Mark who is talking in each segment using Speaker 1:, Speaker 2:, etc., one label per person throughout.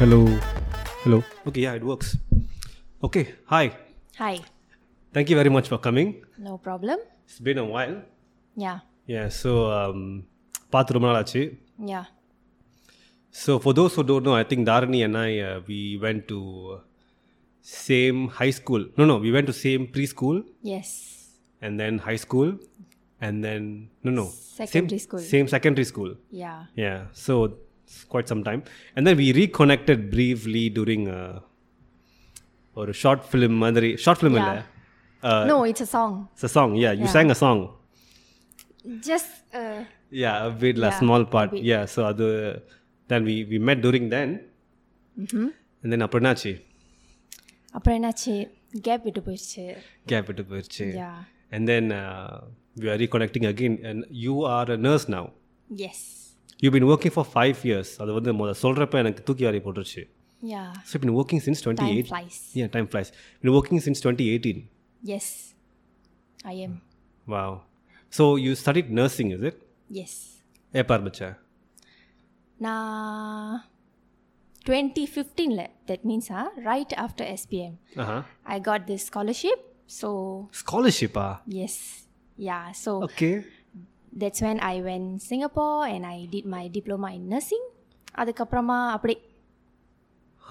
Speaker 1: Hello. Hello.
Speaker 2: Okay, yeah, it works. Okay, hi.
Speaker 3: Hi.
Speaker 2: Thank you very much for coming.
Speaker 3: No problem.
Speaker 2: It's been a while.
Speaker 3: Yeah.
Speaker 2: Yeah, so um, பார்த்து ரொம்ப நாள் ஆச்சு
Speaker 3: Yeah.
Speaker 2: So for those who don't know I think Dharani and I we went to same high school no no we went to same pre school
Speaker 3: Yes.
Speaker 2: And then high school and then no no
Speaker 3: Secondary school.
Speaker 2: Same secondary school
Speaker 3: Yeah.
Speaker 2: yeah so it's quite some time and then we reconnected briefly during uh, ஒரு short film மாதிரி short film இல்லை
Speaker 3: no, it's a song.
Speaker 2: Uh, It's a song, yeah. You sang a song.
Speaker 3: Just uh,
Speaker 2: Yeah, a bit, like small part. Yeah, so other, then we, we met during then. Mm-hmm. And then அப்புறம் என்னாச்சு
Speaker 3: அப்புறம் என்னாச்சு gap விட்டு போயிடுச்சு
Speaker 2: gap விட்டு போயிடுச்சு
Speaker 3: yeah
Speaker 2: and then we are reconnecting again and you are a nurse now
Speaker 3: yes
Speaker 2: you been working for five years அது வந்து முத சொல்கிறப்ப எனக்கு தூக்கி வாரி போட்டுருச்சு
Speaker 3: yeah
Speaker 2: so been working since twenty
Speaker 3: time
Speaker 2: eight
Speaker 3: flies
Speaker 2: yeah time flies been working since twenty eighteen
Speaker 3: yes I am
Speaker 2: wow so you studied nursing இது
Speaker 3: yes
Speaker 2: எப்போ ஆரம்பிச்சா
Speaker 3: நான் டுவெண்ட்டி ஃபிஃப்டீனில் தட் மீன்ஸா right after SPM
Speaker 2: Aha
Speaker 3: I got this scholarship so
Speaker 2: ஸ்காலர்ஷிப்பா
Speaker 3: yes yeah so
Speaker 2: okay
Speaker 3: that's when I went Singapore and I did my diploma in nursing அதுக்கப்புறமா அப்படி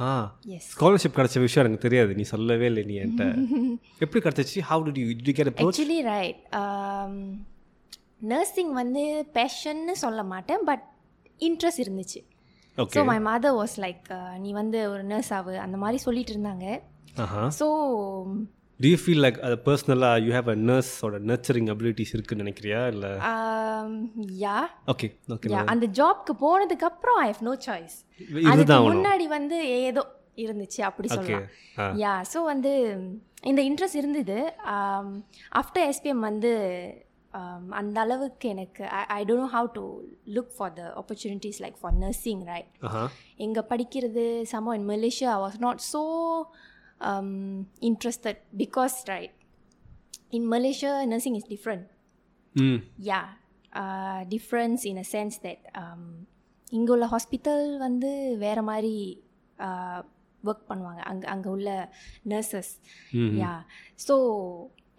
Speaker 2: ஆ
Speaker 3: எஸ்
Speaker 2: ஸ்காலர்ஷிப் கிடைச்ச விஷயம் எனக்கு தெரியாது நீ சொல்லவே இல்லை நீ என்கிட்ட எப்படி கிடைச்சிச்சு how did you did you get approach
Speaker 3: actually right nursing um, வந்து பேஷன்னு சொல்ல மாட்டேன் பட் இன்ட்ரெஸ்ட் இருந்துச்சு so
Speaker 2: okay
Speaker 3: my mother was like நீ வந்து ஒரு நர்ஸ் ஆகு அந்த மாதிரி சொல்லிட்டு இருந்தாங்க
Speaker 2: ஆஹா
Speaker 3: so
Speaker 2: Uh-huh. do you feel like அது பர்சனலா you have a nurse ஓட nurturing abilities இருக்குன்னு நினைக்கிறியா இல்ல
Speaker 3: yeah
Speaker 2: okay okay
Speaker 3: yeah um, அந்த ஜாப்க்கு போனதுக்கு அப்புறம் ஐ ஹவ் நோ சாய்ஸ் அதுக்கு
Speaker 2: இதுதான் ஆகணும்
Speaker 3: முன்னாடி வந்து ஏதோ இருந்துச்சு அப்படி
Speaker 2: ஓகே
Speaker 3: சொல்லலாம் யா ஸோ வந்து ம், இந்த இன்ட்ரெஸ்ட் இருந்தது Um, ஆஃப்டர் எஸ்பிஎம் வந்து um, அந்த அளவுக்கு எனக்கு I don't know how to look for the opportunities like for nursing right
Speaker 2: ஆஹா
Speaker 3: எங்கே படிக்கிறது சமோ in Malaysia I was not so um, interested because right in Malaysia nursing is different
Speaker 2: ம்
Speaker 3: yeah uh, difference in a sense that இங்கே um, உள்ள hospital வந்து வேறு மாதிரி ஒர்க் பண்ணுவாங்க அங்கே அங்கே உள்ள நர்சஸ்
Speaker 2: ம்
Speaker 3: யா ஸோ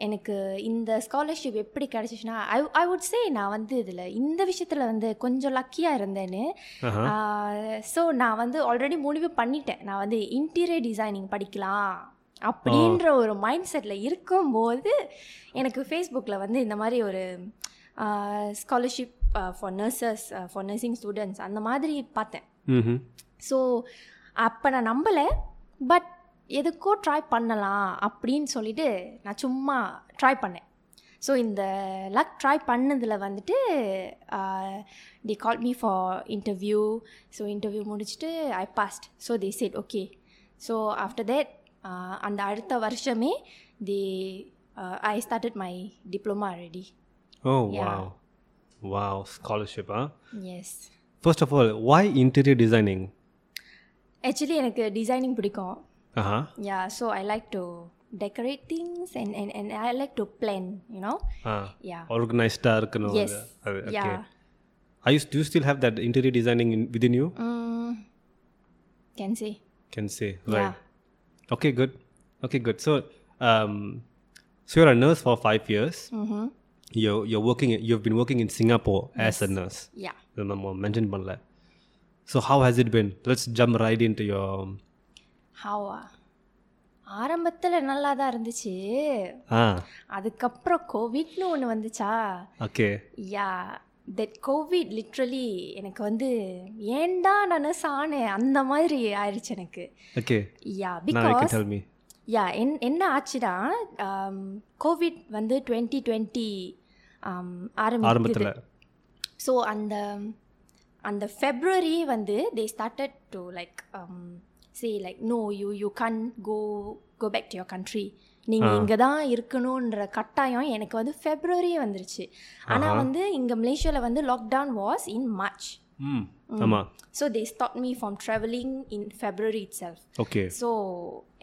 Speaker 3: எனக்கு இந்த ஸ்காலர்ஷிப் எப்படி கிடச்சிச்சுன்னா ஐ ஐ வுட் சே நான் வந்து இதில் இந்த விஷயத்தில் வந்து கொஞ்சம் லக்கியாக இருந்தேன்னு
Speaker 2: ஆஹா
Speaker 3: ஸோ நான் வந்து ஆல்ரெடி முடிவு பண்ணிட்டேன் நான் வந்து இன்டீரியர் டிசைனிங் படிக்கலாம் அப்படின்ற ஒரு மைண்ட் செட்டில் இருக்கும்போது எனக்கு ஃபேஸ்புக்கில் வந்து இந்த மாதிரி ஒரு scholarship for nurses for nursing students அந்த மாதிரி பார்த்தேன்
Speaker 2: ம்
Speaker 3: ஸோ அப்போ நான் நம்பலை பட் எதுக்கோ ட்ரை பண்ணலாம் அப்படின்னு சொல்லிட்டு நான் சும்மா ட்ரை பண்ணேன் ஸோ இந்த லக் ட்ரை பண்ணதில் வந்துட்டு they call me for interview so interview முடிச்சுட்டு I passed so they said okay so after that அந்த அடுத்த வருஷமே they I started my diploma ready
Speaker 2: oh
Speaker 3: Yeah.
Speaker 2: Wow wow ஸ்காலர்ஷிப்பா
Speaker 3: yes
Speaker 2: first of all why interior designing
Speaker 3: actually எனக்கு designing பிடிக்கும்
Speaker 2: ஆஹா
Speaker 3: Yeah, so I like to decorate things and, and, and I like to plan, you know?
Speaker 2: Ah
Speaker 3: Yeah.
Speaker 2: ஆர்கனைஸ்டாக இருக்கணும்
Speaker 3: Yes.
Speaker 2: அது அது okay
Speaker 3: Yeah.
Speaker 2: I use to still have that interior designing within you
Speaker 3: Mm, can say.
Speaker 2: can say
Speaker 3: Yeah.
Speaker 2: right okay good okay good so um so you're a nurse for five years
Speaker 3: Mm-hmm.
Speaker 2: you're you're working you've been working in singapore as a nurse
Speaker 3: Yeah.
Speaker 2: remember mentioned Banla. so how has it been let's jump right into your
Speaker 3: How? ah? ஆரம்பத்தில் நல்லா தான் இருந்துச்சு
Speaker 2: ah
Speaker 3: அதுக்கப்புறம் கோவிட்னு ஒன்று வந்துச்சா
Speaker 2: okay
Speaker 3: yeah that covid literally எனக்கு வந்து ஏன்டா நான் nurse ஆனேன் அந்த மாதிரி ஆயிடுச்சு எனக்கு
Speaker 2: okay
Speaker 3: yeah
Speaker 2: now you can
Speaker 3: because
Speaker 2: tell me
Speaker 3: yeah என் என்ன ஆச்சுன்னா கோவிட் வந்து டுவெண்ட்டி டுவெண்ட்டி ஆரம்பிச்சது
Speaker 2: ஆரம்பத்துல
Speaker 3: ஸோ அந்த அந்த ஃபெப்ரவரி வந்து they started to like say like no you you can go go back to your country நீங்கள்
Speaker 2: Ah.
Speaker 3: இங்கே தான் இருக்கணுன்ற கட்டாயம் எனக்கு வந்து ஃபெப்ரவரியே வந்துருச்சு ஆனால்
Speaker 2: Aha.
Speaker 3: வந்து இங்கே மலேசியாவில் வந்து lockdown was in March
Speaker 2: mm. ஆமா
Speaker 3: so they stop me from travelling in February itself
Speaker 2: okay
Speaker 3: so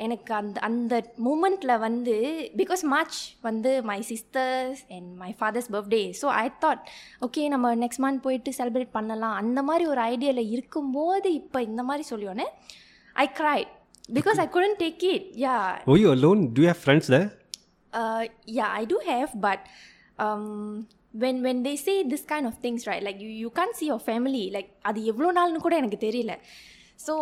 Speaker 3: எனக்கு அந்த அந்த மூமெண்ட்டில் வந்து பிகாஸ் மார்ச் வந்து my sisters and my fathers birthday so I thought okay நம்ம நெக்ஸ்ட் மந்த் போயிட்டு celebrate பண்ணலாம் அந்த மாதிரி ஒரு ஐடியாவில் இருக்கும்போது இப்போ இந்த மாதிரி சொல்லியோன்னே I cried because I couldn't take it. Yeah,
Speaker 2: Were you alone? Do you have friends there?
Speaker 3: uh, yeah, I do have, but um, when when they say this kind of things, right? Like you you can't see your family. Like அது எவ்வளோ நாள்னு கூட எனக்கு தெரியல so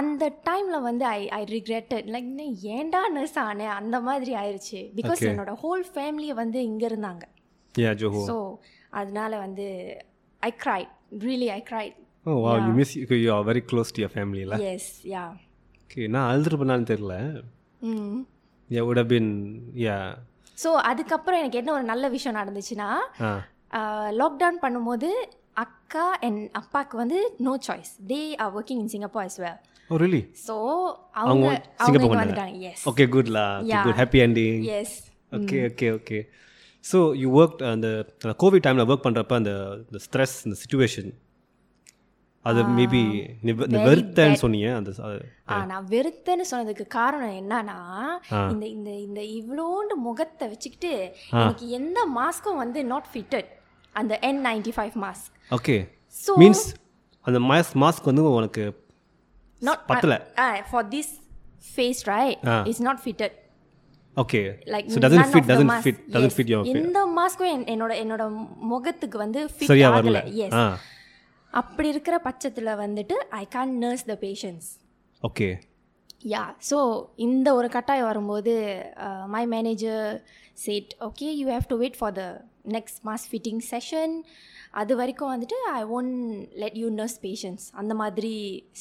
Speaker 3: அந்த டைமில் வந்து I I regretted like ஏன்டா நர்ஸ் ஆனேன் அந்த மாதிரி ஆயிடுச்சு பிகாஸ்
Speaker 2: Okay.
Speaker 3: என்னோட ஹோல் ஃபேமிலியை வந்து இங்கே இருந்தாங்க
Speaker 2: Yeah, Johor.
Speaker 3: ஸோ அதனால வந்து ஐ cried really I cried
Speaker 2: oh wow, you miss you, you are very close to your family, lah.
Speaker 3: Yes yeah
Speaker 2: Okay, நான் அழுதுருப்பேனான்னு தெரியல
Speaker 3: ம்
Speaker 2: yeah would have been yeah
Speaker 3: so அதுக்கப்புறம் எனக்கு என்ன ஒரு நல்ல விஷயம் நடந்துச்சுன்னா
Speaker 2: ஆ
Speaker 3: லாக்டவுன் பண்ணும்போது அக்கா அண்ட் அப்பாவுக்கு வந்து no choice they are working in Singapore as well
Speaker 2: oh really
Speaker 3: so
Speaker 2: அவங்க
Speaker 3: அவங்க அவங்க
Speaker 2: சிங்கப்பூர்
Speaker 3: இங்க
Speaker 2: வந்தாங்க.
Speaker 3: வந்துட்டாங்க yes
Speaker 2: okay good lah okay,
Speaker 3: Yeah. Mm.
Speaker 2: good happy ending
Speaker 3: yes
Speaker 2: okay okay okay so you worked uh, அந்த அந்த Covid டைமில் work பண்ணுறப்ப அந்த the stress இந்த சுச்சுவேஷன் அது மேபி இந்த
Speaker 3: Ah. very
Speaker 2: வெறுத்தேன்னு சொன்னீங்க அந்த ச-
Speaker 3: ஆ நான் வெறுத்தேன்னு சொன்னதுக்கு காரணம் என்னன்னா இந்த இந்த இந்த இவ்வளோண்டு முகத்தை வச்சுக்கிட்டு எனக்கு எந்த மாஸ்க்கும் வந்து நாட் ஃபிட்டட் அந்த என் ninety five mask
Speaker 2: okay
Speaker 3: so
Speaker 2: means அந்த மாஸ்க் மாஸ்க் வந்து உனக்கு
Speaker 3: நாட்
Speaker 2: பத்தல
Speaker 3: ஃபார் திஸ் ஃபேஸ் ரைட்
Speaker 2: ஆ.
Speaker 3: Is not fitted
Speaker 2: okay
Speaker 3: like
Speaker 2: so doesn't fit doesn't fit doesn't fit your
Speaker 3: எந்த மாஸ்க்கும் என்னோட என்னோட முகத்துக்கு வந்து fit
Speaker 2: சரியா
Speaker 3: ஆகல
Speaker 2: வரல
Speaker 3: எஸ்
Speaker 2: ஆ
Speaker 3: அப்படி இருக்கிற பட்சத்தில் வந்துட்டு I can't nurse the patients
Speaker 2: okay
Speaker 3: yeah so இந்த ஒரு கட்டாயம் வரும்போது uh, my manager said okay you have to wait for the next mask fitting session அது வரைக்கும் வந்துட்டு I won't let you nurse patients அந்த மாதிரி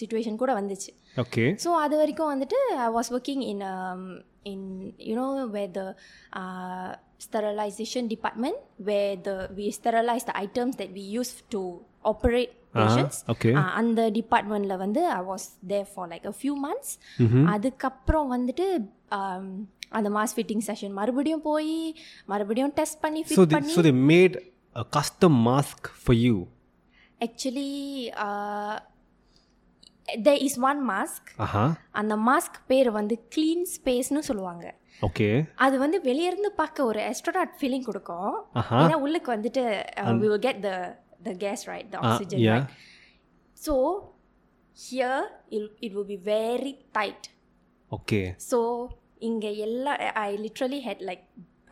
Speaker 3: சுச்சுவேஷன் கூட வந்துச்சு
Speaker 2: ஓகே
Speaker 3: ஸோ அது வரைக்கும் வந்துட்டு I was working in in you know where the uh, sterilization department where the we sterilize the items that we use to operate patients
Speaker 2: okay
Speaker 3: ஆ, அந்த டிபார்ட்மெண்ட்ல வந்து I was there for like a few months அதுக்கப்புறம் வந்துட்டு um, அந்த mask fitting session மறுபடியும் போய் மறுபடியும் டெஸ்ட் பண்ணி
Speaker 2: ஸோ
Speaker 3: ஃபிட்
Speaker 2: தி
Speaker 3: பண்ணி
Speaker 2: so the made a custom mask for you
Speaker 3: actually uh, there is one mask
Speaker 2: ஆஹா
Speaker 3: அந்த மாஸ்க் பேர் வந்து க்ளீன் ஸ்பேஸ்னு சொல்லுவாங்க
Speaker 2: ஓகே
Speaker 3: அது வந்து வெளிய இருந்து பார்க்க ஒரு எஸ்ட்ரோனாட் ஃபீலிங் கொடுக்கும்
Speaker 2: ஆஹா
Speaker 3: ஏன்னா உள்ளுக்கு வந்துட்டு we will get the the gas right the
Speaker 2: Ah,
Speaker 3: oxygen
Speaker 2: yeah.
Speaker 3: right so here it, it will be very tight
Speaker 2: okay
Speaker 3: so இங்க எல்லா i literally had like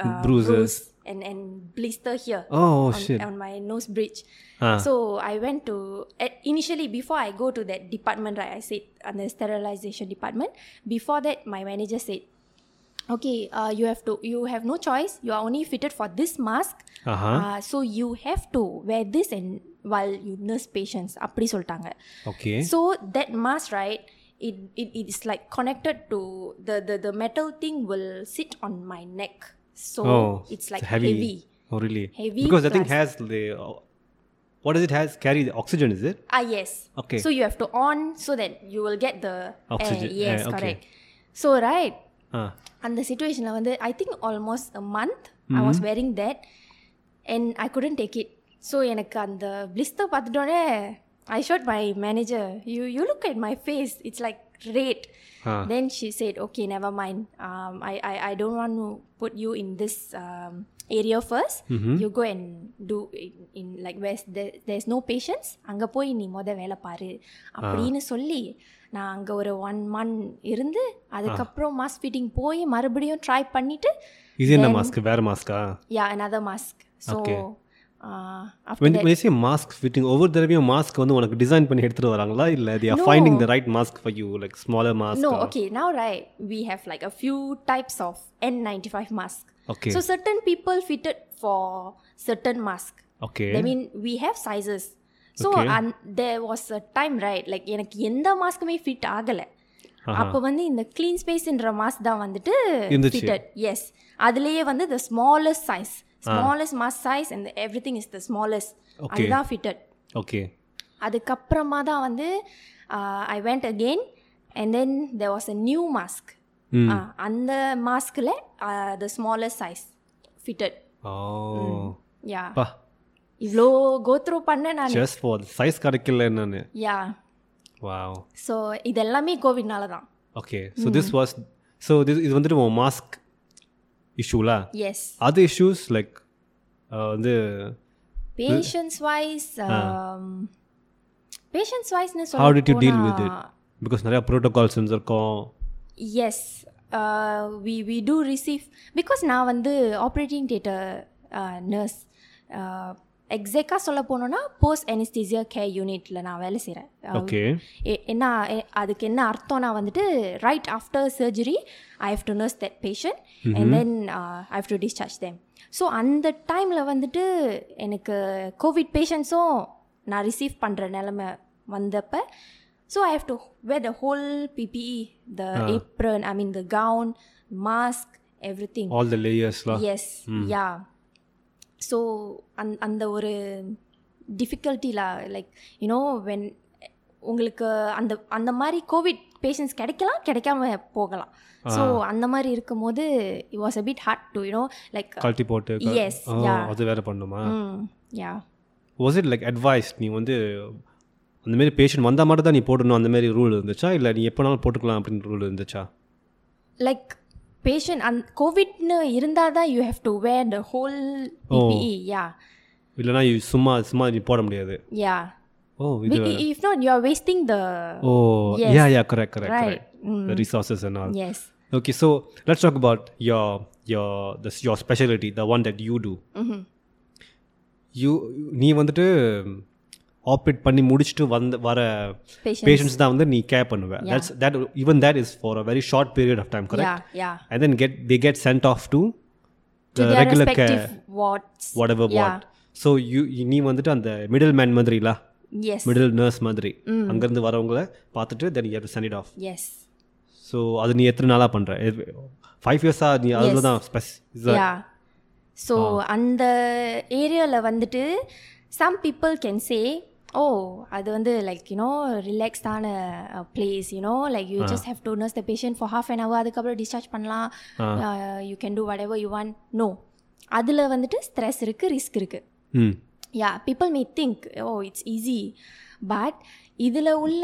Speaker 3: uh,
Speaker 2: Bruises. Oh,
Speaker 3: bruise and and blister here
Speaker 2: oh
Speaker 3: on,
Speaker 2: shit
Speaker 3: on my nose bridge
Speaker 2: ஆ
Speaker 3: so i went to eh, initially before i go to that department right i said on the sterilization department before that my manager said okay uh, you have to you have no choice you are only fitted for this mask
Speaker 2: ஆஹா
Speaker 3: uh, so you have to wear this and while you nurse patients அப்படி சொல்லிட்டாங்க
Speaker 2: okay
Speaker 3: uh, so that mask right it, it it is like connected to the the the metal thing will sit on my neck so
Speaker 2: Oh,
Speaker 3: it's like
Speaker 2: it's
Speaker 3: heavy,
Speaker 2: heavy. Oh really?
Speaker 3: Heavy
Speaker 2: because I think
Speaker 3: plus-
Speaker 2: has the what does it has carry the oxygen is it?
Speaker 3: ah yes
Speaker 2: Okay.
Speaker 3: so you have to on so that you will get the air.
Speaker 2: Oxygen,
Speaker 3: yes
Speaker 2: air, okay.
Speaker 3: correct so right
Speaker 2: ஆ
Speaker 3: அந்த சுச்சுவேஷனில் வந்து I think almost a month I
Speaker 2: Mm-hmm.
Speaker 3: Was wearing that and I couldn't take it so எனக்கு அந்த blister பார்த்துட்டோன்னே I showed my manager you you look at my face it's like red
Speaker 2: ah
Speaker 3: then she said okay never mind I I I don't want to put you in this um, area first
Speaker 2: Mm-hmm. Hmm?
Speaker 3: You go and do in like ways there is no patients அங்கே போய் நீ மொத வேலை பாரு அப்படின்னு சொல்லி நான் அங்கே ஒரு ஒன் மந்த் இருந்து அதுக்கப்புறம் மாஸ்க் ஃபிட்டிங் போய் மறுபடியும் ட்ரை பண்ணிட்டு
Speaker 2: இது என்ன மாஸ்க் வேற மாஸ்கா
Speaker 3: yeah another mask so
Speaker 2: Okay.
Speaker 3: after
Speaker 2: when when you say mask fitting ஒவ்வொரு தடவையும் மாஸ்க் வந்து உனக்கு டிசைன் பண்ணி எடுத்துட்டு வராங்களா இல்ல they are
Speaker 3: No.
Speaker 2: finding the right mask for you like smaller mask uh?
Speaker 3: no
Speaker 2: or-
Speaker 3: okay now right we have like a few types of N95 mask
Speaker 2: okay
Speaker 3: So certain people fitted for certain mask.
Speaker 2: okay
Speaker 3: I mean, we have sizes. So
Speaker 2: Okay.
Speaker 3: and there was a time right like எனக்கு எந்த மாஸ்க்குமே fit ஆகல
Speaker 2: ஆஹா.
Speaker 3: அப்போ வந்து இந்த clean ஸ்பேஸ்ன்ற mask தான் வந்துட்டு
Speaker 2: இருந்துச்சு.
Speaker 3: ஃபிட்டட் எஸ் அதுலயே வந்து the smallest size smallest mask size and every thing is is ஸ்மாலஸ்ட்
Speaker 2: Okay.
Speaker 3: அதுதான் ஃபிட்டட்
Speaker 2: okay
Speaker 3: அதுக்கப்புறமா தான் வந்து ஐ went again and then there was a new mask
Speaker 2: ம்.
Speaker 3: ஆ, அந்த மாஸ்கில் the smallest size fitted
Speaker 2: oh
Speaker 3: Hmm. Yeah
Speaker 2: பா
Speaker 3: இவ்வளோ கோத்ரூ பண்ண நான்
Speaker 2: just for the size கிடைக்கல என்னன்னு
Speaker 3: யா
Speaker 2: wow
Speaker 3: ஸோ இது எல்லாமே கோவிட்னால தான்
Speaker 2: okay so
Speaker 3: Hmm.
Speaker 2: this was so this இது வந்துட்டு உன் மாஸ்க் இஷ்யூலா
Speaker 3: as
Speaker 2: other issues like uh, வந்து
Speaker 3: um, பேஷன்ஸ் வைஸ் பேஷன்ஸ் வைஸ்னு
Speaker 2: How did you deal with it? Because நிறையா ப்ரோட்டோகால்ஸ் இருந்திருக்கும்
Speaker 3: as we we do receive because நான் வந்து uh, operating theatre nurse uh, எக்ஸாக்டாக சொல்ல போனோன்னா போஸ்ட் anesthesia கேர் யூனிட்டில் நான் வேலை Uh, செய்கிறேன்
Speaker 2: ஓகே
Speaker 3: எ- என்ன எ- அதுக்கு என்ன அர்த்தம்னா வந்துட்டு right after surgery I have to nurse that patient and then I have to discharge them so அந்த டைமில் வந்துட்டு எனக்கு கோவிட் பேஷண்ட்ஸும் நான் ரிசீவ் பண்ணுற நிலமை வந்தப்ப so I have to wear the whole PPE the apron I mean the gown mask everything
Speaker 2: all the லேயர்ஸ்லாம்
Speaker 3: yes yeah so அந் அந்த ஒரு டிஃபிகல்ட்டிலா லைக் யூனோ வென் உங்களுக்கு அந்த அந்த மாதிரி கோவிட் பேஷண்ட்ஸ் கிடைக்கலாம் கிடைக்காம போகலாம் ஸோ அந்த மாதிரி இருக்கும்போது it was a bit hard to you know like
Speaker 2: கழட்டி போட்டு க-
Speaker 3: Yes,
Speaker 2: ஆ,
Speaker 3: yeah.
Speaker 2: அது வேற பண்ணுமா
Speaker 3: yeah
Speaker 2: was it like advice நீ வந்து அந்த மாதிரி பேஷண்ட் வந்தால் மட்டும் தான் நீ போடணும் அந்த மாதிரி ரூல் இருந்துச்சா இல்லை நீ எப்போனாலும் போட்டுக்கலாம் அப்படின்னு ரூல் இருந்துச்சா
Speaker 3: லைக் பேஷண்ட் அந் கோவிட்னு இருந்தால் தான் you have to wear the whole PPE yeah
Speaker 2: இல்லைனா you சும்மா சும்மா நீ போட முடியாது
Speaker 3: யா
Speaker 2: ஓ இது
Speaker 3: if not you are wasting the
Speaker 2: oh
Speaker 3: Yes. Mm.
Speaker 2: Yeah yeah correct
Speaker 3: right
Speaker 2: correct resources and all
Speaker 3: yes
Speaker 2: okay so let's talk about your your this your specialty the one that you do
Speaker 3: ம்
Speaker 2: you நீ வந்துட்டு operate பண்ணி முடிச்சுட்டு வந்து வர
Speaker 3: patient
Speaker 2: patients தான் வந்து நீ கேர் பண்ணுவ that's that even that is for a very short period of time correct
Speaker 3: yeah yeah
Speaker 2: and then get they get sent off to
Speaker 3: to their
Speaker 2: regular care
Speaker 3: respective wards.
Speaker 2: Whatever
Speaker 3: Yeah.
Speaker 2: What so you நீ வந்துட்டு அந்த middle man மாதிரில
Speaker 3: Yes.
Speaker 2: Middle nurse மாதிரி அங்கேருந்து வரவங்கள பார்த்துட்டு then you sent off
Speaker 3: Yes.
Speaker 2: So அது நீ எத்தனை நாளாக பண்ணுற ஃபைவ் இயர்ஸாக நீ அதில் தான் ஸ்பெஸ்
Speaker 3: Yeah. So அந்த ஏரியாவில் வந்துட்டு some people can say oh "Oh, அது வந்து லைக் யூனோ ரிலாக்ஸ்டான place you know like you just have to nurse the patient for half an hour அதுக்கப்புறம் டிஸ்சார்ஜ் பண்ணலாம் Uh, you can do whatever you want no அதில் வந்துட்டு stress இருக்குது risk இருக்குது
Speaker 2: ம்
Speaker 3: yeah people may think oh it's easy but இதில் உள்ள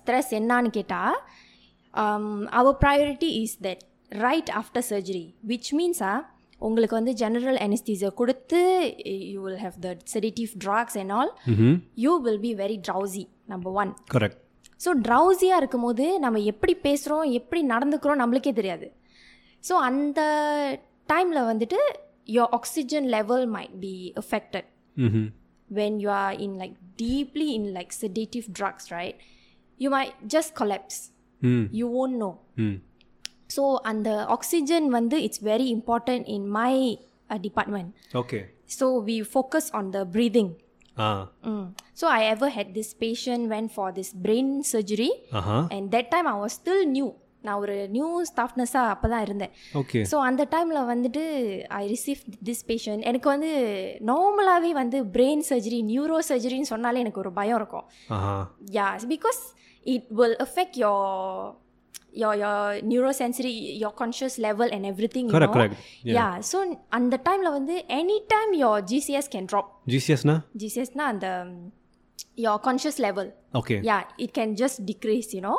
Speaker 3: stress என்னான்னு um, கேட்டால் our priority is that right after surgery which மீன்ஸா ah, உங்களுக்கு வந்து ஜெனரல் அனஸ்தீசியா கொடுத்து you will have the sedative drugs and all
Speaker 2: ம்
Speaker 3: you will be very drowsy number one
Speaker 2: correct
Speaker 3: so ட்ரௌசியாக இருக்கும்போது நம்ம எப்படி பேசுகிறோம் எப்படி நடந்துக்கிறோம் நம்மளுக்கே தெரியாது ஸோ அந்த டைமில் வந்துட்டு your oxygen level might be affected
Speaker 2: ம்
Speaker 3: when you are in like deeply in like sedative drugs, right? You might just collapse.
Speaker 2: ம்
Speaker 3: You won't know.
Speaker 2: ம்
Speaker 3: So and the oxygen வந்து it's very important in my uh, department.
Speaker 2: Okay
Speaker 3: So we focus on the breathing.
Speaker 2: ஆ
Speaker 3: Mm. So I ever had this patient went for this brain surgery
Speaker 2: ஆஹா
Speaker 3: and that time I was still new. நான் ஒரு new ஸ்டாஃப்னஸாக அப்போ தான் இருந்தேன்
Speaker 2: okay
Speaker 3: so அந்த டைமில் வந்துட்டு ஐ ரிசீவ் திஸ் பேஷண்ட் எனக்கு வந்து நார்மலாகவே வந்து பிரெயின் சர்ஜரி நியூரோ சர்ஜரின்னு சொன்னாலே எனக்கு ஒரு பயம் இருக்கும்
Speaker 2: ஆஹா
Speaker 3: yeah because it will affect your your your neurosensory your conscious level and everything you
Speaker 2: Correct,
Speaker 3: know
Speaker 2: correct. Yeah.
Speaker 3: yeah so அந்த டைம்ல வந்து any time your gcs can drop
Speaker 2: ஜிசிஎஸ்னா
Speaker 3: gcs னா அந்த ம், your conscious level
Speaker 2: okay
Speaker 3: yeah it can just decrease you know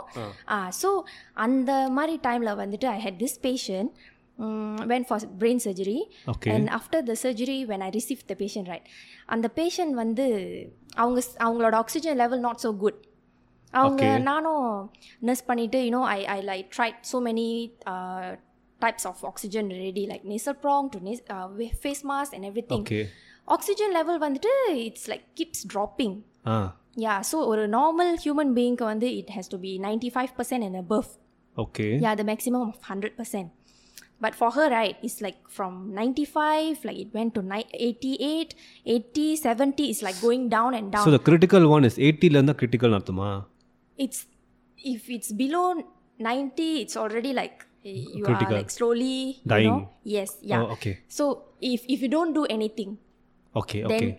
Speaker 3: so Ah, அந்த மாதிரி டைமில் வந்துட்டு I had this patient when for brain surgery
Speaker 2: Okay.
Speaker 3: And after the surgery when I receive the patient right அந்த patient வந்து அவங்க ஸ்- அவங்களோட oxygen level not so good அவங்க
Speaker 2: Okay.
Speaker 3: நானும் நர்ஸ் பண்ணிட்டு you know I I like tried so many uh, types of oxygen ready like nasal prong to நெஸ் face mask and every thing
Speaker 2: okay
Speaker 3: oxygen level வந்துட்டு it's like keeps dropping
Speaker 2: ah
Speaker 3: yeah so ஒரு normal human பீயிங்க்கு வந்து it has to be ninety five percent and above
Speaker 2: okay
Speaker 3: yeah the maximum of hundred percent but for her right is like from ninety five like it went to நை eighty eight eighty seventy is like going down and
Speaker 2: so
Speaker 3: down
Speaker 2: the critical one is எயிட்டியில் இருந்தால் critical அர்த்தமா
Speaker 3: it's if it's below ninety it's already like you are
Speaker 2: Critical.
Speaker 3: Like slowly
Speaker 2: Dying. Oh.
Speaker 3: Yes yeah
Speaker 2: okay
Speaker 3: so if if you don't do anything
Speaker 2: okay okay
Speaker 3: then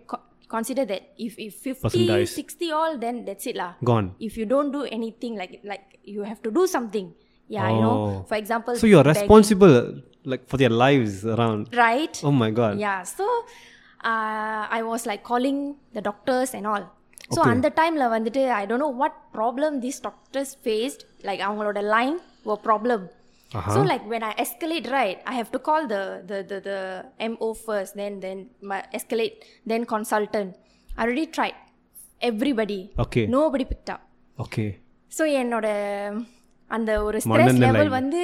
Speaker 3: consider that if if
Speaker 2: Person
Speaker 3: 50
Speaker 2: dies.
Speaker 3: 60 all then that's it lah
Speaker 2: Khan
Speaker 3: if you don't do anything like like you have to do something yeah you know
Speaker 2: Oh.
Speaker 3: for example
Speaker 2: so you are
Speaker 3: begging,
Speaker 2: responsible like for their lives around
Speaker 3: right
Speaker 2: oh my God
Speaker 3: yeah so uh, i was like calling the doctors and all so
Speaker 2: Okay.
Speaker 3: on the time la vandutu i don't know what problem these doctors faced like avangaloda line were problem
Speaker 2: Uh-huh.
Speaker 3: so like when i escalate right i have to call the the the, the mo first then then my escalate then consultant i already tried everybody
Speaker 2: okay
Speaker 3: nobody picked up
Speaker 2: okay
Speaker 3: so என்னோட அந்த ஒரு
Speaker 2: மனநிலை.
Speaker 3: Stress level வந்து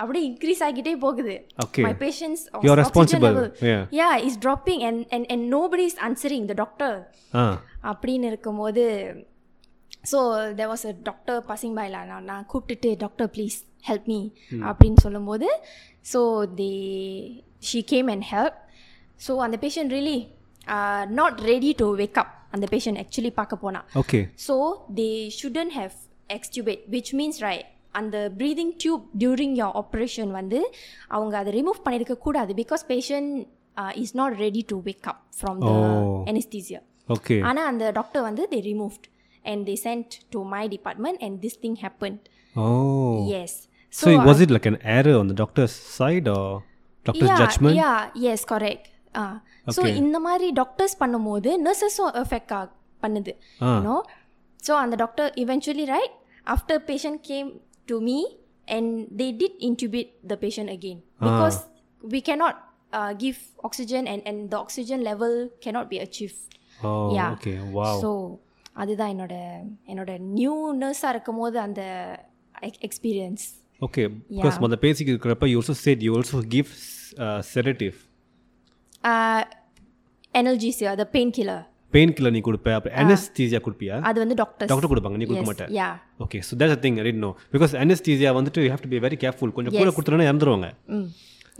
Speaker 3: அப்படியே increase ஆகிட்டே போகுது
Speaker 2: Okay.
Speaker 3: My patients
Speaker 2: You are responsible. Yeah.
Speaker 3: Yeah is dropping and and and nobody is answering the doctor
Speaker 2: ஆ
Speaker 3: அப்படின்னு இருக்கும்போது so there was a doctor passing by நான் நான் கூப்பிட்டுட்டு doctor please help me
Speaker 2: Hmm.
Speaker 3: அப்படின்னு சொல்லும்போது so they she came and help so அந்த uh, patient really not ready to wake up அந்த பேஷண்ட் ஆக்சுவலி பார்க்க போனா
Speaker 2: okay
Speaker 3: so they shouldn't have extubate which means right அந்த breathing tube during your operation வந்து அவங்க அதை remove பண்ணியிருக்க கூடாது uh, because patient is not ready to wake up from the
Speaker 2: Oh.
Speaker 3: anesthesia
Speaker 2: okay
Speaker 3: ஆனால் அந்த டாக்டர் வந்து they removed and they sent to my department and this thing happen
Speaker 2: oh Oh.
Speaker 3: Yes
Speaker 2: so
Speaker 3: uh,
Speaker 2: was it like an error on the doctor's side or doctor's judgment
Speaker 3: yeah yes correct ஆ so Uh, இந்த மாதிரி doctors பண்ணும்போது நர்சஸும் effect ஆ பண்ணுது
Speaker 2: ஆ
Speaker 3: you know so அந்த doctor eventually right after patient came to me and they did intubate the patient again
Speaker 2: Ah.
Speaker 3: Because we cannot give oxygen and and the oxygen level cannot be achieve
Speaker 2: oh
Speaker 3: Yeah.
Speaker 2: Okay wow
Speaker 3: so அதுதான் என்னோட என்னோட new நர்ஸாக இருக்கும் போது அந்த experience
Speaker 2: okay because மற்ற பேசிக்கு இருக்கிறப்ப you also said you also give uh, sedative
Speaker 3: Uh, analgesia the painkiller
Speaker 2: pain killer நீ கொடுப்ப அப்புறம்
Speaker 3: Ah.
Speaker 2: அனஸ்தீசியா கொடுப்பியா
Speaker 3: அது வந்து டாக்டர்
Speaker 2: டாக்டர் கொடுப்பாங்க நீ கொடுக்க மாட்டேன்
Speaker 3: yeah
Speaker 2: okay so that's a thing I know because anaesthesia வந்துட்டு you have to be very careful கொஞ்சம் கூட கொடுத்துட்டோன்னா இறந்துருவாங்க
Speaker 3: ம்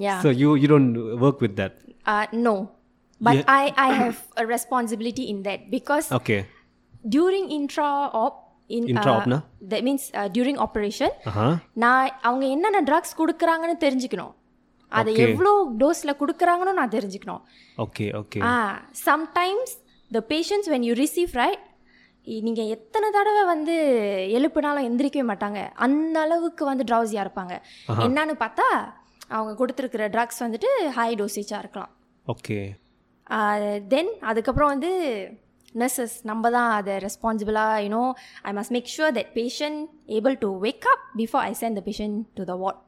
Speaker 3: yeah
Speaker 2: so you you don't work with that
Speaker 3: no but I I have a responsibility in that because
Speaker 2: okay
Speaker 3: during intra op in
Speaker 2: Intra-opனா?
Speaker 3: That means during operation
Speaker 2: ஆஹா
Speaker 3: uh, நான் அவங்க என்னென்ன ட்ரக்ஸ் கொடுக்குறாங்கன்னு தெரிஞ்சுக்கணும் அதை
Speaker 2: Okay.
Speaker 3: எவ்வளோ டோஸில் கொடுக்குறாங்கன்னு நான் தெரிஞ்சுக்கணும்
Speaker 2: ஓகே ஓகே
Speaker 3: ஆ sometimes the patients when you receive right நீங்கள் எத்தனை தடவை வந்து எழுப்புனாலும் எந்திரிக்கவே மாட்டாங்க அந்த அளவுக்கு வந்து ட்ரௌஸியாக இருப்பாங்க என்னன்னு பார்த்தா அவங்க கொடுத்துருக்கிற ட்ரக்ஸ் வந்துட்டு ஹை டோசேஜாக இருக்கலாம்
Speaker 2: ஓகே
Speaker 3: தென் Uh, அதுக்கப்புறம் வந்து நர்சஸ் நம்ம தான் அதை ரெஸ்பான்சிபிளாக you know I must make sure that patient able to wake up before I sent the patient to the what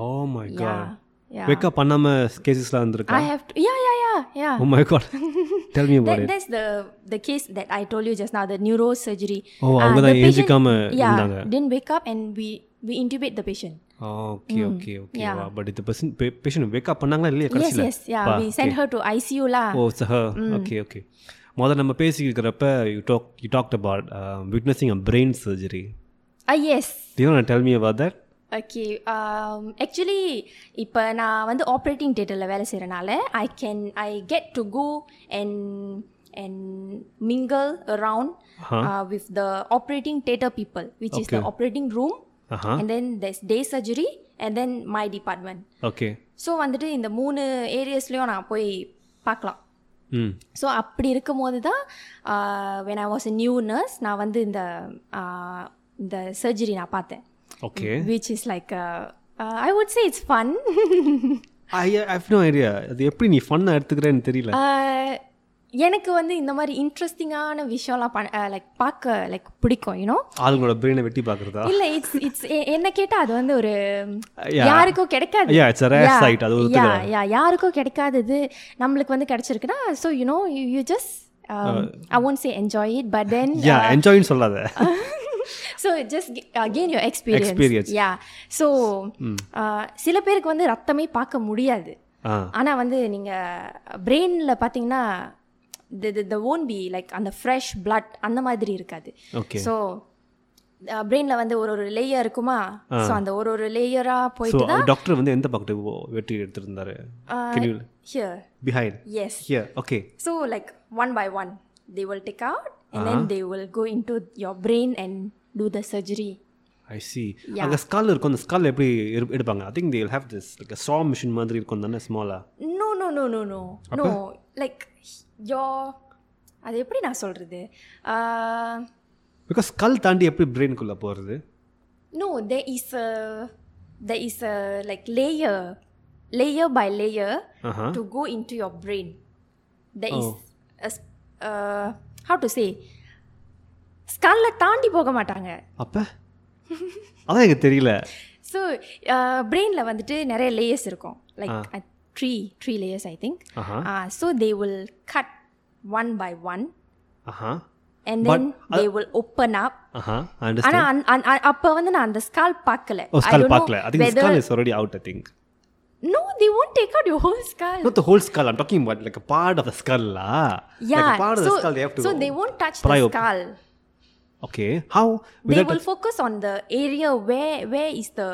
Speaker 2: oh my
Speaker 3: yeah
Speaker 2: God
Speaker 3: yeah
Speaker 2: wake up பண்ணாம கேசஸ்லாம் இருந்திருக்கா Oh
Speaker 3: I have to yeah yeah yeah yeah
Speaker 2: oh my God tell me about
Speaker 3: That,
Speaker 2: it
Speaker 3: that's the the case that I told you just now, the neurosurgery.
Speaker 2: Oh Oh, அவங்க
Speaker 3: Uh, the
Speaker 2: தான்
Speaker 3: patient-
Speaker 2: எழுதிக்காம
Speaker 3: yeah,
Speaker 2: இருந்தாங்க
Speaker 3: didn't wake up and we we intubate the patient.
Speaker 2: Okay okay okay
Speaker 3: mm, yeah.
Speaker 2: வா but இந்த person patient wake up பண்ணாங்களா இல்லையா
Speaker 3: Yes,
Speaker 2: கடைசியில்
Speaker 3: yes, yeah. we sent her Mm. to ICU lah.
Speaker 2: ஓ சஹ okay okay முதல்ல நம்ம பேசிக்கிறப்ப you talk you talked about witnessing a brain surgery
Speaker 3: Ah yes.
Speaker 2: Do tell me about that
Speaker 3: okay actually இப்போ um, நான் வந்து operating தேட்டரில் வேலை செய்கிறனால I can I get to go and and mingle
Speaker 2: Uh-huh.
Speaker 3: Around with the operating theatre people which is the operating room
Speaker 2: ஆஹா
Speaker 3: and then there's day surgery and then my department
Speaker 2: okay
Speaker 3: so வந்துட்டு இந்த மூணு ஏரியாஸ்லேயும் நான் போய் பார்க்கலாம்
Speaker 2: ம்
Speaker 3: so அப்படி இருக்கும்போது தான் uh, when I was a new nurse நான் வந்து இந்த ஆஹ், இந்த சர்ஜரி நான் பார்த்தேன்
Speaker 2: okay
Speaker 3: which is like I would say it's fun
Speaker 2: I have no idea அது எப்படி நீ ஃபன்னாக எடுத்துக்கிறேன்னு தெரியல
Speaker 3: Uh, எனக்கு வந்து இந்த மாதிரி இன்ட்ரெஸ்டிங்கான விஷயம்லாம் பண்ண லைக் பார்க்க லைக் பிடிக்கும் யூனோ
Speaker 2: ஆளுங்களோட பிரெயினை வெட்டி பார்க்குறதா
Speaker 3: இல்லை இட்ஸ் இட்ஸ் என்ன கேட்டால் அது வந்து ஒரு
Speaker 2: Oh. Yeah.
Speaker 3: யாருக்கும் கிடைக்காது
Speaker 2: Yeah, it's a rare
Speaker 3: Yeah,
Speaker 2: sight, அது
Speaker 3: yeah,
Speaker 2: ஒத்துக்கிறேன்.
Speaker 3: yeah, யாருக்கும் கிடைக்காதது நம்மளுக்கு வந்து கிடைச்சிருக்குன்னா so you know you just um,
Speaker 2: Uh,
Speaker 3: I won't say enjoy it but then
Speaker 2: yeah என்ஜாய்னு சொல்லாத
Speaker 3: so just again your experience
Speaker 2: Experience. Hmm.
Speaker 3: Yeah so uh, சில பேருக்கு வந்து ரத்தமே பார்க்க முடியாது
Speaker 2: ஆ
Speaker 3: ஆனால் வந்து நீங்கள் பிரெயினில் பார்த்தீங்கன்னா த ஓன் பி லைக் அந்த ஃப்ரெஷ் பிளட் அந்த மாதிரி இருக்காது
Speaker 2: ஓகே
Speaker 3: ஸோ பிரெயினில் வந்து ஒரு ஒரு லேயர் இருக்குமா ஸோ அந்த ஒரு ஒரு லேயராக
Speaker 2: ஸோ
Speaker 3: போயிட்டு
Speaker 2: டாக்டர் வந்து எந்த பக்கத்து ஓ- வெட்டி எடுத்திருந்தாரு
Speaker 3: தான் here
Speaker 2: behind
Speaker 3: yes
Speaker 2: here okay
Speaker 3: so like one by one they will take out and then they will go in to your brain and do the surgery
Speaker 2: I see அங்கே skull இருக்கும் அந்த ஸ்கால் எப்படி எடு- எடுப்பாங்க I think they'll have this like straw machine மாதிரி இருக்கும் தானே ஸ்மாலாக
Speaker 3: no no no no no no like yo அது எப்படி நான் சொல்கிறது
Speaker 2: பிகாஸ் ஸ்கால் தாண்டி எப்படி பிரெயினுக்குள்ளே போகிறது
Speaker 3: no there is a there is a like layer layer by layer
Speaker 2: Aha
Speaker 3: to go into your brain there is
Speaker 2: Oh.
Speaker 3: a s- uh, how to say ஸ்கல்ல தாண்டி போக மாட்டாங்க
Speaker 2: அப்போ அதான் எனக்கு தெரியல
Speaker 3: ஸோ பிரெயினில் uh, வந்துட்டு நிறைய லேயர்ஸ் இருக்கும்
Speaker 2: Ah.
Speaker 3: Like three three Ah, layers I think
Speaker 2: ஆஹா
Speaker 3: so they will cut one by one
Speaker 2: ஆஹா
Speaker 3: and
Speaker 2: But uh,
Speaker 3: then they will open up
Speaker 2: ஆஹா அண்டர்ஸ்டாண்ட்
Speaker 3: ஆனா அந்- அந்- அ- அப்ப வந்து நான் அந்த ஸ்கால் பார்க்கல
Speaker 2: oh
Speaker 3: I
Speaker 2: skull
Speaker 3: don't know
Speaker 2: Oh, பார்க்கல I think
Speaker 3: whether-
Speaker 2: skull is already out I think
Speaker 3: no they won't take out your whole skull
Speaker 2: not the whole skull i'm talking about like a part of the skull la like
Speaker 3: yeah
Speaker 2: a part of
Speaker 3: so,
Speaker 2: the skull they have to
Speaker 3: so they won't touch
Speaker 2: pry
Speaker 3: the
Speaker 2: open.
Speaker 3: skull
Speaker 2: okay how
Speaker 3: they
Speaker 2: without
Speaker 3: will focus on the area where where is the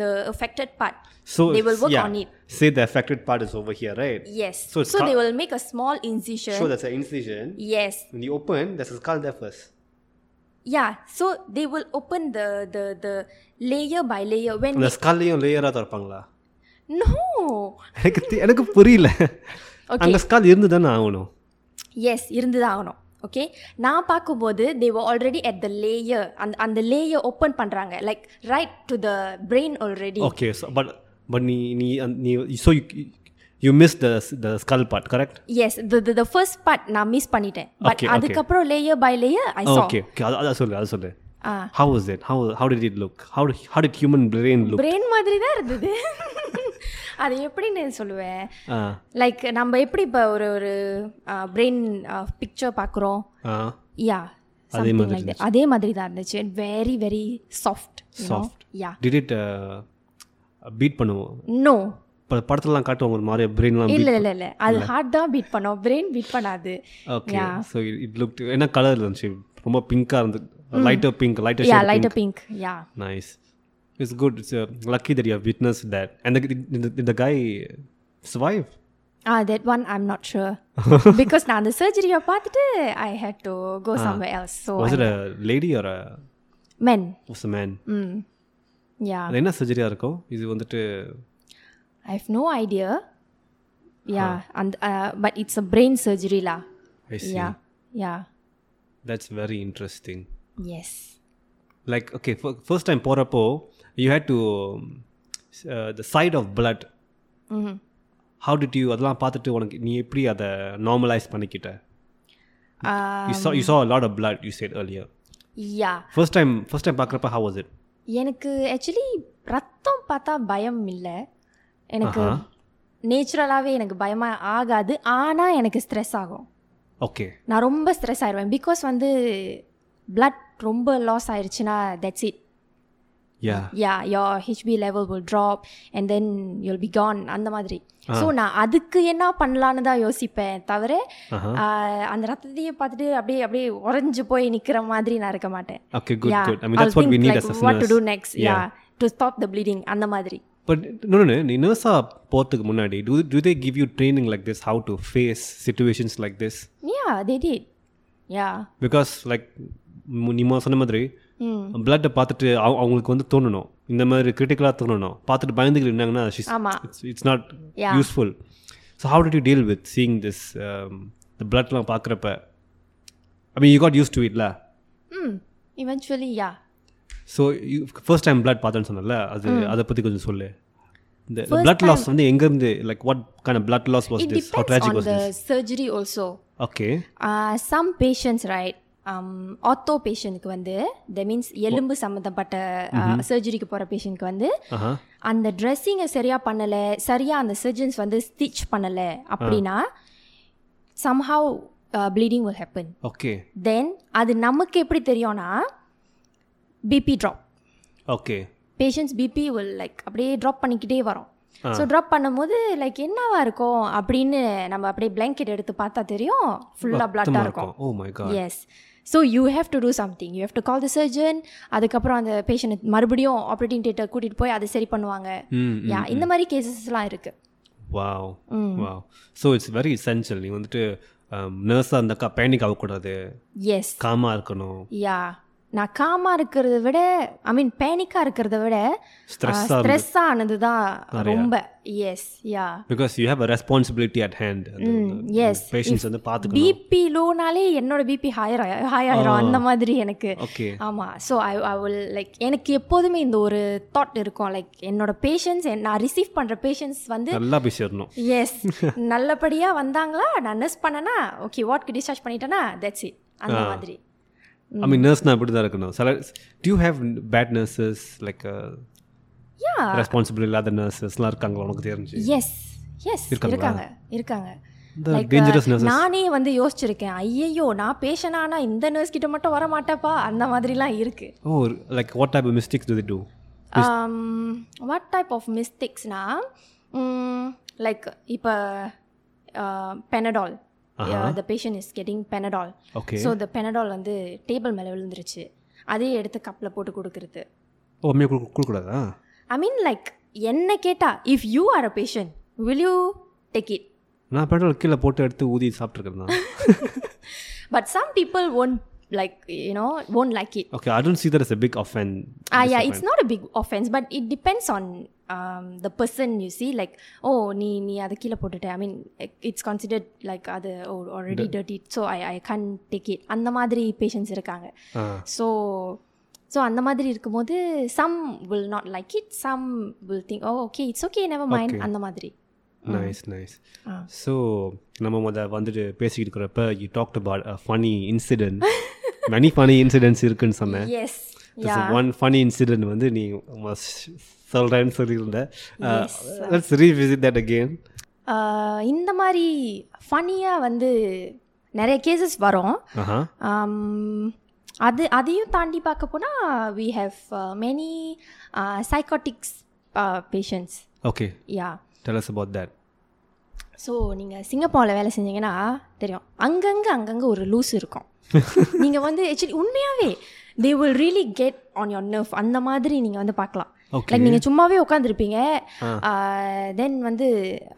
Speaker 3: the affected part
Speaker 2: so
Speaker 3: they will work
Speaker 2: yeah,
Speaker 3: on it
Speaker 2: say the affected part is over here right
Speaker 3: yes
Speaker 2: So it's ca-
Speaker 3: they will make a small incision
Speaker 2: so that's an incision
Speaker 3: yes
Speaker 2: when you open there's a skull there first
Speaker 3: yeah so they will open the the the layer by layer when
Speaker 2: அந்த ஸ்கால்லையும் லேயரா திறப்பாங்களா
Speaker 3: they- no
Speaker 2: எனக்கு தெ- எனக்கு புரியல
Speaker 3: Okay.
Speaker 2: அந்த skol இருந்து தானே ஆகணும்
Speaker 3: எஸ் இருந்துதான் ஆகணும் ஓகே நான் பார்க்கும்போது they were already at the layer அந்த அந்த லேயர் ஓப்பன் பண்ணுறாங்க like right to the brain already
Speaker 2: okay but but நீ நீ அந்த- நீ so you miss the the skull part correct
Speaker 3: yes the the first part நான் மிஸ் பண்ணிட்டேன் but
Speaker 2: Okay, okay.
Speaker 3: அதுக்கப்புறம் layer by layer I saw
Speaker 2: okay okay அது அதை சொல்லு அதை சொல்லு
Speaker 3: ஆ
Speaker 2: How was it? How how did it look? How did- how did human brain look?
Speaker 3: Brain மாதிரி தான் இருந்தது அது எப்படின்னு சொல்லுவேன்
Speaker 2: ஆ
Speaker 3: லைக் நம்ம எப்படி இப்போ ஒரு ஒரு பிரெயின் பிக்சர் பார்க்குறோம்
Speaker 2: ஆ
Speaker 3: யா
Speaker 2: அதே
Speaker 3: something
Speaker 2: மாதிரி
Speaker 3: like that. அதே மாதிரி தான் இருந்துச்சு very very soft
Speaker 2: Soft.
Speaker 3: Yeah
Speaker 2: did it beat பண்ணுவோம்
Speaker 3: நோ
Speaker 2: இப்போ படத்துலலாம் காட்டுவாங்க ஒரு மாதிரி பிரெயின்லாம்
Speaker 3: இல்ல இல்ல இல்ல அது ஹார்ட் தான் பீட் பண்ணோம் பிரெயின் பீட் பண்ணாது
Speaker 2: ஓகே ஸோ இட் லுக் என்ன கலர் இருந்துச்சு ரொம்ப பிங்காக இருந்து lighter pink lighter
Speaker 3: yeah light pink yeah
Speaker 2: nice it's good it's lucky that you have witness that and இந்த கை survive
Speaker 3: ஆ that one I am not sure because நான் அந்த சர்ஜரியை பார்த்துட்டு I had to go someway else so
Speaker 2: Ah. was it a lady or a
Speaker 3: men
Speaker 2: was a man
Speaker 3: ம் yeah
Speaker 2: அது என்ன சர்ஜரியாக இருக்கும் இது வந்துட்டு
Speaker 3: I have no idea yeah அந்த பட் இட்ஸ் அ பிரெயின் சர்ஜரிலா
Speaker 2: I see
Speaker 3: yeah yeah
Speaker 2: that's very interesting
Speaker 3: yes
Speaker 2: like okay fir- first time porapo you had to um, s- uh, the side of blood
Speaker 3: ம்
Speaker 2: how did you அதெல்லாம் பார்த்துட்டு உனக்கு நீ எப்படி அதை normalise பண்ணிக்கிட்ட
Speaker 3: Uh,
Speaker 2: you saw
Speaker 3: Um,
Speaker 2: you saw a lot of blood you said earlier
Speaker 3: yeah
Speaker 2: first time first time பார்க்குறப்ப how was it
Speaker 3: எனக்கு ஆக்சுவலி ரத்தம் பார்த்தா பயம் இல்லை எனக்கு நேச்சுரலாகவே எனக்கு பயமாக ஆகாது ஆனால் எனக்கு ஸ்ட்ரெஸ் ஆகும்
Speaker 2: okay
Speaker 3: நான் ரொம்ப ஸ்ட்ரெஸ் ஆயிடுவேன் பிகாஸ் வந்து blood ரொம்ப லாஸ் ஆயிடுச்சுன்னா that's it
Speaker 2: yeah
Speaker 3: yeah your HP level will drop and then you'll be gone அந்த மாதிரி
Speaker 2: Ah.
Speaker 3: ஸோ நான் அதுக்கு என்ன பண்ணலான்னு தான் யோசிப்பேன் தவிர
Speaker 2: ஆஹா.
Speaker 3: ஆஹ், அந்த ரத்தத்தையே பார்த்துட்டு அப்படியே அப்படியே உறைஞ்சு போய் நிற்கிற மாதிரி நான் இருக்க மாட்டேன்
Speaker 2: okay good
Speaker 3: Yeah,
Speaker 2: good i mean
Speaker 3: I'll
Speaker 2: that's what we
Speaker 3: think
Speaker 2: need
Speaker 3: like
Speaker 2: as a
Speaker 3: what to
Speaker 2: nurse
Speaker 3: do next yeah to stop the bleeding அந்த மாதிரி
Speaker 2: but no no no நீ நர்ஸாக போகிறதுக்கு முன்னாடி do do they give you training like this how to face situations like this
Speaker 3: Yeah, they did. Yeah.
Speaker 2: Because like நீ மொத சொன்ன மாதிரி
Speaker 3: ம்
Speaker 2: பிளட்டை பார்த்துட்டு அவ- அவங்களுக்கு வந்து தோணணும் இந்த மாதிரி கிரிட்டிக்கலாக தோணணும் பார்த்துட்டு பயந்துக்கிட்டு இருந்தாங்கன்னா
Speaker 3: ஆமா.
Speaker 2: It's not
Speaker 3: Yeah.
Speaker 2: Useful so how did you deal with seeing this um, இந்த பிளட்லாம் பார்க்குறப்ப I mean you got used to இட்ல
Speaker 3: ம் eventually yeah
Speaker 2: so first time blood பார்த்தேன்னு சொன்னல அது அதை பற்றி கொஞ்சம் சொல்லு இந்த பிளட் லாஸ் வந்து எங்கேருந்து like what kind of blood loss was
Speaker 3: it
Speaker 2: this how
Speaker 3: depends
Speaker 2: tragic
Speaker 3: on
Speaker 2: was
Speaker 3: the
Speaker 2: this
Speaker 3: surgery also
Speaker 2: okay
Speaker 3: some patients right ortho பேஷண்ட்க்கு um, வந்து த மீன்ஸ் எலும்பு சம்மந்தப்பட்ட சர்ஜரிக்கு போகிற பேஷண்ட்க்கு வந்து
Speaker 2: ஆஹா
Speaker 3: அந்த ட்ரெஸ்ஸிங்கை சரியாக பண்ணலை சரியாக அந்த சர்ஜன்ஸ் வந்து ஸ்டிச் பண்ணலை அப்படின்னா somehow bleeding will happen
Speaker 2: okay
Speaker 3: then அது நமக்கு எப்படி தெரியும்னா BP drop
Speaker 2: okay
Speaker 3: patients BP will like அப்படியே ட்ராப் பண்ணிக்கிட்டே வரும் ஸோ ட்ராப் பண்ணும்போது லைக் என்னவா இருக்கும் அப்படின்னு நம்ம அப்படியே blanket எடுத்து பார்த்தா தெரியும் ஃபுல்லாக பிளாட்டாக இருக்கும்
Speaker 2: இருக்கும் oh my God
Speaker 3: yes so you have to do something you have to call the surgeon அதுக்கப்புறம் அந்த பேஷண்ட் மறுபடியும் ஆப்ரேட்டிங் தேட்டர் கூட்டிகிட்டு போய் அதை சரி பண்ணுவாங்க
Speaker 2: ம்
Speaker 3: யா இந்த மாதிரி கேசஸ்லாம் இருக்குது
Speaker 2: wow wow so it's very essential நீ வந்துட்டு நர்ஸாக இருந்தாக்கா பேனிக் ஆகக்கூடாது
Speaker 3: எஸ்
Speaker 2: காமாக இருக்கணும்
Speaker 3: யா நான் காமாக இருக்கிறத விட ஐ மீன் பேனிக்காக இருக்கிறத விட
Speaker 2: ஸ்ட்ரெஸ்ஸாக
Speaker 3: ஸ்ட்ரெஸ் ஆனது தான் ரொம்ப yes yeah
Speaker 2: because you have a responsibility at hand
Speaker 3: yes.
Speaker 2: Patients வந்து பார்த்துக்கணும்
Speaker 3: பிபி லோனாலே என்னோட பிபி ஹையர் ஹை ஆயிரும் அந்த மாதிரி எனக்கு
Speaker 2: ஓகே
Speaker 3: ஆமா so I I will like எனக்கு எப்போதுமே இந்த ஒரு தாட் இருக்கும் லைக் என்னோட பேஷன்ஸ் நான் ரிசீவ் பண்ற பேஷன்ஸ் வந்து
Speaker 2: நல்லா பேசிடணும்
Speaker 3: எஸ் நல்லபடியா வந்தாங்களா நான் நர்ஸ் பண்ணனா ஓகே வாட்க்கு டிஸ்சார்ஜ் பண்ணிட்டேனா தட்ஸ் இட் அந்த மாதிரி
Speaker 2: ஐ மீன் நர்ஸ்னால் இப்படி தான் இருக்கணும் சில due have bad nurses like
Speaker 3: yeah
Speaker 2: responsible இல்லாத நர்சஸ்லாம் இருக்காங்களா உனக்கு தெரிஞ்சு
Speaker 3: எஸ் எஸ்
Speaker 2: இருக்காங்களா?
Speaker 3: இருக்காங்க இருக்காங்க
Speaker 2: The
Speaker 3: Like,
Speaker 2: dangerous
Speaker 3: uh,
Speaker 2: nurses.
Speaker 3: நானே வந்து யோசிச்சிருக்கேன் ஐயையோ நான் பேஷண்ட் ஆனா இந்த நர்ஸ் கிட்ட மட்டும் வர மாட்டேப்பா அந்த மாதிரிலாம் இருக்கு
Speaker 2: Oh, like what type of mistakes do they do?
Speaker 3: Um, what type of மிஸ்டேக்ஸ்னா லைக் இப்போ Panadol the patient is getting Panadol
Speaker 2: Okay.
Speaker 3: So the Panadol வந்து டேபிள் மேலே விழுந்துருச்சு அதே எடுத்து கப்பில் போட்டு கொடுக்குறது
Speaker 2: ஓ உண்மையாக கொடுக்கக்கூடாதா
Speaker 3: ஐ மீன் லைக் என்ன கேட்டால் if you are a patient will you take it
Speaker 2: நான் பெட்ரோல் கீழே போட்டு எடுத்து ஊதி சாப்பிட்ருக்கேன்
Speaker 3: but some people won't like you know won't like it
Speaker 2: okay Arun சீதர் is a big offence
Speaker 3: Ah, yeah, it's not a big offense, but it depends on um, the person you see. Like, oh, நீ நீ அதை கீழே போட்டுட்ட I mean it's considered like அது already dirty so I I can take it அந்த மாதிரி patients இருக்காங்க
Speaker 2: Ah,
Speaker 3: so so அந்த மாதிரி இருக்கும்போது some will not like it some will think oh okay it's okay never mind அந்த மாதிரி
Speaker 2: nice nice
Speaker 3: Ah.
Speaker 2: So நம்ம முத வந்துட்டு பேசிக்கிட்டு இருக்கிறப்ப you talked about funny incident many funny incidents இருக்குன்னு சொன்னேன்
Speaker 3: yes yeah
Speaker 2: one funny incident வந்து நீ சொல்கிறேன்னு சொல்லியிருந்தேன் லெட்ஸ் ரீவிசிட் தட் அகெயின்
Speaker 3: இந்த மாதிரி ஃபன்னியாக வந்து நிறைய கேசஸ் வரும்
Speaker 2: ஆஹா
Speaker 3: Um, அது அதையும் தாண்டி பார்க்க போனால் we have many psychiatrics patients
Speaker 2: okay
Speaker 3: yeah
Speaker 2: tell us about that
Speaker 3: so நீங்கள் சிங்கப்பூரில் வேலை செஞ்சீங்கன்னா தெரியும் அங்கங்கே அங்கங்கே ஒரு லூஸ் இருக்கும் நீங்கள் வந்து ஆக்சுவலி உண்மையாகவே they will really get on your nerve அந்த மாதிரி நீங்கள் வந்து பார்க்கலாம்
Speaker 2: ஓகே
Speaker 3: லைக் நீங்கள் சும்மாவே உட்காந்துருப்பீங்க
Speaker 2: ஆ.
Speaker 3: தென் வந்து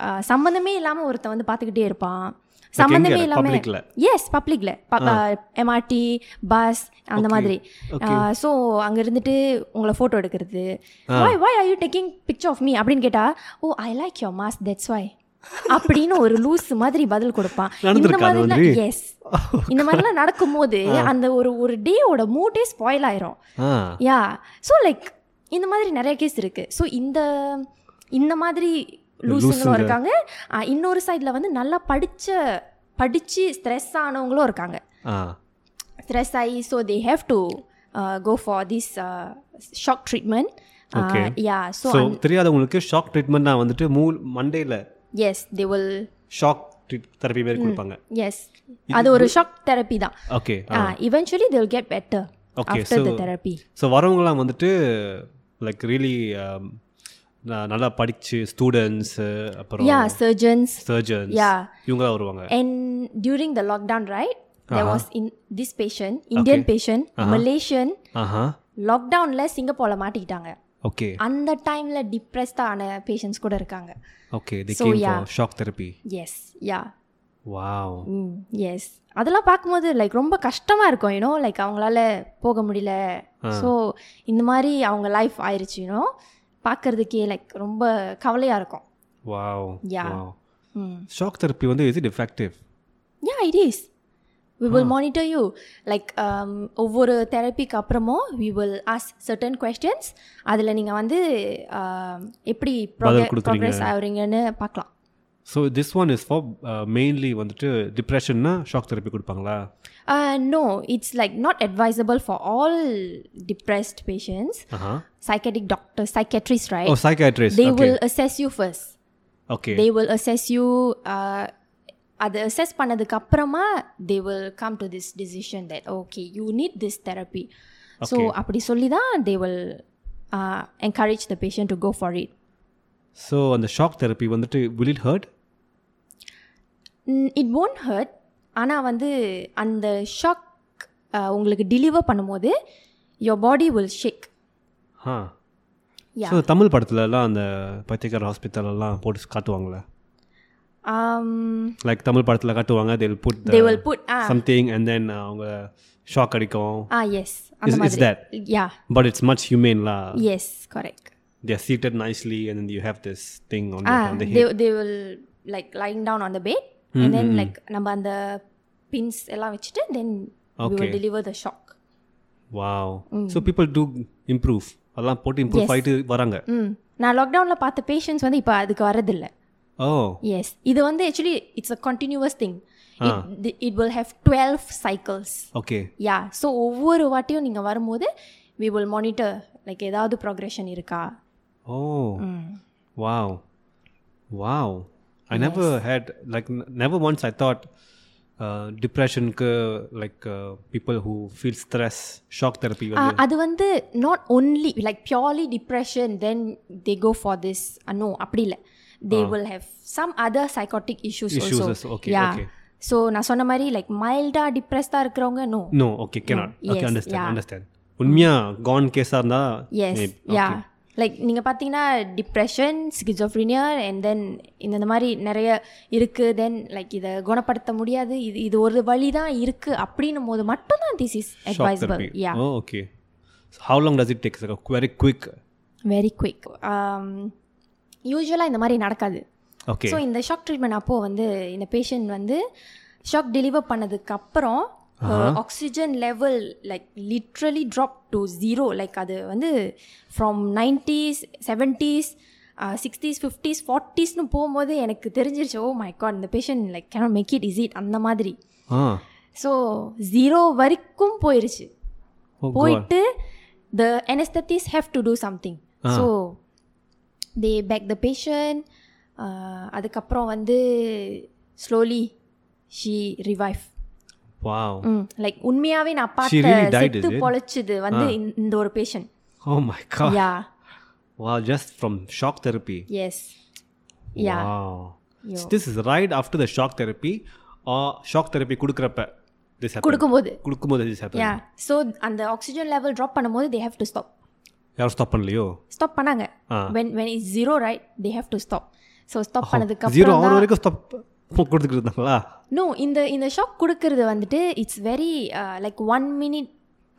Speaker 3: uh, சம்மந்தமே இல்லாமல் ஒருத்தன் வந்து பார்த்துக்கிட்டே இருப்பான்
Speaker 2: எங்க?
Speaker 3: சம்மந்தமே இல்லாமல்
Speaker 2: Public-ல?
Speaker 3: எஸ் பப்ளிக்ல எம்ஆர்டி பஸ் அந்த மாதிரி ஸோ அங்க இருந்துட்டு உங்களை ஃபோட்டோ எடுக்கிறது why why are you taking picture of me அப்படின்னு கேட்டா "Oh, oh I like your mass that's why அப்படின்னு ஒரு லூஸ் மாதிரி பதில் கொடுப்பான் இந்த
Speaker 2: நடந்திருக்கா அது
Speaker 3: மாதிரி எஸ் இந்த மாதிரிலாம் நடக்கும்போது அந்த ஒரு ஒரு டேயோட மூட்டே ஸ்பாயில் ஆயிரும்
Speaker 2: ஆ
Speaker 3: யா ஸோ லைக் இந்த மாதிரி நிறைய கேஸ் இருக்கு ஸோ இந்த இந்த மாதிரி லூசுங்களும் இருக்காங்க ஆ, இன்னொரு சைடில் வந்து நல்லா படிச்ச படிச்சு ஸ்ட்ரெஸ் ஆனவங்களும் இருக்காங்க
Speaker 2: ஆ
Speaker 3: ஸ்ட்ரெஸ் ஆகி so they have to go for this shock
Speaker 2: Okay.
Speaker 3: Treatment yeah so
Speaker 2: so தெரியாதவங்களுக்கு ஷாக் ட்ரீட்மெண்ட் நான் வந்துட்டு மூ மண்டேல
Speaker 3: yes they will
Speaker 2: shock treat therapy மாதிரி கொடுப்பாங்க
Speaker 3: எஸ் அது ஒரு ஷாக் தெரப்பி தான்
Speaker 2: okay
Speaker 3: eventually they will get better
Speaker 2: Okay,
Speaker 3: after the
Speaker 2: so-
Speaker 3: therapy
Speaker 2: so வரவங்களாம் வந்துட்டு லைக் ரியலி நல்லா படிச்சு ஸ்டூடெண்ட்ஸு அப்புறம்
Speaker 3: யா சர்ஜன்ஸ்
Speaker 2: சர்ஜன்ஸ்
Speaker 3: Yeah.
Speaker 2: இவங்களா வருவாங்க
Speaker 3: And during the lockdown, right? There was in this patient, Indian patient, Malaysian,
Speaker 2: ஆஹா
Speaker 3: லாக்டவுன்ல சிங்கப்பூர்ல மாட்டிக்கிட்டாங்க
Speaker 2: ஓகே
Speaker 3: அந்த டைம்ல டிப்ரெஸ்ட் ஆன பேஷண்ட்ஸ் கூட இருக்காங்க
Speaker 2: okay the
Speaker 3: So,
Speaker 2: came
Speaker 3: yeah.
Speaker 2: For shock therapy
Speaker 3: yes yeah
Speaker 2: wow
Speaker 3: ம் எஸ் Mm, அதெல்லாம் பார்க்கும்போது லைக் ரொம்ப கஷ்டமா இருக்கும் யூனோ லைக் அவங்களால போக முடியல ஸோ இந்த மாதிரி அவங்க லைஃப் ஆயிருச்சு யூனோ பார்க்கறதுக்கே லைக் ரொம்ப கவலையா இருக்கும்
Speaker 2: வாவ்
Speaker 3: Yeah.
Speaker 2: வாவ்
Speaker 3: ம்
Speaker 2: ஷாக் தெரப்பி வந்து is it effective
Speaker 3: yeah it is we will monitor you like um, ஒவ்வொரு தெரப்பிக்கு அப்புறமும் we will ask certain questions அதில் நீங்கள் வந்து um, எப்படி
Speaker 2: பதில் கொடுக்குறீங்க.
Speaker 3: ப்ரோக்ரஸ் ஆகுறீங்கன்னு பார்க்கலாம்
Speaker 2: so this one is for mainly uh, வந்துட்டு டிப்ரெஷன்னா ஷாக் தெரப்பி கொடுப்பாங்களா
Speaker 3: no it's like not advisable for all depressed patients
Speaker 2: ஆஹா
Speaker 3: psychiatric doctor psychiatrist
Speaker 2: oh
Speaker 3: right
Speaker 2: psychiatrist
Speaker 3: they
Speaker 2: okay
Speaker 3: will assess you first
Speaker 2: okay
Speaker 3: they will assess you அது assess uh, பண்ணதுக்கு அப்புறமா they will come to this decision that okay you need this therapy so
Speaker 2: Okay.
Speaker 3: அப்படி சொல்லி தான் they will uh, encourage the patient to go for it
Speaker 2: so அந்த shock therapy வந்துட்டு will it hurt
Speaker 3: it won't hurt ஆனால் வந்து அந்த shock உங்களுக்கு deliver பண்ணும்போது your பாடி வில் ஷேக்
Speaker 2: ஆ
Speaker 3: Yeah.
Speaker 2: ஸோ தமிழ் படத்துலலாம் அந்த பத்திரிக்கார ஹாஸ்பிட்டலெல்லாம் போட்டு காட்டுவாங்களே
Speaker 3: Um,
Speaker 2: லைக் தமிழ் படத்தில் காட்டுவாங்க they'll put
Speaker 3: they will put a
Speaker 2: something and then uh, அவங்க ஷாக் அடிக்கும்
Speaker 3: ஆ எஸ் ah, அந்த
Speaker 2: Is- is that?
Speaker 3: மாதிரி யா
Speaker 2: பட் இட்ஸ் மச் ஹியூமேன்லா
Speaker 3: yes correct
Speaker 2: they're seated nicely and you have this thing on
Speaker 3: Ah,
Speaker 2: அந்த
Speaker 3: they, they will like lying down on the bed and then like நம்ம அந்த pins எல்லாம் வச்சுட்டு then we will
Speaker 2: Okay.
Speaker 3: deliver the shock
Speaker 2: wow
Speaker 3: Mm.
Speaker 2: So people do improve அதெல்லாம் போட்டு improve ஆகிட்டு வராங்க
Speaker 3: ம் Mm. நான் லாக்டவுனில் பார்த்த பேஷண்ட்ஸ் வந்து இப்போ அதுக்கு வரதில்லை
Speaker 2: ஓ
Speaker 3: எஸ் இது வந்து actually it's a continuous thing it will have twelve cycles
Speaker 2: okay
Speaker 3: yeah so ஒவ்வொரு வாட்டியும் நீங்கள் வரும்போது we will monitor லைக்
Speaker 2: Oh.
Speaker 3: Mm. ஏதாவது ப்ரோக்ரெஷன் இருக்கா
Speaker 2: oh wow wow I never had like n- never once I thought uh, depression ke, like uh, people who feel stress shock therapy
Speaker 3: ஆ,
Speaker 2: வந்து-
Speaker 3: அது வந்து not only like purely depression then they go for this no அப்படி இல்லை they will have some other psychotic issues
Speaker 2: Issues also, okay, okay.
Speaker 3: So நான் சொன்ன மாதிரி like மைல்டாக டிப்ரெஸ்டாக இருக்கிறவங்க no
Speaker 2: no okay cannot okay
Speaker 3: yes,
Speaker 2: understand
Speaker 3: yeah.
Speaker 2: understand உண்மையா கான் கேஸா இருந்தா
Speaker 3: yes
Speaker 2: may-
Speaker 3: yeah
Speaker 2: okay.
Speaker 3: Like நீங்கள் பார்த்தீங்கன்னா டிப்ரெஷன் ஸ்கிஜோஃப்ரீனியர் அண்ட் தென் இந்த இந்த மாதிரி நிறைய இருக்குது தென் லைக் இதை குணப்படுத்த முடியாது இது இது ஒரு வழி தான் இருக்குது அப்படின்னும் போது மட்டும்தான் this is
Speaker 2: shock
Speaker 3: advisable
Speaker 2: therapy
Speaker 3: yeah
Speaker 2: oh okay so how long does it take It's like a very quick
Speaker 3: very quick யூஸ்வலாக Um, இந்த மாதிரி நடக்காது
Speaker 2: okay
Speaker 3: ஸோ இந்த ஷாக் ட்ரீட்மெண்ட் அப்போது வந்து இந்த பேஷண்ட் வந்து ஷாக் டெலிவர் பண்ணதுக்கு அப்புறம் oxygen level like literally drop to zero like அது வந்து from nineties seventies uh, sixties fifties ஃபார்ட்டிஸ்னு போகும்போது எனக்கு தெரிஞ்சிருச்சு ஓ மை காட் இந்த patient like cannot make it is it அந்த மாதிரி
Speaker 2: ah
Speaker 3: ஸோ ஜீரோ வரைக்கும் போயிருச்சு
Speaker 2: oh god
Speaker 3: போயிட்டு the anesthetists have to do something
Speaker 2: Ah.
Speaker 3: So they back the patient uh, அதுக்கப்புறம் வந்து slowly she revive
Speaker 2: wow
Speaker 3: like உண்மையாவே நான்
Speaker 2: Hmm. She really
Speaker 3: பார்த்த
Speaker 2: died,
Speaker 3: செத்து
Speaker 2: is it? Ah.
Speaker 3: பொழைச்சது வந்து இந்த- இந்த ஒரு patient
Speaker 2: oh my god
Speaker 3: yeah
Speaker 2: wow just from shock therapy
Speaker 3: yes yeah
Speaker 2: wow
Speaker 3: Yo.
Speaker 2: So this is right after the shock therapy or shock therapy கொடுக்கறப்ப this happened
Speaker 3: கொடுக்கும்போது
Speaker 2: கொடுக்கும்போது this happened
Speaker 3: yeah so அந்த oxygen level drop பண்ணும்போது they have to stop
Speaker 2: யாரும் stop பண்ணலையோ
Speaker 3: stop பண்ணாங்க
Speaker 2: ஆ.
Speaker 3: When when is zero right they have to stop so stop பண்ணதுக்கு
Speaker 2: ஜீரோ
Speaker 3: அப்புறம்
Speaker 2: அவர் Oh, வரைக்கும் ஸ்டாப் கொடுத்துக்கிட்டு இருந்தாங்களா
Speaker 3: நோ இந்த இந்த ஷாக் கொடுக்கறது வந்துட்டு uh, it's very like one minute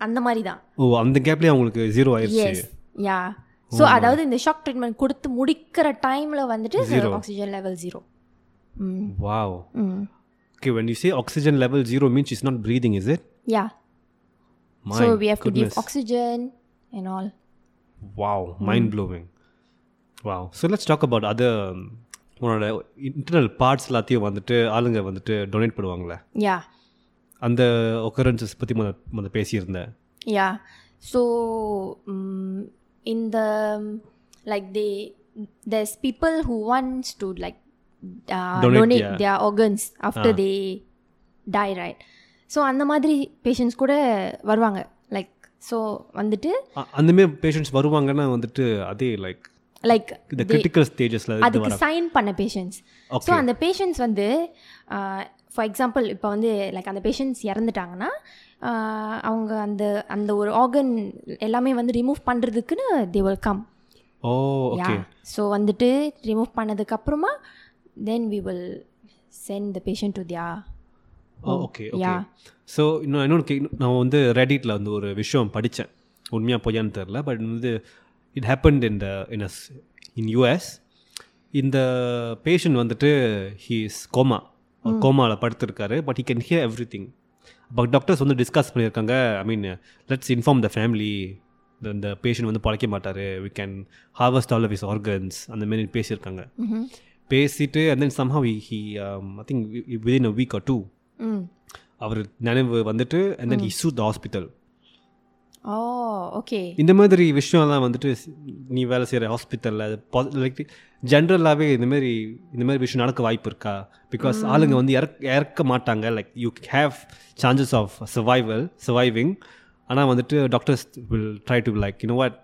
Speaker 3: அந்த மாதிரி தான்
Speaker 2: ஓ அந்த கேப்லயே அவங்களுக்கு ஜீரோ ஆயிருச்சு
Speaker 3: எஸ் யா ஸோ அதாவது இந்த ஷாக் ட்ரீட்மெண்ட் கொடுத்து முடிக்கிற டைமில் வந்துட்டு
Speaker 2: Zero.
Speaker 3: Oxygen level zero
Speaker 2: wow
Speaker 3: ம்
Speaker 2: okay when you say oxygen level zero means is not breathing is it
Speaker 3: yeah
Speaker 2: my
Speaker 3: so we have to give oxygen and all
Speaker 2: wow mind blowing wow so let's talk about அது um, உன்னோட internal parts எல்லாத்தையும் வந்துட்டு ஆளுங்க வந்துட்டு donate பண்ணுவாங்களே
Speaker 3: யா
Speaker 2: அந்த ஒக்கரன்சஸ் பற்றி முத முத பேசியிருந்தேன்
Speaker 3: யா ஸோ mm, இந்த like they there's people who wants to like uh,
Speaker 2: Donate
Speaker 3: donate,
Speaker 2: their-
Speaker 3: their organs after they die right so அந்த மாதிரி பேஷண்ட்ஸ் கூட வருவாங்க லைக் ஸோ வந்துட்டு
Speaker 2: அ- அந்தமாரி பேஷண்ட்ஸ் வருவாங்கன்னா வந்துட்டு அதே லைக்
Speaker 3: லைக்
Speaker 2: இந்த கிரிட்டிக்கல் ஸ்டேஜஸில் இது
Speaker 3: அதுக்கு
Speaker 2: வர
Speaker 3: சைன் பண்ண பேஷண்ட்ஸ் ஸோ அந்த பேஷண்ட்ஸ் வந்து ஃபார் எக்ஸாம்பிள் இப்போ வந்து லைக் அந்த பேஷண்ட்ஸ் இறந்துட்டாங்கன்னா ஆஹ் அவங்க அந்த அந்த ஒரு ஆர்கன் எல்லாமே வந்து ரிமூவ் பண்ணுறதுக்குன்னு they will come
Speaker 2: oh okay
Speaker 3: so வந்துட்டு ரிமூவ் பண்ணதுக்கப்புறமா then we will send the patient to Diya
Speaker 2: okay okay
Speaker 3: yeah.
Speaker 2: So இன்னும் இன்னொன்று கே நான் வந்து ரெடிட்டில் வந்து ஒரு விஷயம் படித்தேன் உண்மையாக பொய்யான்னு தெரில பட் வந்து it happened in the in us in US இந்த பேஷண்ட் வந்துட்டு ஹீ இஸ் கோமா கோமாவில் படுத்திருக்காரு but he can hear everything அப்போ டாக்டர்ஸ் வந்து டிஸ்கஸ் பண்ணியிருக்காங்க I mean let's inform the family இந்த பேஷண்ட் வந்து பழைக்க மாட்டார் we can harvest all of his organs அந்த மாதிரி பேசியிருக்காங்க பேசிட்டு and then somehow he I think within a week or two
Speaker 3: ம்
Speaker 2: அவர் நினைவு வந்துட்டு and then issue the hospital
Speaker 3: oh okay
Speaker 2: இந்த மாதிரி விஷயம்லாம் வந்துட்டு ஸ்- நீ வேலை செய்கிற ஹாஸ்பிட்டலில் லைக் ஜென்ரலாகவே இந்த மாதிரி இந்த மாதிரி விஷயம் நடக்க வாய்ப்பு இருக்கா பிகாஸ் ஆளுங்க வந்து இறக்க இறக்க மாட்டாங்க like you have chances of survival surviving ஆனால் வந்துட்டு doctors will try to like you know what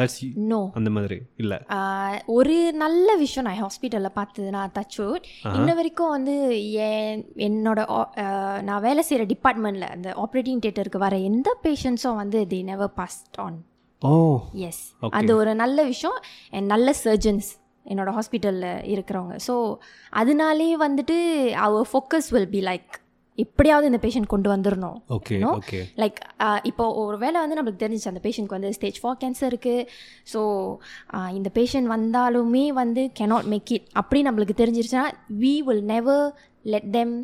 Speaker 2: let's
Speaker 3: know
Speaker 2: அந்த மாதிரி இல்லை
Speaker 3: ஆஹ் ஒரு நல்ல விஷயம் நான் ஹாஸ்பிட்டலில் பார்த்தது நான் தச்சூட் இன்ன வரைக்கும் வந்து என் என்னோட ஆ- ஆஹ் நான் வேலை செய்கிற டிபார்ட்மெண்ட்டில் அந்த ஆப்ரேட்டிங் தேட்டருக்கு வர எந்த பேஷண்ட்ஸும் வந்து the never passed on
Speaker 2: oh
Speaker 3: yes
Speaker 2: Okay.
Speaker 3: அது ஒரு நல்ல விஷயம் and நல்ல சர்ஜன்ஸ் என்னோட ஹாஸ்பிட்டலில் இருக்கிறவங்க ஸோ அதனாலே வந்துட்டு our focus will be like எப்படியாவது இந்த பேஷண்ட் கொண்டு வந்துடணும்
Speaker 2: okay
Speaker 3: No.
Speaker 2: Okay
Speaker 3: like uh, இப்போ ஒரு வேளை வந்து நம்மளுக்கு தெரிஞ்சிச்சு அந்த பேஷண்ட்க்கு வந்து ஸ்டேஜ் ஃபோர் கேன்சர் இருக்குது ஸோ uh, இந்த பேஷண்ட் வந்தாலுமே வந்து cannot மேக் இட் அப்படி நம்மளுக்கு தெரிஞ்சிருச்சுன்னா we will never let them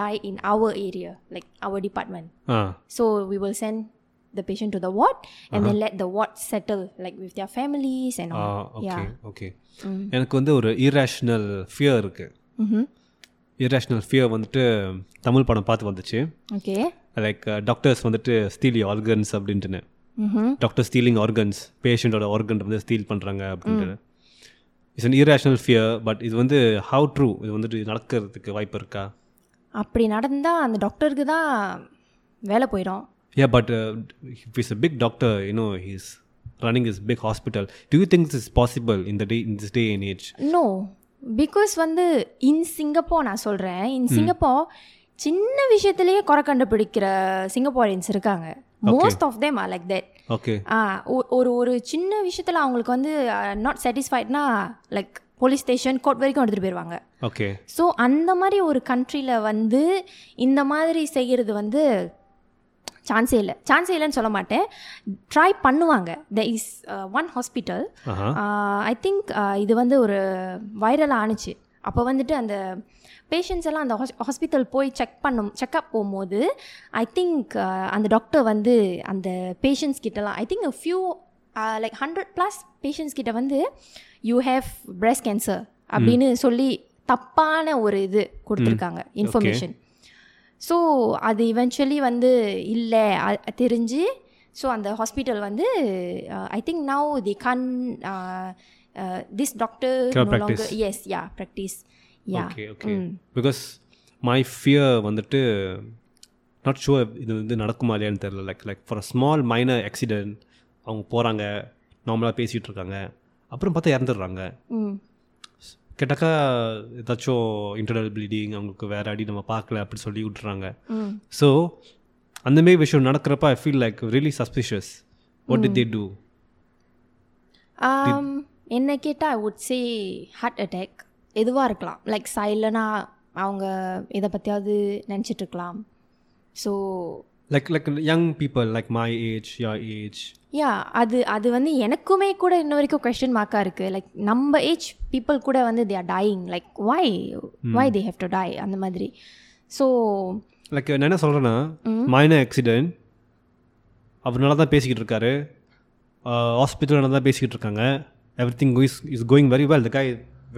Speaker 3: die in our area like our department
Speaker 2: ah
Speaker 3: so we will send the patient to the what and then let the ward settle like with their families and
Speaker 2: ah
Speaker 3: all
Speaker 2: okay
Speaker 3: yeah
Speaker 2: okay எனக்கு வந்து ஒரு irrational fear இருக்குது irrational fear வந்துட்டு தமிழ் படம் பார்த்து வந்துச்சு
Speaker 3: okay
Speaker 2: like doctors வந்துட்டு steal organs அப்படின்ட்டுன்னு
Speaker 3: Mm-hmm.
Speaker 2: டாக்டர் ஸ்டீலிங் ஆர்கன்ஸ் பேஷண்ட்டோட ஆர்கன் வந்து ஸ்டீல் பண்ணுறாங்க அப்படின்ட்டு it's an irrational fear but இது வந்து how ட்ரூ இது வந்துட்டு நடக்கிறதுக்கு வாய்ப்பு இருக்கா
Speaker 3: அப்படி நடந்தால் அந்த டாக்டருக்கு தான் வேலை போயிடும்
Speaker 2: Yeah, but uh, if he's a big doctor, you know, he's running his big hospital. Do you think this is possible in the day in this day and age?
Speaker 3: No because வந்து in Singapore நான் சொல்கிறேன் in Singapore சின்ன விஷயத்திலேயே குறை கண்டுபிடிக்கிற Singaporeans இருக்காங்க most of them are like that
Speaker 2: Okay.
Speaker 3: ஆ, ஒ- ஒரு ஒரு சின்ன விஷயத்தில் அவங்களுக்கு வந்து நாட் சாட்டிஸ்ஃபைட்னா லைக் போலீஸ் ஸ்டேஷன் கோர்ட் வரைக்கும் எடுத்துகிட்டு போயிடுவாங்க
Speaker 2: Okay.
Speaker 3: ஸோ அந்த மாதிரி ஒரு கண்ட்ரியில் வந்து இந்த மாதிரி செய்கிறது வந்து சான்ஸே இல்லை சான்ஸே இல்லைன்னு சொல்ல மாட்டேன் ட்ரை பண்ணுவாங்க the is one hospital
Speaker 2: Uh-huh.
Speaker 3: I think இது வந்து ஒரு வைரலாக ஆணுச்சு அப்போ வந்துட்டு அந்த பேஷண்ட்ஸ் எல்லாம் அந்த ஹாஸ்பிட்டல் போய் செக் பண்ணும் செக்அப் போகும்போது ஐ திங்க் அந்த டாக்டர் வந்து அந்த பேஷண்ட்ஸ் கிட்டலாம் I think few like hundred plus patients கிட்ட வந்து யூ ஹேவ் breast கேன்சர் அப்படின்னு சொல்லி தப்பான ஒரு இது கொடுத்துருக்காங்க இன்ஃபர்மேஷன் ஸோ அது இவென்ச்சுவலி வந்து இல்லை அ- தெரிஞ்சு ஸோ அந்த ஹாஸ்பிட்டல் வந்து I think now the can this doctor
Speaker 2: Care
Speaker 3: no
Speaker 2: practice.
Speaker 3: longer yes yeah practice yeah
Speaker 2: Okay. Okay.
Speaker 3: Mm,
Speaker 2: Because my fear வந்துட்டு நாட் ஷுவர் இது வந்து நடக்குமா இல்லையான்னு தெரியல like like for small minor accident அவங்க போகிறாங்க நார்மலாக பேசிகிட்டு இருக்காங்க அப்புறம் பார்த்தா இறந்துடுறாங்க
Speaker 3: ம்
Speaker 2: கேட்டாக்கா ஏதாச்சும் இன்டர்னல் ப்ளீடிங் அவங்களுக்கு வேறு அடி நம்ம பார்க்கல அப்படி சொல்லி விட்டுறாங்க
Speaker 3: ம்
Speaker 2: ஸோ அந்தமாரி விஷயம் நடக்கிறப்ப I feel like really suspicious what did they do
Speaker 3: Um, என்னை கேட்டால் I would say heart attack எதுவாக இருக்கலாம் லைக் சைலனாக அவங்க இதை பற்றியாவது நினச்சிட்டு இருக்கலாம் so
Speaker 2: like like young people like my age your age
Speaker 3: yeah அது அது வந்து எனக்குமே கூட இன்ன வரைக்கும் கொஸ்டின் மார்க்காக இருக்குது லைக் நம்ம ஏஜ் பீப்புள் கூட வந்து they are dying like why
Speaker 2: Hmm.
Speaker 3: Why they have to die அந்த மாதிரி ஸோ
Speaker 2: லைக் நான் என்ன சொல்கிறேன்னா மைனர் ஆக்சிடென்ட் அவர்னால தான் பேசிக்கிட்டு இருக்காரு ஹாஸ்பிட்டலில் தான் பேசிக்கிட்டு இருக்காங்க every thing is is going very well guy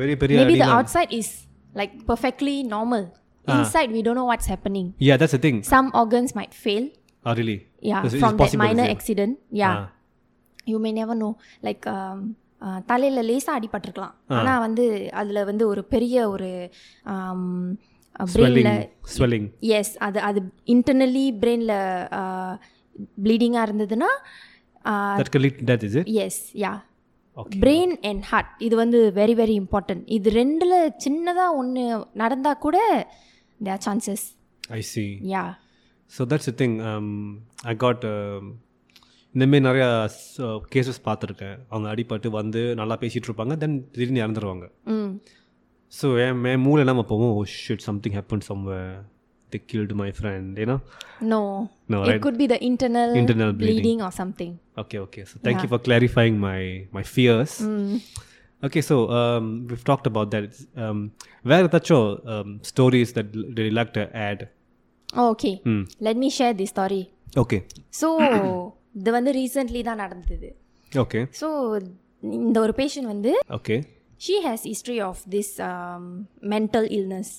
Speaker 2: very பெரிய
Speaker 3: maybe the outside is like perfectly normal
Speaker 2: Ah.
Speaker 3: Inside we don't know what's happening
Speaker 2: yeah that's a thing
Speaker 3: some organs might fail
Speaker 2: or really
Speaker 3: yeah
Speaker 2: Is- is
Speaker 3: from that
Speaker 2: possible, Ah. is
Speaker 3: minor
Speaker 2: it?
Speaker 3: accident yeah you may never know like um, ஆஹ் தலையில லேசா அடிபட்டிருக்கலாம்
Speaker 2: Ah.
Speaker 3: ஆனா வந்து அதுல வந்து ஒரு பெரிய ஒரு um, பிரெயின்ல
Speaker 2: ஸ்வெல்லிங் ஸ்வெல்லிங்
Speaker 3: எஸ் அது அது இன்டர்னலி பிரெயின்ல ப்ளீடிங்கா இருந்ததுன்னா uh,
Speaker 2: that can lead death is it
Speaker 3: yes yeah
Speaker 2: Okay.
Speaker 3: Brain and heart இது வந்து வெரி வெரி இம்பார்ட்டன்ட் இது ரெண்டுல சின்னதா ஒன்று நடந்தா கூட there chances
Speaker 2: I see
Speaker 3: yeah
Speaker 2: so that's thing I got இந்தமாரி நிறையா கேசஸ் uh, பார்த்துருக்கேன் அவங்க அடிபட்டு வந்து நல்லா பேசிகிட்டு இருப்பாங்க தென் திடீர்னு இறந்துருவாங்க
Speaker 3: ம்
Speaker 2: ஸோ என் என் மூளை நம்ம போவோம் oh shit something happen somewhere the killed my friend ஏன்னா
Speaker 3: no
Speaker 2: No,
Speaker 3: it could be the internal
Speaker 2: Internal bleeding.
Speaker 3: Bleeding or something
Speaker 2: okay okay so thank you for clarifying my my fears
Speaker 3: Hmm. Mm.
Speaker 2: Okay so we've talked about that Um, வேறு ஏதாச்சும் stories that ரிலாக்ட் add
Speaker 3: okay
Speaker 2: hmm
Speaker 3: let me share the story
Speaker 2: okay
Speaker 3: so இது வந்து recently தான் நடந்தது
Speaker 2: okay
Speaker 3: so இந்த ஒரு patient வந்து
Speaker 2: okay
Speaker 3: she has history of this um, mental illness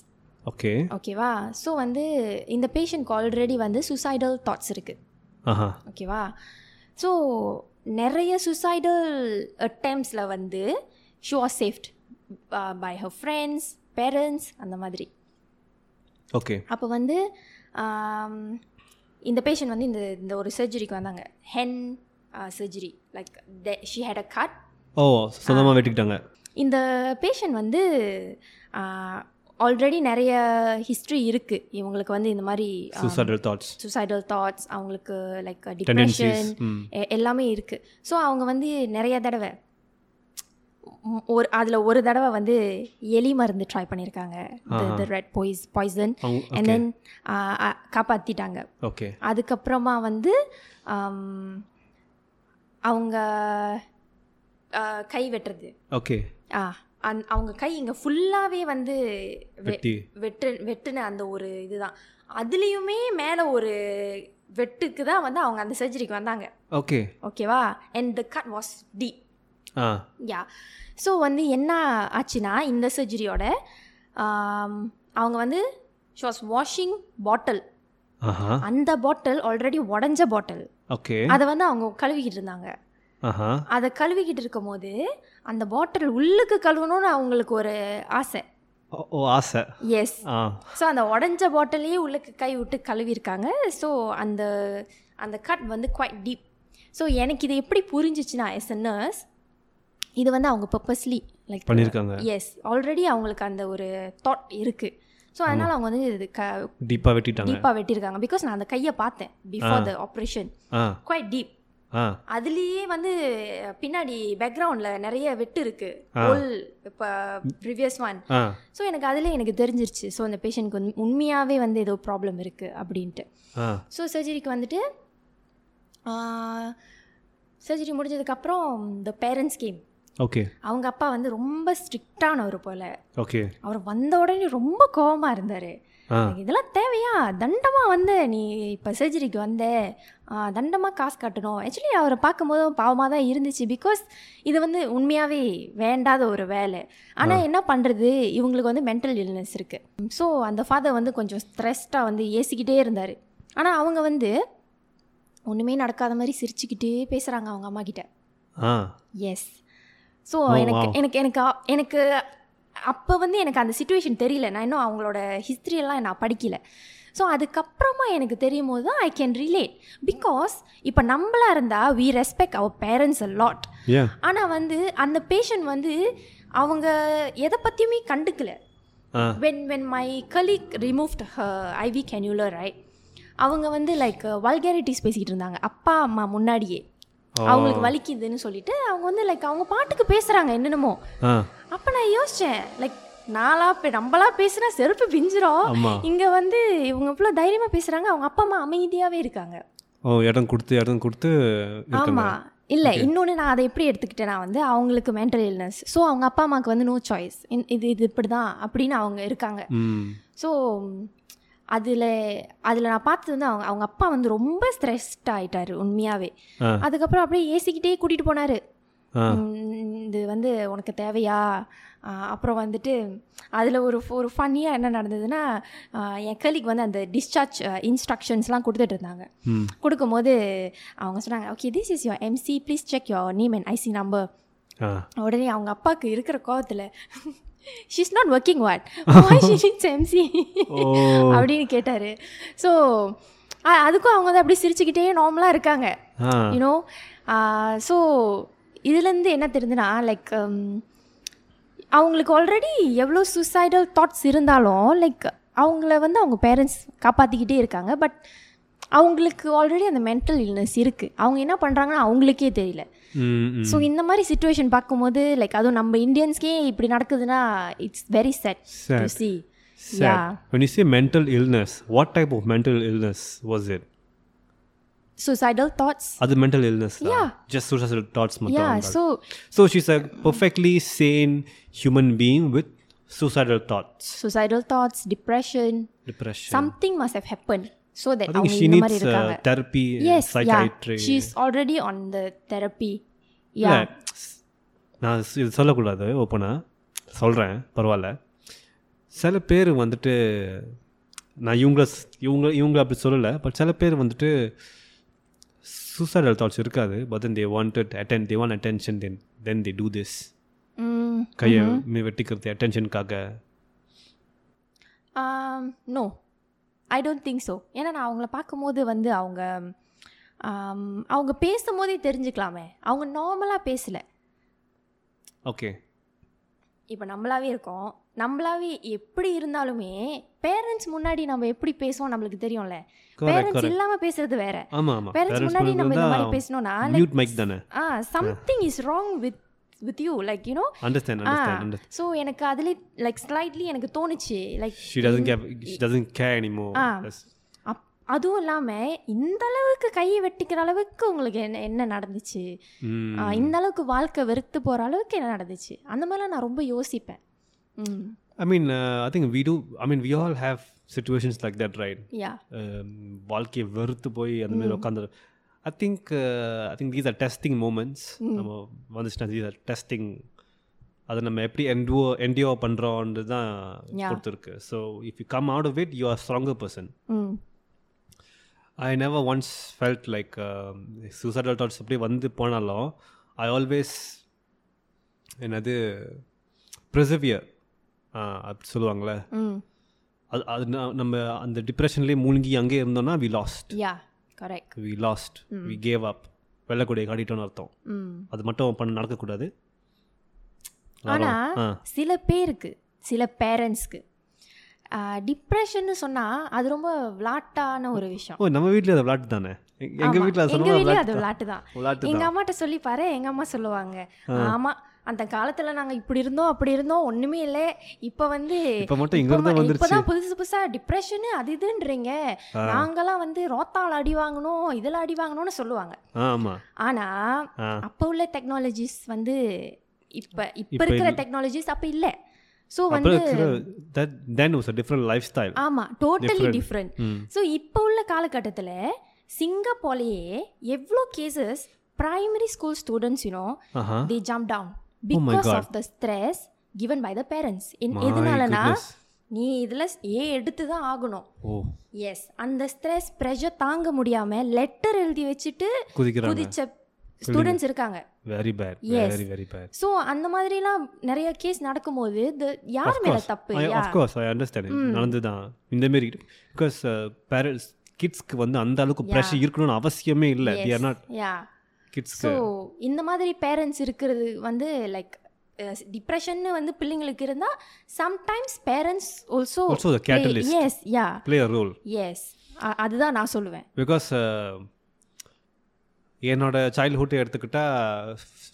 Speaker 2: okay
Speaker 3: ஓகேவா ஸோ வந்து இந்த பேஷண்ட்க்கு ஆல்ரெடி வந்து சுசைடல் தாட்ஸ் இருக்குது
Speaker 2: ஆஹா
Speaker 3: ஓகேவா ஸோ நிறைய சுசைடல் அட்டெம்ப்ஸில் வந்து she was saved by her friends parents அந்த மாதிரி
Speaker 2: ஓகே
Speaker 3: அப்போ வந்து ஆம், இந்த பேஷண்ட் வந்து இந்த இந்த ஒரு சர்ஜரிக்கு வந்தாங்க uh, Hen surgery like she had a cut
Speaker 2: oh சொந்தமாக வெட்டிக்கிட்டாங்க
Speaker 3: இந்த பேஷண்ட் வந்து ஆல்ரெடி நிறைய ஹிஸ்ட்ரி இருக்குது இவங்களுக்கு வந்து இந்த மாதிரி
Speaker 2: suicidal தாட்ஸ்
Speaker 3: சுசைடல் தாட்ஸ் அவங்களுக்கு லைக்
Speaker 2: டெண்டன்சிஸ்
Speaker 3: டிப்ரெஷன்
Speaker 2: Hmm.
Speaker 3: எல்லாமே இருக்குது ஸோ அவங்க வந்து நிறைய தடவை உம், ஒரு அதில் ஒரு தடவை வந்து எலி மருந்து ட்ரை பண்ணியிருக்காங்க இந்த rat boys poison and then காப்பாற்றிட்டாங்க
Speaker 2: ஓகே
Speaker 3: அதுக்கப்புறமா வந்து ஆம், அவங்க ஆ, கை வெட்டுறது
Speaker 2: ஓகே
Speaker 3: ஆ அந் அவங்க கை இங்கே ஃபுல்லாகவே வந்து வெ-
Speaker 2: வெட்டி
Speaker 3: வெட்டு வெட்டுன அந்த ஒரு இதுதான் அதுலேயுமே மேலே ஒரு வெட்டுக்கு தான் வந்து அவங்க அந்த சர்ஜரிக்கு வந்தாங்க
Speaker 2: ஓகே
Speaker 3: ஓகேவா and the cut was deep
Speaker 2: ah
Speaker 3: yeah so வந்து என்ன ஆச்சுன்னா இந்த சர்ஜரியோட ஆம், அவங்க வந்து ஷி வாஸ் வாஷிங் பாட்டில்
Speaker 2: ஆஹா Uh-huh.
Speaker 3: அந்த பாட்டில் ஆல்ரெடி உடஞ்ச பாட்டில்
Speaker 2: ஓகே
Speaker 3: அதை வந்து அவங்க கழுவிக்கிட்டு இருந்தாங்க
Speaker 2: ஆஹா
Speaker 3: அதை கழுவிக்கிட்டு இருக்கும்போது அந்த பாட்டில் உள்ளுக்கு கழுவணும்னு அவங்களுக்கு ஒரு ஆசை
Speaker 2: oh- oh I see
Speaker 3: yes
Speaker 2: ah
Speaker 3: so அந்த உடஞ்ச பாட்டிலையே உள்ளுக்கு கை விட்டு கழுவிருக்காங்க ஸோ அந்த அந்த கட் வந்து குவைட் டீப் ஸோ எனக்கு இது எப்படி புரிஞ்சிச்சுன்னா எஸ் நர்ஸ் இது வந்து அவங்க பர்பஸ்லி லைக்
Speaker 2: பண்ணியிருக்காங்க
Speaker 3: எஸ் ஆல்ரெடி அவங்களுக்கு அந்த ஒரு தாட் இருக்குது ஸோ அதனால் அவங்க வந்து இது க
Speaker 2: டீப்பாக வெட்டிட்டாங்க
Speaker 3: டீப்பாக வெட்டியிருக்காங்க பிகாஸ் நான் அந்த கையை பார்த்தேன் before the operation
Speaker 2: ah
Speaker 3: quite deep
Speaker 2: ah
Speaker 3: அதுலேயே வந்து அஹ், பின்னாடி பேக்ரவுண்டில் நிறைய வெட்டு இருக்குது ஹோல் இப்போ ப்ரீவியஸ் ஒன்
Speaker 2: ஆ
Speaker 3: ஸோ எனக்கு அதில் எனக்கு தெரிஞ்சிருச்சு ஸோ அந்த பேஷண்ட்க்கு வந்து உண்மையாகவே வந்து ஏதோ ப்ராப்ளம் இருக்குது அப்படின்ட்டு
Speaker 2: ஆ
Speaker 3: ஸோ சர்ஜரிக்கு வந்துட்டு சர்ஜரி முடிஞ்சதுக்கப்புறம் த பேரண்ட்ஸ் கேம்
Speaker 2: ஓகே
Speaker 3: அவங்க அப்பா வந்து ரொம்ப ஸ்ட்ரிக்டானவர் போல்
Speaker 2: ஓகே
Speaker 3: அவர் வந்த உடனே ரொம்ப கோவமாக இருந்தார்
Speaker 2: ஆ
Speaker 3: இதெல்லாம் தேவையா தண்டமாக வந்து நீ இப்போ சர்ஜரிக்கு வந்த தண்டமாக காசு கட்டணும் ஆக்சுவலி அவரை பார்க்கும்போது பாவமாக தான் இருந்துச்சு பிகாஸ் இது வந்து உண்மையாகவே வேண்டாத ஒரு வேலை ஆனால் என்ன பண்ணுறது இவங்களுக்கு வந்து மென்டல் இல்னஸ் இருக்குது ஸோ அந்த ஃபாதர் வந்து கொஞ்சம் ஸ்ட்ரெஸ்டாக வந்து ஏசிக்கிட்டே இருந்தார் ஆனால் அவங்க வந்து ஒன்றுமே நடக்காத மாதிரி சிரிச்சுக்கிட்டே பேசுகிறாங்க அவங்க அம்மா கிட்ட
Speaker 2: ஆ
Speaker 3: எஸ் ஸோ
Speaker 2: Oh,
Speaker 3: எனக்கு
Speaker 2: wow.
Speaker 3: எனக்கு எனக்கு அ- எனக்கு அப்போ வந்து எனக்கு அந்த சுச்சுவேஷன் தெரியல நான் இன்னும் அவங்களோட ஹிஸ்ட்ரியெல்லாம் நான் படிக்கல ஸோ அதுக்கப்புறமா எனக்கு தெரியும் போது தான் ஐ கேன் ரிலேட் பிகாஸ் இப்போ நம்மளா இருந்தால் we respect our parents a lot
Speaker 2: ஏன்
Speaker 3: ஆனால் வந்து அந்த பேஷண்ட் வந்து அவங்க எதை பற்றியுமே கண்டுக்கல
Speaker 2: ah
Speaker 3: when when my colleague removed IV cannula right அவங்க வந்து லைக் வல்கேரிட்டிஸ் பேசிக்கிட்டு இருந்தாங்க அப்பா அம்மா முன்னாடியே
Speaker 2: ஓ.
Speaker 3: அவங்களுக்கு வலிக்குதுன்னு சொல்லிட்டு அவங்க வந்து லைக் அவங்க பாட்டுக்கு பேசுகிறாங்க என்னென்னமோ
Speaker 2: ஆ
Speaker 3: அப்போ நான் யோசித்தேன் லைக் நாளா பே நம்மளா பேசுனா செருப்பு பிஞ்சிரும்
Speaker 2: ஆமா
Speaker 3: இங்கே வந்து இவங்க இவ்வளோ தைரியமாக பேசுகிறாங்க அவங்க அப்பா அம்மா அமைதியாகவே இருக்காங்க
Speaker 2: ஓ இடம் கொடுத்து இடம் கொடுத்து இருக்காங்க
Speaker 3: ஆமாம் இல்லை இன்னொன்று நான் அதை எப்படி எடுத்துக்கிட்டேன்னா வந்து அவங்களுக்கு மென்டல் இல்னஸ் ஸோ அவங்க அப்பா அம்மாவுக்கு வந்து நோ சாய்ஸ் இது இது இப்படி தான் அப்படின்னு அவங்க இருக்காங்க
Speaker 2: ம்
Speaker 3: ஸோ அதில் அதில் நான் பார்த்தது வந்து அவங்க அவங்க அப்பா வந்து ரொம்ப ஸ்ட்ரெஸ்ட் ஆயிட்டாரு உண்மையாகவே
Speaker 2: ஆ.
Speaker 3: அதுக்கப்புறம் அப்படியே ஏசிக்கிட்டே கூட்டிகிட்டு போனார்
Speaker 2: ஆ.
Speaker 3: இது வந்து உனக்கு தேவையா ஆ, அப்புறம் வந்துட்டு அதில் ஒரு ஒரு ஃபன்னியாக என்ன நடந்ததுன்னா ஆ, என் கலிக்கு வந்து அந்த டிஸ்சார்ஜ் இன்ஸ்ட்ரக்ஷன்ஸ்லாம் கொடுத்துட்டு இருந்தாங்க
Speaker 2: ம்
Speaker 3: கொடுக்கும்போது அவங்க சொன்னாங்க okay this is your MC please check your name and IC number
Speaker 2: ah
Speaker 3: உடனே அவங்க அப்பாவுக்கு இருக்கிற கோவத்தில் she's not working what MC
Speaker 2: oh
Speaker 3: அப்படின்னு கேட்டார் ஸோ அதுக்கும் அவங்க வந்து அப்படியே சிரிச்சுக்கிட்டே நார்மலாக இருக்காங்க
Speaker 2: ஆ
Speaker 3: யூனோ ஸோ இதுலேருந்து என்ன தெரிஞ்சுன்னா லைக் அவங்களுக்கு ஆல்ரெடி எவ்வளோ சூசைடல் தாட்ஸ் இருந்தாலும் லைக் அவங்கள வந்து அவங்க பேரண்ட்ஸ் காப்பாற்றிக்கிட்டே இருக்காங்க பட் அவங்களுக்கு ஆல்ரெடி அந்த மென்டல் இல்னஸ் இருக்குது அவங்க என்ன பண்ணுறாங்கன்னா அவங்களுக்கே தெரியல
Speaker 2: ம் ம்.
Speaker 3: ஸோ இந்த மாதிரி சுச்சுவேஷன் பார்க்கும்போது லைக் அதுவும் நம்ம இந்தியன்ஸ்க்கே இப்படி நடக்குதுன்னா it's very sad
Speaker 2: Sad.
Speaker 3: To see
Speaker 2: Sad.
Speaker 3: Yeah
Speaker 2: When you say mental illness, what type of mental illness was it?
Speaker 3: suicidal thoughts
Speaker 2: அது mental illness தான்.
Speaker 3: Yeah.
Speaker 2: Just suicidal thoughts
Speaker 3: yeah
Speaker 2: மட்டும்
Speaker 3: so
Speaker 2: So she's a perfectly sane human being with suicidal thoughts.
Speaker 3: suicidal thoughts depression
Speaker 2: Depression.
Speaker 3: Something must have happened so
Speaker 2: I
Speaker 3: that
Speaker 2: think
Speaker 3: அவங்க
Speaker 2: she
Speaker 3: இந்த மாதிரி
Speaker 2: needs uh,
Speaker 3: இருக்காங்க
Speaker 2: therapy,
Speaker 3: yes yeah
Speaker 2: psychiatry.
Speaker 3: She is already on the therapy yeah
Speaker 2: இல்ல, நான் ஸ்- இது சொல்லக்கூடாது ஓப்பனா சொல்கிறேன் பரவாயில்ல சில பேர் வந்துட்டு நான் இவங்கள ஸ்- இவங்க இவங்க அப்படி சொல்லலை பட் சில பேர் வந்துட்டு சூசைடல் தாட்ஸ் இருக்காது but then they wanted attend they want attention then then they do this
Speaker 3: Mm,
Speaker 2: கையை வெட்டிக்கிறது அட்டென்ஷனுக்காக
Speaker 3: no I don't think so ஏன்னா நான் அவங்கள பார்க்கும்போது வந்து அவங்க um, அவங்க பேசும்போதே தெரிஞ்சுக்கலாமே அவங்க நார்மலாக பேசல
Speaker 2: ஓகே
Speaker 3: இப்போ நம்மளாவே இருக்கோம் நம்மளாவே எப்படி இருந்தாலுமே பேரண்ட்ஸ் முன்னாடி நம்ம எப்படி பேசுவோம் நம்மளுக்கு தெரியும்ல
Speaker 2: Correct,
Speaker 3: பேரண்ட்ஸ் இல்லாம பேசுறது வேற
Speaker 2: ஆமாம் ஆமாம்
Speaker 3: பேரண்ட்ஸ் முன்னாடி நம்ம இந்த மாதிரி பேசணும்னா
Speaker 2: மியூட் மைக் தானே
Speaker 3: ah something is wrong with with you like you know
Speaker 2: understand
Speaker 3: ah
Speaker 2: understand under
Speaker 3: so எனக்கு அதுலேயே லைக் ஸ்லைட்லி எனக்கு தோணுச்சு like
Speaker 2: she doesn't care she doesn't care anymore
Speaker 3: ah. அப் அதுவும் இல்லாமல் இந்த அளவுக்கு கையை வெட்டிக்கிற அளவுக்கு உங்களுக்கு என்ன என்ன நடந்துச்சு
Speaker 2: ம்
Speaker 3: ஆ, இந்த அளவுக்கு வாழ்க்கை வெறுத்து போகிற அளவுக்கு என்ன நடந்துச்சு அந்த மாதிரிலாம் நான் ரொம்ப யோசிப்பேன் ம்
Speaker 2: I mean, uh, I think we do. I mean, we all have situations like that, right?
Speaker 3: Yeah
Speaker 2: Um, வாழ்க்கையை வெறுத்து போய் அந்த மாதிரி உட்காந்து I think I think these are testing moments நம்ம வந்துச்சுன்னா தீஸ் ஆர் டெஸ்டிங் அதை நம்ம எப்படி என்டியோ என்டியோ பண்ணுறோன்றது தான்
Speaker 3: Yeah.
Speaker 2: பொறுத்திருக்கு so if you come out of it you are stronger person
Speaker 3: hmm
Speaker 2: I never once felt like suicidal thoughts um, அப்படியே வந்து போனாலும் ஐ ஆல்வேஸ் என்னது ப்ரிசவியர் அப்படி சொல்லுவாங்களே
Speaker 3: ம்
Speaker 2: அது அது நா- நம்ம அந்த டிப்ரெஷன்லேயே மூழ்கி அங்கேயே இருந்தோம்னா we lost
Speaker 3: yeah correct
Speaker 2: we lost we gave up வெள்ளக்கூடிய காட்டிட்டோம்னு அர்த்தம்
Speaker 3: ம்
Speaker 2: அது மட்டும் பண்ண நடக்கக்கூடாது
Speaker 3: ஆனா
Speaker 2: ஆ.
Speaker 3: சில பேருக்கு சில பேரண்ட்ஸ்க்கு டிப்ரெஷன்னு சொன்னா அது ரொம்ப விளாட்டான ஒரு விஷயம்
Speaker 2: ஓ நம்ம வீட்டில் அதை விளாட்டு தானே எ- எங்க
Speaker 3: ஆமா.
Speaker 2: வீட்டில் அதை
Speaker 3: எங்க
Speaker 2: சொன்னா
Speaker 3: வீட்லயும் அது விளாட்டு தான்
Speaker 2: விளாட்டு
Speaker 3: எங்க அம்மாட்ட சொல்லி பாரு எங்க அம்மா சொல்லுவாங்க ஆமா அந்த காலத்துல நாங்க இப்படி இருந்தோம் அப்படி இருந்தோம் ஒண்ணுமே இல்ல இப்ப வந்து
Speaker 2: இப்ப மட்டும் இங்க இருந்து
Speaker 3: இப்ப ம-
Speaker 2: வந்துருச்சு.
Speaker 3: இப்பதான் புதுசு புதுசா டிப்ரெஷன் அது இதுன்றீங்க நாங்கெல்லாம் வந்து ரோத்தால் அடி வாங்கணும் இதெல்லாம் அடி வாங்கணும்னு சொல்லுவாங்க
Speaker 2: ஆ ஆமாம்
Speaker 3: ஆனா
Speaker 2: ஆ.
Speaker 3: அப்ப உள்ள டெக்னாலஜிஸ் வந்து இப்ப இப்ப
Speaker 2: இப்ப
Speaker 3: இருக்கிற
Speaker 2: இல்ல.
Speaker 3: டெக்னாலஜிஸ் அப்ப இல்ல சோ வந்து
Speaker 2: அப்புறம் that then was a different lifestyle
Speaker 3: ஆமா totally
Speaker 2: Different.
Speaker 3: Different
Speaker 2: hmm
Speaker 3: so இப்போ உள்ள காலகட்டத்தில் சிங்கப்போலேயே எவ்வளோ cases primary school students you know
Speaker 2: ஆஹா
Speaker 3: they jump down because
Speaker 2: Oh God.
Speaker 3: Of the stress given by the parents
Speaker 2: My
Speaker 3: எதனாலனா
Speaker 2: goodness.
Speaker 3: நீ இதில் ஏ எடுத்து தான் ஆகணும்
Speaker 2: ஓ
Speaker 3: எஸ் அந்த ஸ்ட்ரெஸ் ப்ரெஷர் தாங்க முடியாமல் லெட்டர் எழுதி வச்சுட்டு
Speaker 2: குதிக்கிறாங்க
Speaker 3: குதிச்ச ஸ்டூடெண்ட்ஸ் இருக்காங்க
Speaker 2: very bad
Speaker 3: Yes.
Speaker 2: Very very bad
Speaker 3: so அந்த மாதிரிலாம் நிறைய கேஸ் நடக்கும்போது the யார் மேலே தப்பு Yeah. Hmm.
Speaker 2: Of course I understand நடந்து தான் இந்த மாதிரி பிகாஸ் பேரண்ட்ஸ் கிட்ஸ்க்கு uh, வந்து அந்த அளவுக்கு ப்ரெஷர் இருக்கணும்னு அவசியமே இல்லை
Speaker 3: Yes.
Speaker 2: They are not
Speaker 3: Yeah.
Speaker 2: கிட்ஸ்க்கு
Speaker 3: ஸோ இந்த மாதிரி பேரண்ட்ஸ் இருக்கிறது வந்து லைக் டிப்ரெஷன்னு வந்து பிள்ளைங்களுக்கு இருந்தால் sometimes parents also
Speaker 2: Also the catalyst.
Speaker 3: Yes yeah
Speaker 2: play a role
Speaker 3: yes அதுதான் நான் சொல்லுவேன்
Speaker 2: பிகாஸ் uh, என்னோட சைல்ட்ஹுட்டை எடுத்துக்கிட்டா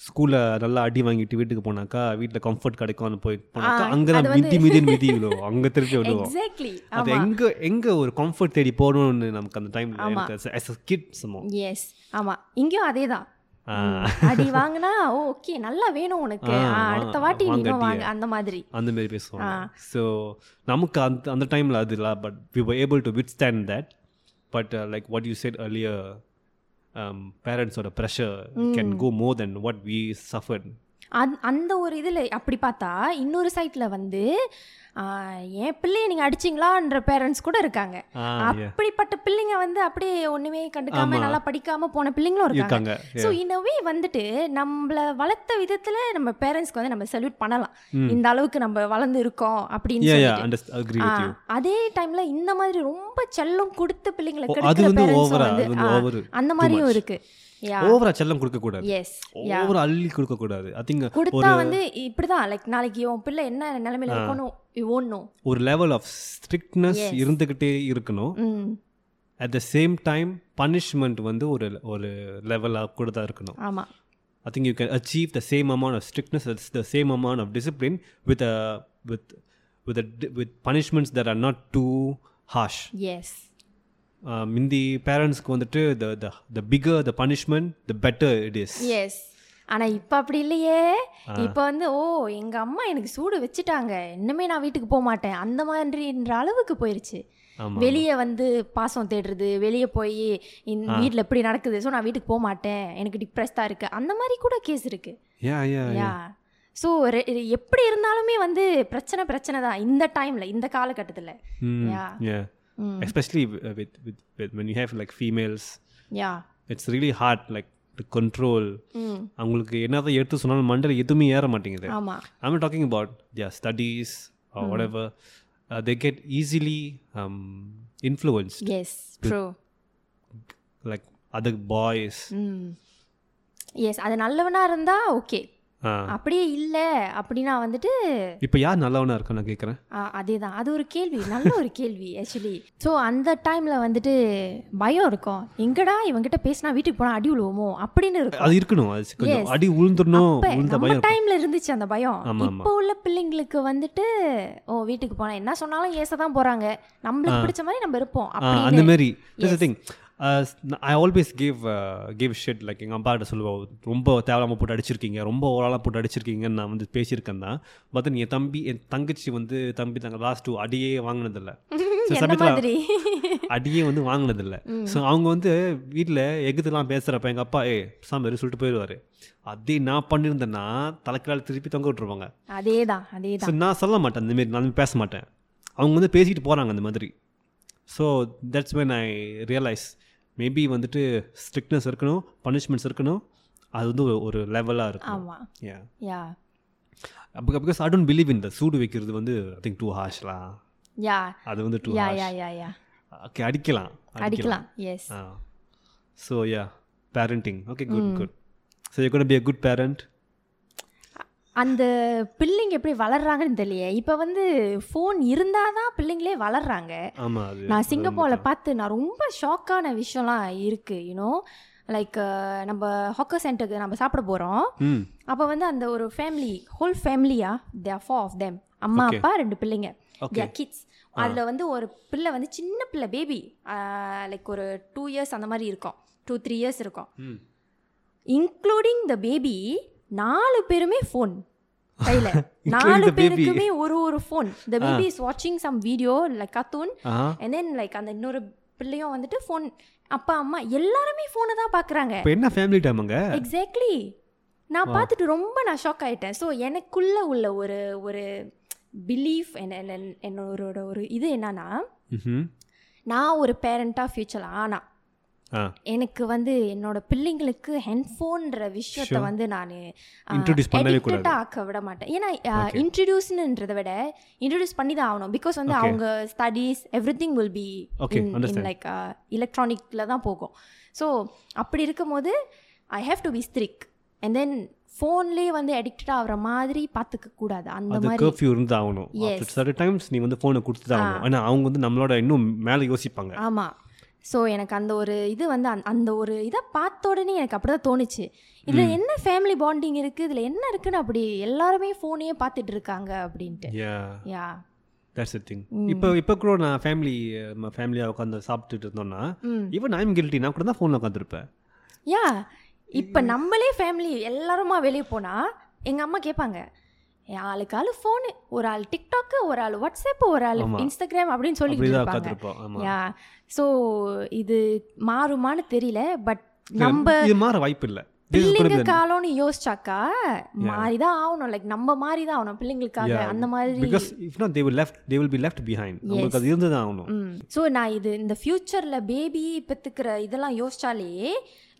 Speaker 2: ஸ்கூலில் நல்லா அடி வாங்கிட்டு வீட்டுக்கு போனாக்கா வீட்டில் கம்ஃபர்ட் கிடைக்கும்னு போய் போனாக்கா அங்கே தான் மிதி மிதின்னு மிதி விழுவோம் அங்கே திருப்பி விழுவோம்
Speaker 3: எக்ஸாக்ட்லி
Speaker 2: அது எங்க எங்க ஒரு கம்ஃபர்ட் தேடி போகணும்னு நமக்கு அந்த டைம்ல கிட் சமோ
Speaker 3: எஸ் ஆமாம் இங்கேயும் அதே தான் அடி வாங்கினா ஓகே நல்லா வேணும் உனக்கு
Speaker 2: ஆ,
Speaker 3: ஆ, அடுத்த வாட்டி நீ
Speaker 2: வாங்க
Speaker 3: இன்னும்
Speaker 2: அடிய.
Speaker 3: வாங்க அந்த மாதிரி
Speaker 2: அந்த மாதிரி பேசுவாங்க ஸோ நமக்கு அந்த அந்த டைமில் அது இல்லை but we were able to withstand that but like what you said earlier um, பேரண்ட்ஸோட pressure can go more than what we suffered
Speaker 3: அந்- அந்த ஒரு இதில் அப்படி பார்த்தா இன்னொரு சைட்டில் வந்து ஆ, என் பிள்ளைய நீங்கள் அடிச்சிங்களான்ற பேரண்ட்ஸ் கூட இருக்காங்க அப்படிப்பட்ட பிள்ளைங்க வந்து அப்படியே ஒண்ணுமே கண்டுக்காம
Speaker 2: ஆமா.
Speaker 3: நல்லா படிக்காம போன பிள்ளைங்களும் இருக்காங்க
Speaker 2: இருக்காங்க
Speaker 3: ஸோ இன்னவே வந்துட்டு நம்மள வளர்த்த விதத்துல நம்ம பேரண்ட்ஸ்க்கு வந்து நம்ம சல்யூட் பண்ணலாம்
Speaker 2: ம்.
Speaker 3: இந்த அளவுக்கு நம்ம வளர்ந்து இருக்கோம் அப்படின்னு
Speaker 2: யா யா
Speaker 3: சொல்லிட்டு.
Speaker 2: Understand agree
Speaker 3: ah,
Speaker 2: with you
Speaker 3: அதே டைம்ல இந்த மாதிரி ரொம்ப செல்லம் கொடுத்து பிள்ளைங்களை
Speaker 2: அது
Speaker 3: கெடுக்கிற
Speaker 2: வந்து
Speaker 3: parents
Speaker 2: ஓவரா
Speaker 3: உம்
Speaker 2: அது
Speaker 3: வந்து
Speaker 2: வந்து
Speaker 3: ஆ,
Speaker 2: ஓவர்
Speaker 3: அந்த மாதிரியும் இருக்கு யா
Speaker 2: ஓவரா செல்லம் கொடுக்க கூடாது
Speaker 3: எஸ்
Speaker 2: ஓவரா அள்ளி கொடுக்க கூடாது ஐ திங்க்
Speaker 3: கொடுத்தா வந்து இப்படிதான் லைக் நாளைக்கு உன் பிள்ளை என்ன நிலைமையில இருக்கணும் ஓடணும்
Speaker 2: ஒரு லெவல் ஆஃப் ஸ்ட்ரிக்ட்னஸ்
Speaker 3: Yes.
Speaker 2: இருந்துக்கிட்டே இருக்கணும்
Speaker 3: ம்
Speaker 2: at the same time punishment வந்து ஒரு ஒரு லெவலாக கூட தான் இருக்கணும்
Speaker 3: ஆமா
Speaker 2: I think you can achieve the same amount of strictness it's the same amount of discipline with with with with punishments that are not too harsh
Speaker 3: yes
Speaker 2: மிந்தி பேரண்ட்ஸ்க்கு வந்துட்டு the the the bigger the punishment the better it is
Speaker 3: yes ஆனா இப்ப அப்படி இல்லையே இப்ப வந்து ஓ எங்க அம்மா எனக்கு சூடு வச்சுட்டாங்க இன்னுமே நான் வீட்டுக்கு போக மாட்டேன் அந்த மாதிரின்ற அளவுக்கு போயிருச்சு
Speaker 2: ஆமா.
Speaker 3: வெளியே வந்து பாசம் தேடுறது வெளியே போய் இந்த வீட்டில் எப்படி நடக்குது ஸோ நான் வீட்டுக்கு போக மாட்டேன் எனக்கு டிப்ரெஸ்டாக இருக்கு அந்த மாதிரி கூட கேஸ் இருக்கு
Speaker 2: யா யா
Speaker 3: யா ஸோ எப்படி இருந்தாலுமே வந்து பிரச்சனை பிரச்சனை தான் இந்த டைம்ல இந்த காலகட்டத்தில்
Speaker 2: ம்
Speaker 3: Yeah.
Speaker 2: Yeah
Speaker 3: Mm.
Speaker 2: Especially with with with when you have like females
Speaker 3: yeah
Speaker 2: it's really hard like to control
Speaker 3: hmm
Speaker 2: அவங்களுக்கு என்னதான் எடுத்து சொன்னாலும் மண்டையில் எதுவுமே ஏற மாட்டேங்குது
Speaker 3: ஆமா
Speaker 2: I'm not talking about their studies or
Speaker 3: Hmm.
Speaker 2: whatever. Uh, they get easily um, influenced,
Speaker 3: yes true
Speaker 2: like other boys.
Speaker 3: Hmm yes அது நல்லவனா இருந்தா ஓகே
Speaker 2: Uh,
Speaker 3: அப்படியே இல்ல அப்படின்னா வந்துட்டு
Speaker 2: இப்போ யார் நல்லவனா இருக்கா நான் கேட்குறேன்
Speaker 3: ஆ, அதேதான் அது ஒரு கேள்வி நல்ல ஒரு கேள்வி ஆக்சுவலி ஸோ அந்த டைம்ல வந்துட்டு பயம் இருக்கும் எங்கடா இவங்கிட்ட பேசினா வீட்டுக்கு போனா அடி விழுவோமோ அப்படின்னு இருக்கும்
Speaker 2: அது இருக்கணும் அது கொஞ்சம்
Speaker 3: Yes.
Speaker 2: அடி உளுந்துடணும்
Speaker 3: அப்ப
Speaker 2: உளுந்த
Speaker 3: நம்ம
Speaker 2: பயம்
Speaker 3: டைம்ல இருந்துச்சு அந்த பயம்
Speaker 2: ஆமா, ஆமா.
Speaker 3: இப்போ உள்ள பிள்ளைங்களுக்கு வந்துட்டு ஓ வீட்டுக்கு போனா என்ன சொன்னாலும் ஏச தான் போறாங்க நம்மளுக்கு பிடிச்ச மாதிரி நம்ம இருப்போம்
Speaker 2: ஆ, அந்த
Speaker 3: அப்படின்னு
Speaker 2: மாதிரி thing Uh, I always give give shed like எங்கள் அப்பாட்ட சொல்லுவோம் ரொம்ப தேவையில்லாமல் போட்டு அடிச்சிருக்கீங்க ரொம்ப ஓரளவு போட்டு அடிச்சிருக்கீங்கன்னு நான் வந்து பேசியிருக்கேன் தான் பட் என் தம்பி என் தங்கச்சி வந்து தம்பி தங்க லாஸ்ட் அடியே வாங்கினதில்லை சில
Speaker 3: என்ன
Speaker 2: சமயத்தில்
Speaker 3: மாதிரி
Speaker 2: அடியே வந்து வாங்கினதில்ல ஸோ அவங்க வந்து வீட்டில் எகுதெல்லாம் பேசுகிறப்ப எங்கள் அப்பா ஏ சாமி சொல்லிட்டு போயிடுவார் அதே நான் பண்ணியிருந்தேன்னா தலைக்கால் திருப்பி தொங்க விட்டுருவாங்க
Speaker 3: அதேதான் அதேதான்
Speaker 2: ஸோ நான் சொல்ல மாட்டேன் இந்த மாதிரி நான் பேச மாட்டேன் அவங்க வந்து பேசிட்டு போகிறாங்க அந்த மாதிரி so that's when I realise maybe வந்துட்டு ஸ்ட்ரிக்ட்னஸ் இருக்கணும் பனிஷ்மெண்ட்ஸ் இருக்கணும் அது வந்து ஒரு- ஒரு லெவலாக இருக்கும்
Speaker 3: ஆமாம்
Speaker 2: ஏன்
Speaker 3: yeah
Speaker 2: because I don't believe in the சூடு வைக்கிறது வந்து ஐ திங்க் டூ ஹாஷ்லாம்
Speaker 3: யா
Speaker 2: அது வந்து too
Speaker 3: yeah yeah yeah yeah
Speaker 2: okay அடிக்கலாம்
Speaker 3: அடிக்கலாம் yes
Speaker 2: ah so yeah parenting okay good
Speaker 3: Hmm.
Speaker 2: Good so you கூட பி அ குட் பேரண்ட்
Speaker 3: அந்த பிள்ளைங்க எப்படி வளர்றாங்கன்னு தெரியல இப்போ வந்து ஃபோன் இருந்தால் தான் பிள்ளைங்களே வளர்றாங்க
Speaker 2: ஆமாம் அது
Speaker 3: Eh, நான் சிங்கப்பூரில் பார்த்து நான் ரொம்ப ஷாக்கான விஷயம்லாம் இருக்குது யூனோ லைக் நம்ம ஹாக்கர் சென்டருக்கு நம்ம சாப்பிட போகிறோம்
Speaker 2: ம்
Speaker 3: அப்போ வந்து அந்த ஒரு ஃபேமிலி ஹோல் ஃபேமிலியா they are four of them அம்மா
Speaker 2: Okay.
Speaker 3: அப்பா ரெண்டு பிள்ளைங்க
Speaker 2: Okay.
Speaker 3: தே கிட்ஸ் அதில் வந்து ஒரு பிள்ளை வந்து சின்ன பிள்ளை பேபி லைக் ஒரு டூ இயர்ஸ் அந்த மாதிரி இருக்கும் டூ த்ரீ இயர்ஸ் இருக்கும்
Speaker 2: ம்
Speaker 3: இன்க்ளூடிங் த பேபி நாலு பேருமே ஃபோன் கையில் நாலு
Speaker 2: the baby.
Speaker 3: பேருக்குமே ஒரு ஒரு ஃபோன் த பேபி இஸ் வாட்சிங் some video like cartoon
Speaker 2: ah
Speaker 3: and then like அந்த இன்னொரு பிள்ளையும் வந்துட்டு ஃபோன் அப்பா அம்மா எல்லாருமே ஃபோனை தான் பார்க்குறாங்க
Speaker 2: இப்போ என்ன ஃபேமிலி டைமுங்க
Speaker 3: எக்ஸாக்ட்லி நான் பார்த்துட்டு ரொம்ப நான் ஷாக் ஆயிட்டேன் ஸோ எனக்குள்ள உள்ள ஒரு ஒரு பிலீஃப் என்னோட ஒரு இது என்னன்னா
Speaker 2: ம்
Speaker 3: நான் ஒரு பேரண்ட்டாக ஃபியூச்சர் ஆனா
Speaker 2: ஆ
Speaker 3: எனக்கு வந்து என்னோட பிள்ளைங்களுக்கு ஹென்ஃபோன்ற விஷயத்தை
Speaker 2: Sure.
Speaker 3: வந்து நான்
Speaker 2: Introduce பண்ணவே கூடாது.
Speaker 3: ஆக்க விட மாட்டேன் ஏன்னா இன்ட்ரடியூஸ்ன்றதை விட இன்ட்ரடியூஸ் பண்ணி தான் ஆகணும் பிகாஸ் வந்து
Speaker 2: Okay.
Speaker 3: அவங்க studies everything will be
Speaker 2: Okay, understand.
Speaker 3: Like எலக்ட்ரானிக்கில் uh, தான் போகும் ஸோ அப்படி இருக்கும்போது I have to be strict and then ஃபோன்லேயே வந்து அடிக்டட் ஆகுற மாதிரி பார்த்துக்க கூடாது அந்த
Speaker 2: அது
Speaker 3: மாதிரி
Speaker 2: கர்ஃப்யூ இருந்து ஆகணும்
Speaker 3: Yes.
Speaker 2: சில டைம்ஸ் நீ வந்து ஃபோனை கொடுத்து தான் ஆகணும் ஆனால் அவங்க வந்து நம்மளோட இன்னும் மேலே யோசிப்பாங்க
Speaker 3: ஆமாம் ஸோ எனக்கு அந்த ஒரு இது வந்து அந்த- அந்த ஒரு இதை பார்த்த உடனே எனக்கு அப்படி தான் தோணுச்சு இதில் என்ன ஃபேமிலி பாண்டிங் இருக்குது இதில் என்ன இருக்குன்னு அப்படி எல்லாருமே ஃபோனையே பார்த்துட்டு இருக்காங்க அப்படின்ட்டு
Speaker 2: yeah
Speaker 3: yeah
Speaker 2: that's a thing இப்போ இப்போ கூட நான் ஃபேமிலி ஃபேமிலியாக உட்காந்து சாப்பிட்டுட்டு இருந்தோம்னா
Speaker 3: ம்
Speaker 2: ஈவன் ஐம் கில்ட்டி நான் கூட தான் ஃபோனில் உட்காந்துருப்பேன்
Speaker 3: யா இப்போ நம்மளே ஃபேமிலி எல்லாருமா வெளியே போனால் எங்கள் அம்மா கேட்பாங்க ஆளுக்கு ஆள் ஃபோனு ஒரு ஆள் டிக்டாக்கு ஒரு ஆள் வாட்ஸ்அப் ஒரு ஆள்
Speaker 2: ஆமா.
Speaker 3: இன்ஸ்டாகிராம் அப்படின்னு சொல்லிட்டு
Speaker 2: அப்படி தான்
Speaker 3: இருப்பாங்க
Speaker 2: உட்காந்துருப்போம் ஆமாம்
Speaker 3: யா ஸோ இது மாறுமான்னு தெரியல பட் நம்ம
Speaker 2: இது மாற வாய்ப்பு இல்லை திஸ் இஸ்
Speaker 3: பிள்ளைங்க காலம்னு யோசிச்சாக்கா மாறிதான் ஆகணும் லைக் நம்ம மாறிதான் ஆகணும் பிள்ளைங்களுக்காக அந்த மாதிரி
Speaker 2: because if not they will left they will be left behind உங்களுக்கு அது இருந்து தான் ஆகணும்
Speaker 3: ஸோ நான் இது இந்த ஃபியூச்சரில் பேபி பெற்றுக்கிற இதெல்லாம் யோசிச்சாலே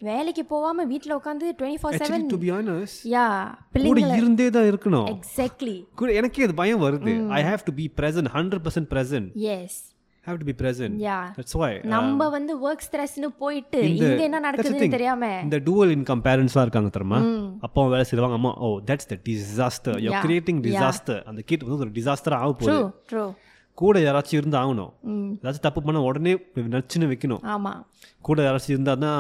Speaker 3: வேலைக்கு போகாமல் வீட்டில் உட்காந்து twenty four
Speaker 2: actually
Speaker 3: seven
Speaker 2: to be honest
Speaker 3: yeah
Speaker 2: கூட
Speaker 3: பிள்ளைங்களை
Speaker 2: இருந்தே தான் இருக்கணும்
Speaker 3: எக்ஸாக்ட்லி
Speaker 2: கூட எனக்கே அது பயம் வருது I have to be present hundred percent present
Speaker 3: yes
Speaker 2: have to be present
Speaker 3: yeah
Speaker 2: that's why
Speaker 3: நம்ம வந்து ஒர்க் ஸ்ட்ரெஸ்னு போயிட்டு இங்க என்ன நடக்குதுன்னு தெரியாம
Speaker 2: இந்த டூவல் இன்கம் பேரண்ட்ஸ்லாம் இருக்காங்க தெரியுமா
Speaker 3: ம்.
Speaker 2: அப்பாவும் வேலை செய்வாங்க அம்மா "Oh, oh that's the disaster you
Speaker 3: Yeah.
Speaker 2: Creating
Speaker 3: Yeah.
Speaker 2: Disaster அந்த கீட் வந்து ஒரு டிசாஸ்டர் ஆக
Speaker 3: ட்ரூ
Speaker 2: போகுது
Speaker 3: ட்ரூ
Speaker 2: கூட யாராச்சும் இருந்து ஆகணும்
Speaker 3: ம்
Speaker 2: ஏதாச்சும் தப்பு பண்ண உடனே நச்சுன்னு வைக்கணும்
Speaker 3: ஆமா
Speaker 2: கூட யாராச்சும் இருந்தால் தான்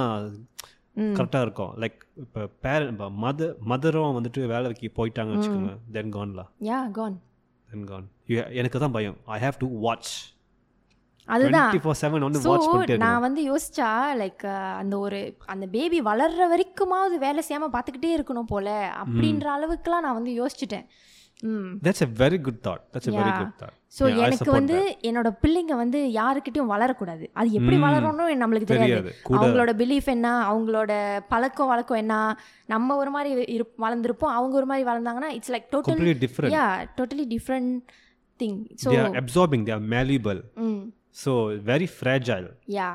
Speaker 3: ம்.
Speaker 2: கரெக்டாக இருக்கும் லைக் இப்போ பேரண்ட் இப்போ மதர் மதரும் வந்துட்டு வேலைக்கு போயிட்டாங்கன்னு வச்சுக்கோங்க தென் கான்லா
Speaker 3: யா கான்
Speaker 2: தென் கான் எனக்கு தான் பயம் ஐ ஹேவ் டு வாட்ச்
Speaker 3: அதுதான்
Speaker 2: டுவெண்ட்டி ஃபோர் செவன் வந்து
Speaker 3: ஸோ
Speaker 2: வாட்ச் பண்ணிட்டே இருக்கணும்.
Speaker 3: நான் வந்து யோசிச்சா லைக் அந்த ஒரு அந்த பேபி வளர்ற வரைக்குமாவது வேலை செய்யாம பார்த்துக்கிட்டே இருக்கணும் போல அப்படின்ற அளவுக்குலாம் நான் வந்து யோசிச்சுட்டேன் hmm
Speaker 2: that's a very good thought that's a very
Speaker 3: Yeah.
Speaker 2: Good thought
Speaker 3: so எனக்கு வந்து என்னோட பிள்ளைங்க வந்து யாருக்கிட்டையும் வளரக்கூடாது அது எப்படி
Speaker 2: ம்.
Speaker 3: வளரணும்னு நம்மளுக்கு தெரியாது
Speaker 2: தெரியாது. கூட-
Speaker 3: அவங்களோட பிலீஃப் என்ன அவங்களோட பழக்கம் வழக்கம் என்ன நம்ம ஒரு மாதிரி இருப் வளர்ந்துருப்போம் அவங்க ஒரு மாதிரி வளர்ந்தாங்கன்னா it's like total
Speaker 2: completely different
Speaker 3: yeah totally different thing so
Speaker 2: they are absorbing they are malleable
Speaker 3: hmm
Speaker 2: so very fragile
Speaker 3: yeah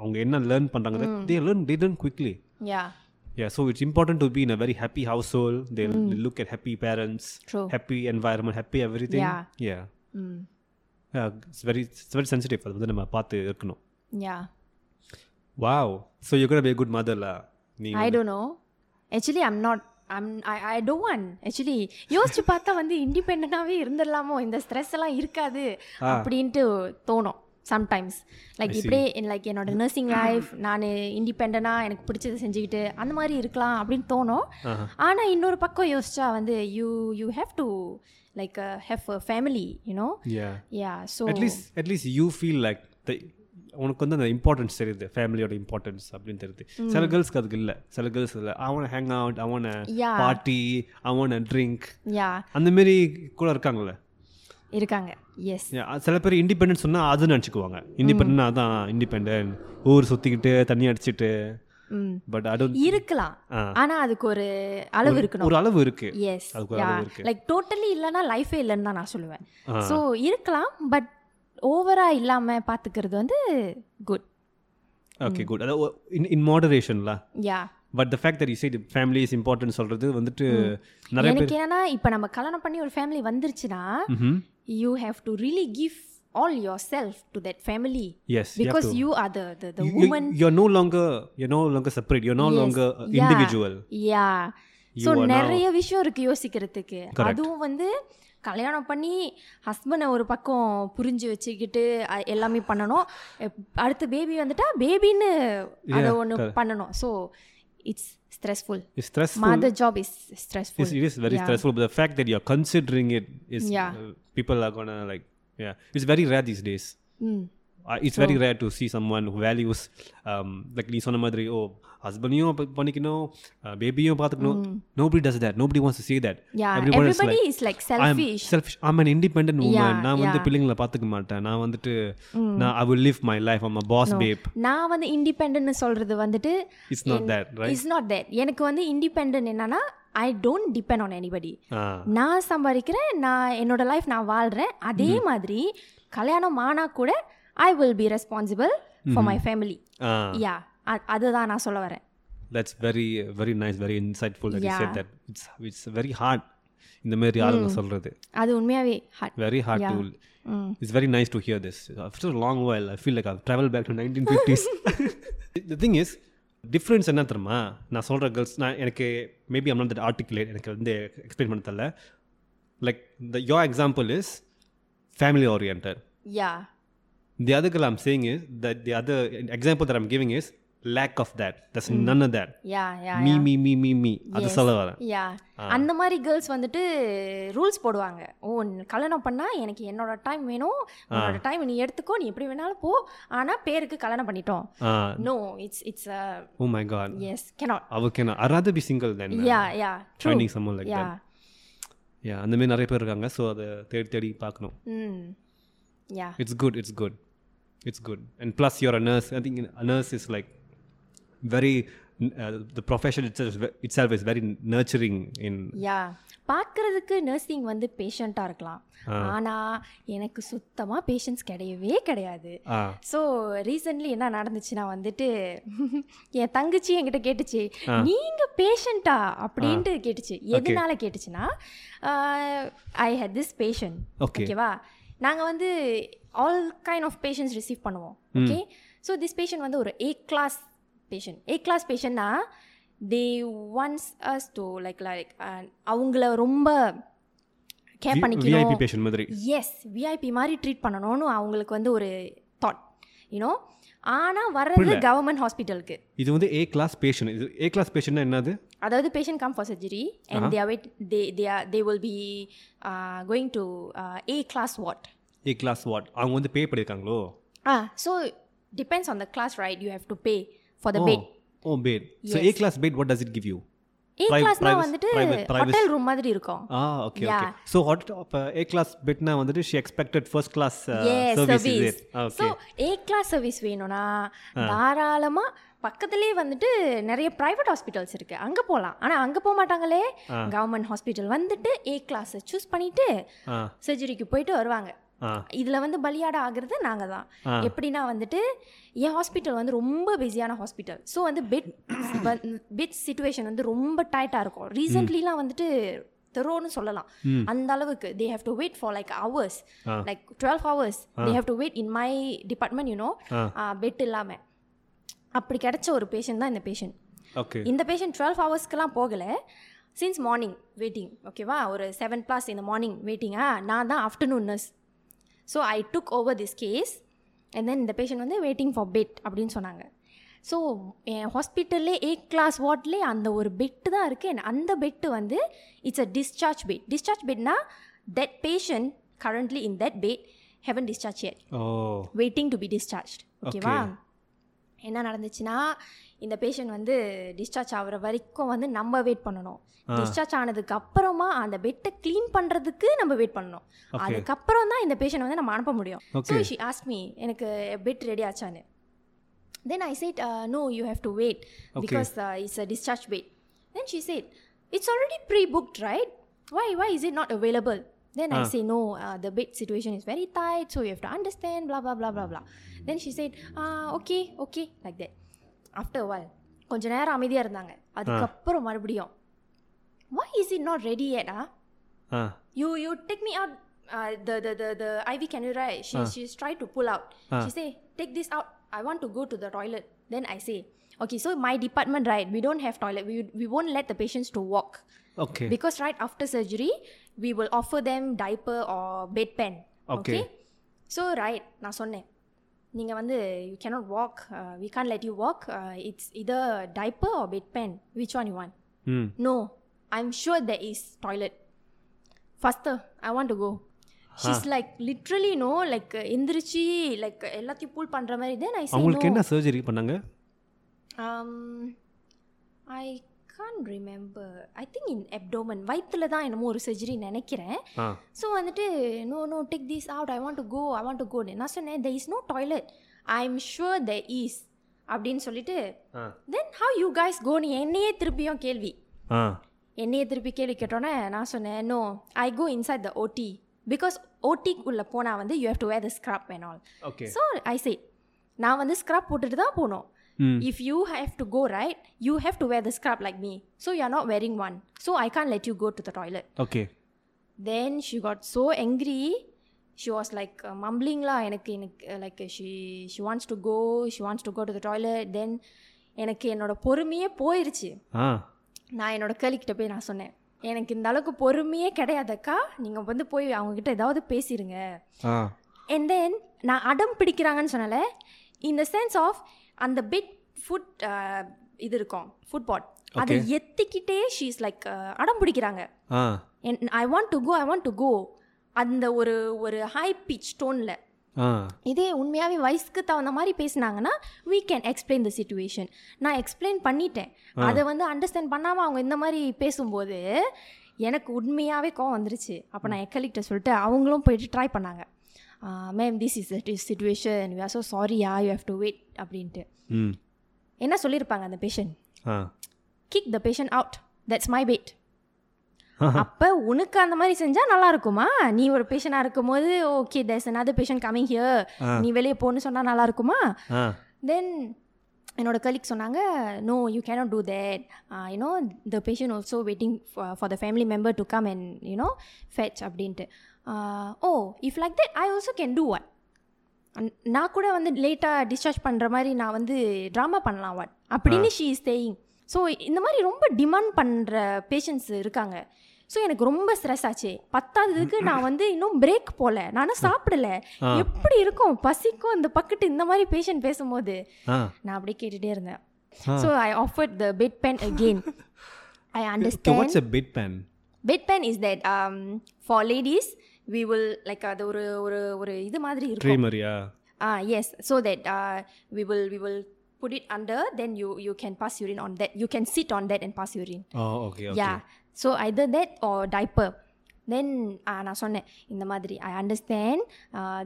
Speaker 2: அவங்க என்ன லேர்ன் பண்ணுறாங்க தே லேர்ன் டிடன் quickly
Speaker 3: yeah
Speaker 2: Yeah, so it's important to be in a very happy household. They they look at happy parents,
Speaker 3: True.
Speaker 2: happy environment, happy everything.
Speaker 3: Oh. Yeah.
Speaker 2: yeah.
Speaker 3: Hmm
Speaker 2: Yeah, it's very it's very sensitive அது வந்து நம்ம பார்த்து இருக்கணும்
Speaker 3: yeah
Speaker 2: wow so you கூட be good மதர்ல நீ
Speaker 3: I don't know actually I'm not I'm I I don't want actually யோசிச்சு பார்த்தா வந்து இண்டிபெண்டாகவே இருந்துடலாமோ இந்த ஸ்ட்ரெஸ் எல்லாம் இருக்காது அப்படின்ட்டு தோணும் சம்டைம்ஸ் லைக் இப்படியே லைக் என்னோட நர்சிங் லைஃப் நான் இண்டிபெண்டனாக எனக்கு பிடிச்சதை செஞ்சுக்கிட்டு அந்த மாதிரி இருக்கலாம் அப்படின்னு தோணும்
Speaker 2: ஆஹா.
Speaker 3: ஆனால் இன்னொரு பக்கம் யோசிச்சா வந்து you you have to like have a family you know
Speaker 2: yeah
Speaker 3: yeah so
Speaker 2: at least at least you feel like உனக்கு வந்து அந்த இம்பார்ட்டன்ஸ் தெரியுது ஃபேமிலியோட இம்பார்ட்டன்ஸ் அப்படின்னு தெரியுது சில கேர்ள்ஸ்க்கு அதுக்கு இல்லை சில கேர்ள்ஸ் இல்லை அவன ஹேங் அவுட் அவன
Speaker 3: Yeah.
Speaker 2: பார்ட்டி அவன ட்ரிங்க்
Speaker 3: யா
Speaker 2: அந்த மாதிரி கூட இருக்காங்கல்ல
Speaker 3: இருக்காங்க எஸ்
Speaker 2: Yeah, சில பேர் இண்டிபெண்டன்ஸ் சொன்னா அதுன்னு நினச்சிக்குவாங்க இண்டிபெண்டன்ட் அதான் இண்டிபெண்டன்ட் ஊர் சுற்றிக்கிட்டு தண்ணி அடிச்சிட்டு
Speaker 3: ம்
Speaker 2: பட் அது
Speaker 3: இருக்கலாம்
Speaker 2: ஆ.
Speaker 3: ஆனால் அதுக்கு ஒரு அளவு இருக்கணும்
Speaker 2: ஒரு அளவு இருக்கு
Speaker 3: எஸ்
Speaker 2: அதுக்கு ஒரு
Speaker 3: யா
Speaker 2: அளவு இருக்கு
Speaker 3: லைக் டோட்டலி இல்லைன்னா லைஃபே இல்லைன்னு தான் நான் சொல்லுவேன்
Speaker 2: ஆ.
Speaker 3: ஸோ இருக்கலாம் பட் ஓவராக இல்லாமல் பார்த்துக்கிறது வந்து குட்
Speaker 2: ஓகே குட் அதாவது ஒ- in இன் மாடரேஷன்ல
Speaker 3: yeah
Speaker 2: but the fact that you said family is important சொல்றது வந்துட்டு நிறைய
Speaker 3: எனக்கு என்னன்னா இப்போ நம்ம கல்யாணம் பண்ணி ஒரு ஃபேமிலி வந்துருச்சுன்னா
Speaker 2: Mm-hmm.
Speaker 3: You have to really give all yourself to that family
Speaker 2: yes
Speaker 3: because you are the the the woman
Speaker 2: you're no longer you no longer separate you no longer individual
Speaker 3: yeah
Speaker 2: You
Speaker 3: so
Speaker 2: are now-
Speaker 3: நிறைய விஷயம் இருக்கு யோசிக்கிறதுக்கு அதுவும் வந்து கல்யாணம் பண்ணி ஹஸ்பண்டை ஒரு பக்கம் புரிஞ்சு வச்சுக்கிட்டு அ- எல்லாமே பண்ணணும் எப்- அடுத்து பேபி வந்துட்டா பேபின்னு அதை ஒன்று பண்ணணும் so it's stressful
Speaker 2: stress
Speaker 3: mother job is
Speaker 2: It's,
Speaker 3: stressful
Speaker 2: it is very stressful, but the fact that you're considering it is
Speaker 3: Yeah.
Speaker 2: uh, people are gonna like yeah. It's very rare these days.
Speaker 3: ம்
Speaker 2: Uh, it's very rare to see someone who values um, like நீ சொன்ன மாதிரி ஓ ஹஸ்பண்டையும் பண்ணிக்கணும் பேபியும் பார்த்துக்கணும் nobody does that nobody wants to see that
Speaker 3: yeah
Speaker 2: Everyone is
Speaker 3: everybody is like selfish
Speaker 2: selfish I'm an independent woman
Speaker 3: Yeah, Mm.
Speaker 2: நான் வந்து பிள்ளைங்களை பார்த்துக்க மாட்டேன் நான் வந்துட்டு நான் I will live my life I'm a boss babe
Speaker 3: நான் வந்து இண்டிபெண்டன்ட்னு சொல்றது வந்துட்டு
Speaker 2: it's not that right
Speaker 3: is not that எனக்கு வந்து இண்டிபெண்டன்ட் என்னன்னா I don't depend on anybody
Speaker 2: ah
Speaker 3: நான் சம்பாதிக்கிறேன் நான் என்னோட லைஃப் நான் வாழ்கிறேன் அதே மாதிரி கல்யாணம் ஆனா கூட I will be responsible for my family
Speaker 2: ah
Speaker 3: yeah அதுதான் நான் சொல்ல வரேன்
Speaker 2: ah. that's very uh, very nice very insightful that you said
Speaker 3: Yeah. Mm.
Speaker 2: that it's it's very hard இந்த மாதிரி ஆளுங்க சொல்றது
Speaker 3: அது உண்மையாவே hard
Speaker 2: very hard to Mm. it's very nice to hear this after a long while i feel like i've traveled back to 1950s the thing is difference என்ன தெரியுமா நான் சொல்கிற கேர்ள்ஸ் நான் எனக்கு maybe I'm not that articulate எனக்கு வந்து explain பண்ண தெரியல like the your example is family orient
Speaker 3: yeah
Speaker 2: The other girl I'm saying is that the other example that I'm giving is lack of that. There's none of that.
Speaker 3: Yeah yeah
Speaker 2: Me, me, me, me, me. அது சொல்ல வரேன்
Speaker 3: யா அந்த மாதிரி girls வந்துட்டு rules போடுவாங்க ஓ நீ கல்யாணம் பண்ணா எனக்கு என்னோட டைம் வேணும் உன்னோட டைம் நீ எடுத்துக்கோ நீ எப்படி வேணாலும் போ ஆனா பேருக்கு கல்யாணம் பண்ணிட்டோம்
Speaker 2: ah
Speaker 3: no it's it's
Speaker 2: oh my God
Speaker 3: yes uh, cannot
Speaker 2: அவ can I rather be single then
Speaker 3: yeah yeah true
Speaker 2: training summon like
Speaker 3: yeah
Speaker 2: that yeah அந்த மாதிரி நிறைய பேர் இருக்காங்க ஸோ அதை தேடி தேடி பார்க்கணும்
Speaker 3: hmm yeah
Speaker 2: it's good it's good it's good and plus your a nurse I think a nurse is like very the profession it's itself is very nurturing in
Speaker 3: yeah பார்க்கறதுக்கு nursing வந்து பேஷண்ட்டாக இருக்கலாம் ஆனால் எனக்கு சுத்தமாக patience கிடையவே கிடையாது
Speaker 2: ஆ
Speaker 3: so recently என்ன நடந்துச்சுன்னா வந்துட்டு என் தங்கச்சி என்கிட்ட கேட்டுச்சு நீங்கள் பேஷண்ட்டா அப்படின்ட்டு கேட்டுச்சு எதனால கேட்டுச்சுன்னா I had this patient
Speaker 2: Okay.
Speaker 3: ஓகேவா நாங்கள் வந்து all kind of patients receive பண்ணுவோம் ஓகே ஸோ திஸ் பேஷண்ட் வந்து ஒரு A class patient A class பேஷண்ட்னா they wants us to like like அவங்கள ரொம்ப கேர் பண்ணிக்கணும்
Speaker 2: விஐபி பேஷண்ட் மாதிரி
Speaker 3: எஸ் விஐபி மாதிரி ட்ரீட் பண்ணணும்னு அவங்களுக்கு வந்து ஒரு தாட் யூனோ ஆனால் வர்றது கவர்மெண்ட் ஹாஸ்பிட்டலுக்கு
Speaker 2: இது வந்து ஏ கிளாஸ் பேஷண்ட் இது ஏ கிளாஸ் பேஷண்ட்னா என்னது
Speaker 3: அதாவது patient come for surgery and they wait they they are they will be going to A class what
Speaker 2: A class what அவங்க வந்து பே பண்ணியிருக்காங்களோ
Speaker 3: ah so depends on the class right you have to pay for the
Speaker 2: oh
Speaker 3: bed
Speaker 2: oh bad so A class bad what does it give you
Speaker 3: A
Speaker 2: Pri-
Speaker 3: கிளாஸ்னா
Speaker 2: privacy-
Speaker 3: வந்துட்டு
Speaker 2: private- privacy.
Speaker 3: Hotel room மாதிரி இருக்கும்
Speaker 2: ah okay okay so hot இப்போ A class பெட்னா வந்துட்டு she expected first class
Speaker 3: Yes,
Speaker 2: service is
Speaker 3: service.
Speaker 2: It
Speaker 3: so
Speaker 2: okay
Speaker 3: A class service வேணும்னா தாராளமாக பக்கத்துலேயே வந்துட்டு நிறைய ப்ரைவேட் ஹாஸ்பிட்டல்ஸ் இருக்கு அங்கே போகலாம் ஆனால் அங்கே போக மாட்டாங்களே கவர்மெண்ட் ஹாஸ்பிட்டல் வந்துட்டு ஏ கிளாஸை சூஸ் பண்ணிட்டு
Speaker 2: ஆ
Speaker 3: சர்ஜரிக்கு போயிட்டு வருவாங்க
Speaker 2: ஆ
Speaker 3: இதில் வந்து பலியாட ஆகுறது நாங்கள் தான்
Speaker 2: ஆ.
Speaker 3: எப்படின்னா வந்துட்டு என் ஹாஸ்பிட்டல் வந்து ரொம்ப பிஸியான ஹாஸ்பிட்டல் ஸோ வந்து பெட் பெட் சுச்சுவேஷன் வந்து ரொம்ப டைட்டாக இருக்கும் ரீசெண்ட்லிலாம் வந்துட்டு தெரோன்னு சொல்லலாம் அந்த அளவுக்கு they have to wait for like hours like twelve hours they have to wait in my department you know
Speaker 2: ah.
Speaker 3: Bed இல்லாமல் அப்படி கிடைச்ச ஒரு பேஷண்ட் தான் இந்த பேஷண்ட்
Speaker 2: ஓகே
Speaker 3: இந்த பேஷண்ட் டுவெல் ஹவர்ஸ்க்குலாம் போகல சின்ஸ் மார்னிங் வெயிட்டிங் ஓகேவா ஒரு செவன் ப்ளஸ் இந்த மார்னிங் வெயிட்டிங்கா நான் தான் afternoon nurse so I took over this case and then இந்த பேஷண்ட் வந்து வெயிட்டிங் ஃபார் பெட் அப்படின்னு சொன்னாங்க ஸோ என் ஹாஸ்பிட்டல்லே ஏ கிளாஸ் வார்ட்லேயே அந்த ஒரு பெட்டு தான் இருக்குது and அந்த பெட்டு வந்து it's a discharge bed discharge பெட்னா that patient currently in that bed haven't discharge yet
Speaker 2: oh
Speaker 3: waiting to be discharge ஓகேவா என்ன நடந்துச்சுன்னா இந்த பேஷண்ட் வந்து டிஸ்சார்ஜ் ஆகுற வரைக்கும் வந்து நம்ம வெயிட் பண்ணணும் டிஸ்சார்ஜ் ஆனதுக்கு அப்புறமா அந்த பெட்டை க்ளீன் பண்றதுக்கு நம்ம வெயிட் பண்ணணும் அதுக்கப்புறம் தான் இந்த பேஷண்ட் வந்து நம்ம அனுப்ப முடியும் ஸோ
Speaker 2: Okay.
Speaker 3: ஷி ஆஸ்மி எனக்கு பெட் ரெடி ஆச்சான்னு then I side no you have to wait because it's a discharge bed then she said it's already pre booked right why why is it not available Then I say, no, uh, the bed situation is very tight, so you have to understand, blah, blah, blah, blah, blah. Then she said, ah, okay, okay, like that. After a while, கொஞ்ச நேரம் அமைதியாக இருந்தாங்க அதுக்கப்புறம் மறுபடியும் why is it not ready yet ah
Speaker 2: ah
Speaker 3: you you take me out uh, the, the the the IV cannula right she she's tried to pull out
Speaker 2: Ah.
Speaker 3: she say take this out I want to go to the toilet then I say okay so my department right we don't have toilet we we won't let the patients to walk
Speaker 2: okay
Speaker 3: because right after surgery we will offer them diaper or bedpan
Speaker 2: Okay.
Speaker 3: so right நான் சொன்னேன் நீங்கள் வந்து you cannot walk uh, we can't let you walk uh, it's either diaper or bedpan which one you want
Speaker 2: ம்
Speaker 3: no I'm sure there is toilet faster I want to go she's like literally no like uh, எந்திரிச்சு like எல்லாத்தையும் pool பண்ணுற மாதிரி then I say
Speaker 2: அவங்களுக்கு
Speaker 3: no
Speaker 2: என்ன surgery பண்ணாங்க
Speaker 3: um I can't remember I think in abdomen வயிற்றுல தான் என்னமோ ஒரு சர்ஜரி நினைக்கிறேன்
Speaker 2: ஆ
Speaker 3: ஸோ வந்துட்டு no no take this out I want to go I want to go நான் சொன்னேன் there is no toilet I am sure there is அப்படின்னு சொல்லிட்டு
Speaker 2: ah
Speaker 3: then how you guys go நீ என்னையே திருப்பியும் கேள்வி
Speaker 2: ஆ
Speaker 3: என்னையே திருப்பி கேள்வி கேட்டோன்னே நான் சொன்னேன் no I go inside the OT because ஓடிக்குள்ளே போனால் வந்து you have to wear the scrub and all
Speaker 2: okay
Speaker 3: so I say நான் வந்து ஸ்க்ராப் போட்டுட்டு தான் போனோம்
Speaker 2: ம்
Speaker 3: if you have to go right you have to wear the scrub like me so you are not wearing one so i can't let you go to the toilet
Speaker 2: okay
Speaker 3: then she got so angry she was like uh, mumbling la எனக்கு எனக்கு uh, like she she wants to go she wants to go to the toilet then எனக்கு என்னோட பொறுமையே போயிருச்சு
Speaker 2: ஆ
Speaker 3: நான் என்னோட கேள்விக்கிட்ட போய் நான் சொன்னேன் எனக்கு இந்த அளவுக்கு பொறுமையே கிடையாதக்கா நீங்கள் வந்து போய் அவங்கக்கிட்ட ஏதாவது பேசிடுங்க
Speaker 2: ஆ
Speaker 3: and then நான் அடம் பிடிக்கிறாங்கன்னு சொன்னல இந்த சென்ஸ் ஆஃப் அந்த பிட் ஃபுட் இது இருக்கும் ஃபுட் பாட் அதை
Speaker 2: Okay.
Speaker 3: எத்திக்கிட்டே ஷீஸ் லைக் அடம் பிடிக்கிறாங்க
Speaker 2: ah
Speaker 3: I want to go I want to go அந்த ஒரு ஒரு ஹை பிச் டோனில்
Speaker 2: ஆ
Speaker 3: இதே உண்மையாகவே வயசுக்கு தகுந்த மாதிரி பேசுனாங்கன்னா we can explain the situation நான் எக்ஸ்பிளைன் பண்ணிட்டேன் அதை வந்து அண்டர்ஸ்டாண்ட் பண்ணாமல் அவங்க இந்த மாதிரி பேசும்போது எனக்கு உண்மையாகவே கோவம் வந்துருச்சு அப்போ நான் எக்கலிக்கிட்ட சொல்லிட்டு அவங்களும் போயிட்டு ட்ரை பண்ணாங்க ma'am this is situation we are so sorry yeah you have to wait அப்படின்ட்டு
Speaker 2: ம்
Speaker 3: என்ன சொல்லியிருப்பாங்க அந்த patient
Speaker 2: ah
Speaker 3: kick the patient out that's my bad அப்போ உனக்கு அந்த மாதிரி செஞ்சால் நல்லா இருக்குமா நீ ஒரு பேஷண்டாக இருக்கும்போது okay there's another patient coming here
Speaker 2: 아,
Speaker 3: நீ வெளியே போன்னு சொன்னால் நல்லா இருக்குமா
Speaker 2: ஆ
Speaker 3: தென் என்னோட கலீக் சொன்னாங்க no you cannot do that you know the patient also waiting for the family member to come and you know fetch அப்படின்ட்டு Uh, oh, oh if like that I also can do one நான் கூட வந்து லேட்டாக discharge பண்ணுற மாதிரி நான் வந்து drama பண்ணலாம் வாட் அப்படின்னு ஷீ இஸ் தேயிங் ஸோ இந்த மாதிரி ரொம்ப டிமாண்ட் பண்ணுற பேஷண்ட்ஸ் இருக்காங்க ஸோ எனக்கு ரொம்ப ஸ்ட்ரெஸ் ஆச்சு பத்தாததுக்கு நான் வந்து இன்னும் பிரேக் போல நானும் சாப்பிடல எப்படி இருக்கும் பசிக்கும் இந்த பக்கத்து இந்த மாதிரி பேஷண்ட் பேசும்போது
Speaker 2: ஆ
Speaker 3: நான் அப்படியே கேட்டுட்டே இருந்தேன் so I offered the bed pen again I
Speaker 2: okay
Speaker 3: understand
Speaker 2: what's a bed pan
Speaker 3: bed pen is that for ladies we will like அது ஒரு ஒரு ஒரு இது மாதிரி இருக்கும்
Speaker 2: ட்ரீ மாதிரியா
Speaker 3: Ah, yes. So that uh, we will we will put it under. Then you you can pass urine on that. You can sit on that and pass urine.
Speaker 2: Oh okay okay
Speaker 3: Yeah. So either that or diaper. Then ah, நான் சொன்னேன் இந்த மாதிரி uh, I understand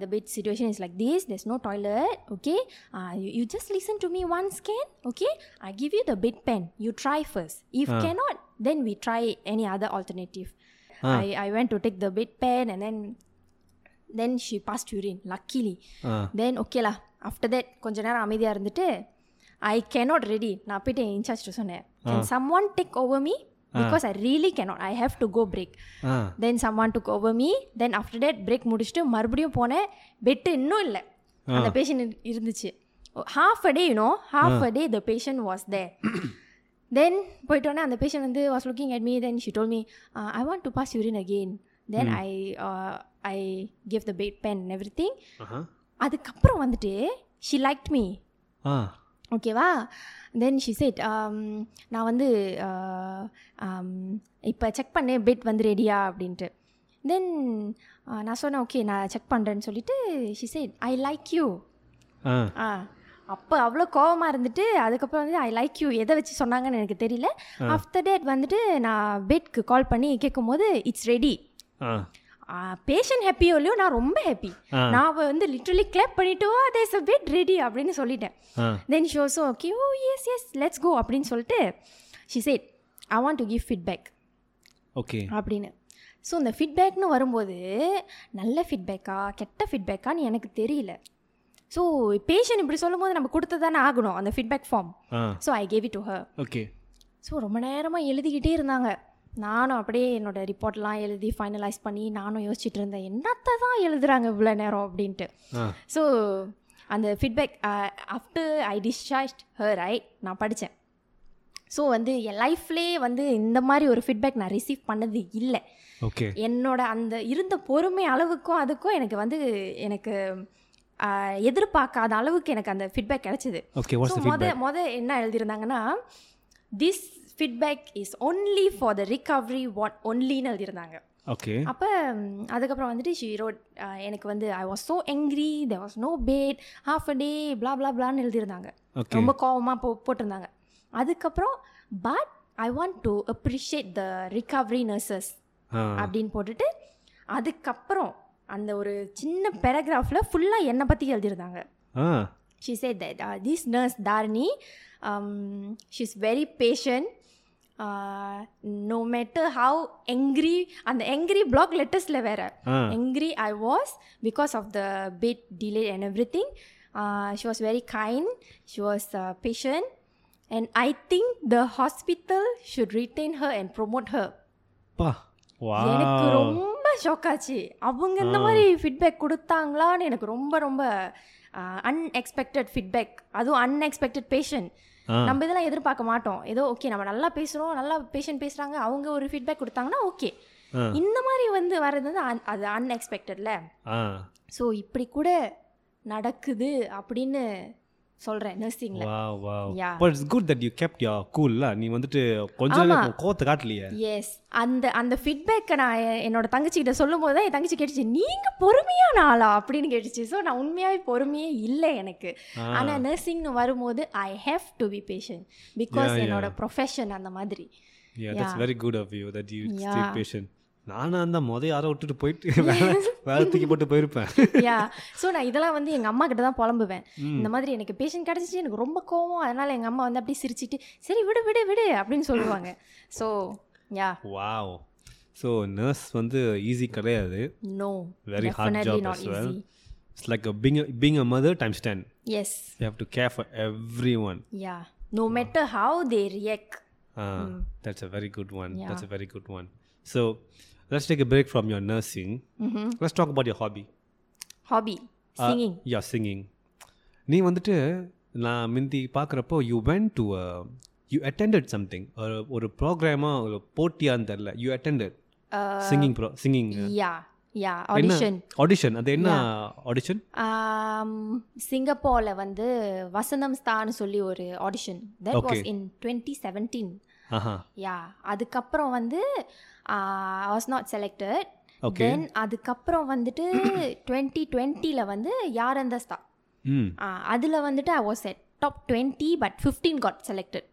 Speaker 3: the bed situation is like this there's no toilet okay you just listen to me one scan okay I give you the bed pen you try first if cannot then we try any other alternative
Speaker 2: 아, Ah.
Speaker 3: I, I went to take the bed pen and then then she passed urine luckily
Speaker 2: ah
Speaker 3: then ஓகேலா after that கொஞ்ச நேரம் அமைதியாக இருந்துட்டு I cannot ready நான் போயிட்டு in charge சொன்னேன் someone take over me because I really cannot I have to go break
Speaker 2: ah
Speaker 3: then someone took over me then after that break முடிச்சுட்டு மறுபடியும் போனேன் பெட்டு இன்னும் இல்லை அந்த பேஷண்ட் இருந்துச்சு half a day you know half a day the patient was they then போயிட்டோன்னே அந்த patient வந்து was looking at me then she told me I want to pass urine again then I uh, I give the bed pen everything
Speaker 2: ஆஹா
Speaker 3: அதுக்கப்புறம் வந்துட்டு she liked me
Speaker 2: ah
Speaker 3: ஓகேவா then she said um, நான் வந்து uh, um, இப்போ check பண்ணேன் bed வந்து ரெடியா அப்படின்ட்டு தென் நான் சொன்னேன் ஓகே நான் செக் பண்ணுறேன்னு சொல்லிட்டு she said I like you
Speaker 2: ah
Speaker 3: ah அப்போ அவ்வளோ கோவமாக இருந்துட்டு அதுக்கப்புறம் வந்து ஐ லைக் யூ எதை வச்சு சொன்னாங்கன்னு எனக்கு தெரியல ஆஃப்டர் டேட் வந்துட்டு நான் பெட்க்கு கால் பண்ணி கேட்கும்போது இட்ஸ் ரெடி
Speaker 2: ஆ
Speaker 3: பேஷண்ட் ஹாப்பியோ இல்லையோ நான் ரொம்ப ஹாப்பி
Speaker 2: ஆ.
Speaker 3: நான் வந்து லிட்ரலி கிளப் பண்ணிட்டு தேஸ் அ பெட் ரெடி அப்படின்னு சொல்லிட்டேன்
Speaker 2: ஆ
Speaker 3: then she also okay oh yes yes let's go அப்படின்னு சொல்லிட்டு she said I want to give feedback
Speaker 2: okay
Speaker 3: அப்படின்னு ஸோ இந்த ஃபீட்பேக்னு வரும்போது நல்ல ஃபீட்பேக்கா கெட்ட ஃபீட்பேக்கான்னு எனக்கு தெரியல ஸோ பேஷண்ட் இப்படி சொல்லும்போது நம்ம கொடுத்து தானே ஆகணும் அந்த feedback form
Speaker 2: ah
Speaker 3: so I gave it to her
Speaker 2: okay
Speaker 3: so ரொம்ப நேரமாக எழுதிக்கிட்டே இருந்தாங்க நானும் அப்படியே என்னோட ரிப்போர்ட்லாம் எழுதி ஃபைனலைஸ் பண்ணி நானும் யோசிச்சுட்டு இருந்தேன் என்னத்தை தான் எழுதுறாங்க இவ்வளோ நேரம் அப்படின்ட்டு
Speaker 2: ஆ
Speaker 3: ஸோ அந்த uh, feedback after I discharge her I நான் படித்தேன் ஸோ வந்து என் லைஃப்லேயே வந்து இந்த மாதிரி ஒரு ஃபீட்பேக் நான் ரிசீவ் பண்ணது இல்லை
Speaker 2: ஓகே
Speaker 3: என்னோட அந்த இருந்த பொறுமை அளவுக்கும் அதுக்கும் எனக்கு வந்து எனக்கு ஆஹ், எதிர்பார்க்காத அளவுக்கு எனக்கு அந்த ஃபீட்பேக் கிடச்சிது
Speaker 2: ஓகே
Speaker 3: ஸோ
Speaker 2: வாட்ஸ்
Speaker 3: மொத
Speaker 2: ஃபீட்பேக்
Speaker 3: மொத என்ன எழுதியிருந்தாங்கன்னா this feedback is only for the recovery ward ஒன்லின்னு எழுதியிருந்தாங்க
Speaker 2: ஓகே
Speaker 3: அப்போ அதுக்கப்புறம் வந்துட்டு ஷீ ரோட் எனக்கு வந்து I was so angry there was no bad half a day blah blah பிளான்னு எழுதியிருந்தாங்க
Speaker 2: ஓகே
Speaker 3: ரொம்ப கோவமாக போ போட்டிருந்தாங்க அதுக்கப்புறம் but I want to appreciate the recovery nurses
Speaker 2: ஆ
Speaker 3: அப்படின்னு போட்டுட்டு அதுக்கப்புறம் அந்த ஒரு சின்ன பேராகிராஃபில் ஃபுல்லாக என்னை பற்றி எழுதியிருந்தாங்க
Speaker 2: ஆ
Speaker 3: she said that uh, this nurse Dharani, um, she's very patient. Uh, no matter how angry அந்த angry block letters-ல வேற
Speaker 2: ஆ
Speaker 3: angry I was because of the bed delay and everything. Uh, she was very kind. She was uh, patient. And I think the hospital should retain her and promote her.
Speaker 2: பா வா
Speaker 3: எனக்கு ரொம்ப shock ஆச்சு அவங்க இந்த மாதிரி feedback கொடுத்தாங்களான்னு எனக்கு ரொம்ப ரொம்ப அன்எக்ஸ்பெக்டட் ஃபீட்பேக் அதுவும் அன்எக்ஸ்பெக்டட் பேஷண்ட்
Speaker 2: ஆ
Speaker 3: நம்ம இதெல்லாம் எதிர்பார்க்க மாட்டோம் ஏதோ ஓகே நம்ம நல்லா பேசுகிறோம் நல்லா பேஷண்ட் பேசுகிறாங்க அவங்க ஒரு ஃபீட்பேக் கொடுத்தாங்கன்னா ஓகே
Speaker 2: ஆ
Speaker 3: இந்த மாதிரி வந்து வர்றது வந்து un- அது அன்எக்ஸ்பெக்டட்ல
Speaker 2: ஆ
Speaker 3: ஸோ இப்படி கூட நடக்குது அப்படின்னு சொல்கிறேன் நர்சிங்கில்
Speaker 2: வா வா
Speaker 3: Yeah.
Speaker 2: But it's good that you kept yeah கூல்ல நீ வந்துட்டு கொஞ்ச நேரம் உன் கோவத்தை காட்டலையே
Speaker 3: எஸ் அந்த அந்த ஃபீட்பேக்கை நான் எ- என்னோட தங்கச்சிக்கிட்ட சொல்லும் போது தான் என் தங்கச்சி கேட்டுச்சு நீங்கள் பொறுமையான ஆளா அப்படின்னு கேட்டுச்சு ஸோ நான் உண்மையாகவே பொறுமையே இல்லை எனக்கு
Speaker 2: ஆ
Speaker 3: ஆனால் நர்சிங்னு வரும்போது I have to be patient because என்னோட ப்ரொஃபஷன் அந்த மாதிரி
Speaker 2: yeah that's very good of you that you stay
Speaker 3: Yeah.
Speaker 2: Patience நானா இருந்தா மொதல் யாரோ விட்டுட்டு போயிட்டு வேலை வேலை தூக்கி போட்டு போயிருப்பேன்
Speaker 3: யா ஸோ நான் இதெல்லாம் வந்து எங்கள் அம்மா கிட்ட தான் புலம்புவேன்
Speaker 2: ம்.
Speaker 3: இந்த மாதிரி எனக்கு பேஷண்ட் கிடச்சிச்சு எனக்கு ரொம்ப கோவம் அதனால் எங்கள் அம்மா வந்து அப்படியே சிரிச்சிட்டு சரி விடு விடு விடு அப்படின்னு சொல்லுவாங்க so yeah
Speaker 2: wow so nurse வந்து ஈஸி கிடையாது
Speaker 3: no
Speaker 2: Very hard
Speaker 3: definitely
Speaker 2: job
Speaker 3: not
Speaker 2: as well.
Speaker 3: Easy
Speaker 2: it's like being being a mother times ten
Speaker 3: S
Speaker 2: you have to care for everyone
Speaker 3: yeah no matter how they react
Speaker 2: Ah, that's a very good one
Speaker 3: Hmm. Yeah.
Speaker 2: That's a very good one so let's take a break from your nursing
Speaker 3: Mm-hmm.
Speaker 2: Let's talk about your hobby
Speaker 3: hobby
Speaker 2: Uh,
Speaker 3: singing
Speaker 2: yeah singing நீ வந்துட்டு நான் முந்தி பார்க்குறப்போ you when to you attended something ஒரு ஒரு ப்ரோக்ராமாக ஒரு போட்டியான்னு தெரில you attended
Speaker 3: Uh,
Speaker 2: singing bro singing
Speaker 3: yeah yeah audition
Speaker 2: audition அது என்ன ஆடிஷன்
Speaker 3: சிங்கப்பூரில் Um, வந்து வசந்தம் ஸ்தான்னு சொல்லி ஒரு audition that
Speaker 2: Okay.
Speaker 3: Was in twenty seventeen
Speaker 2: ஆஹா
Speaker 3: யா அதுக்கப்புறம் வந்து uh, was not selected
Speaker 2: Okay.
Speaker 3: Then அதுக்கப்புறம் வந்துட்டு டுவெண்ட்டி டுவெண்ட்டியில் வந்து யார் அந்த ஸ்தா
Speaker 2: ம்
Speaker 3: அதில் வந்துட்டு I was set top twenty but fifteen got selected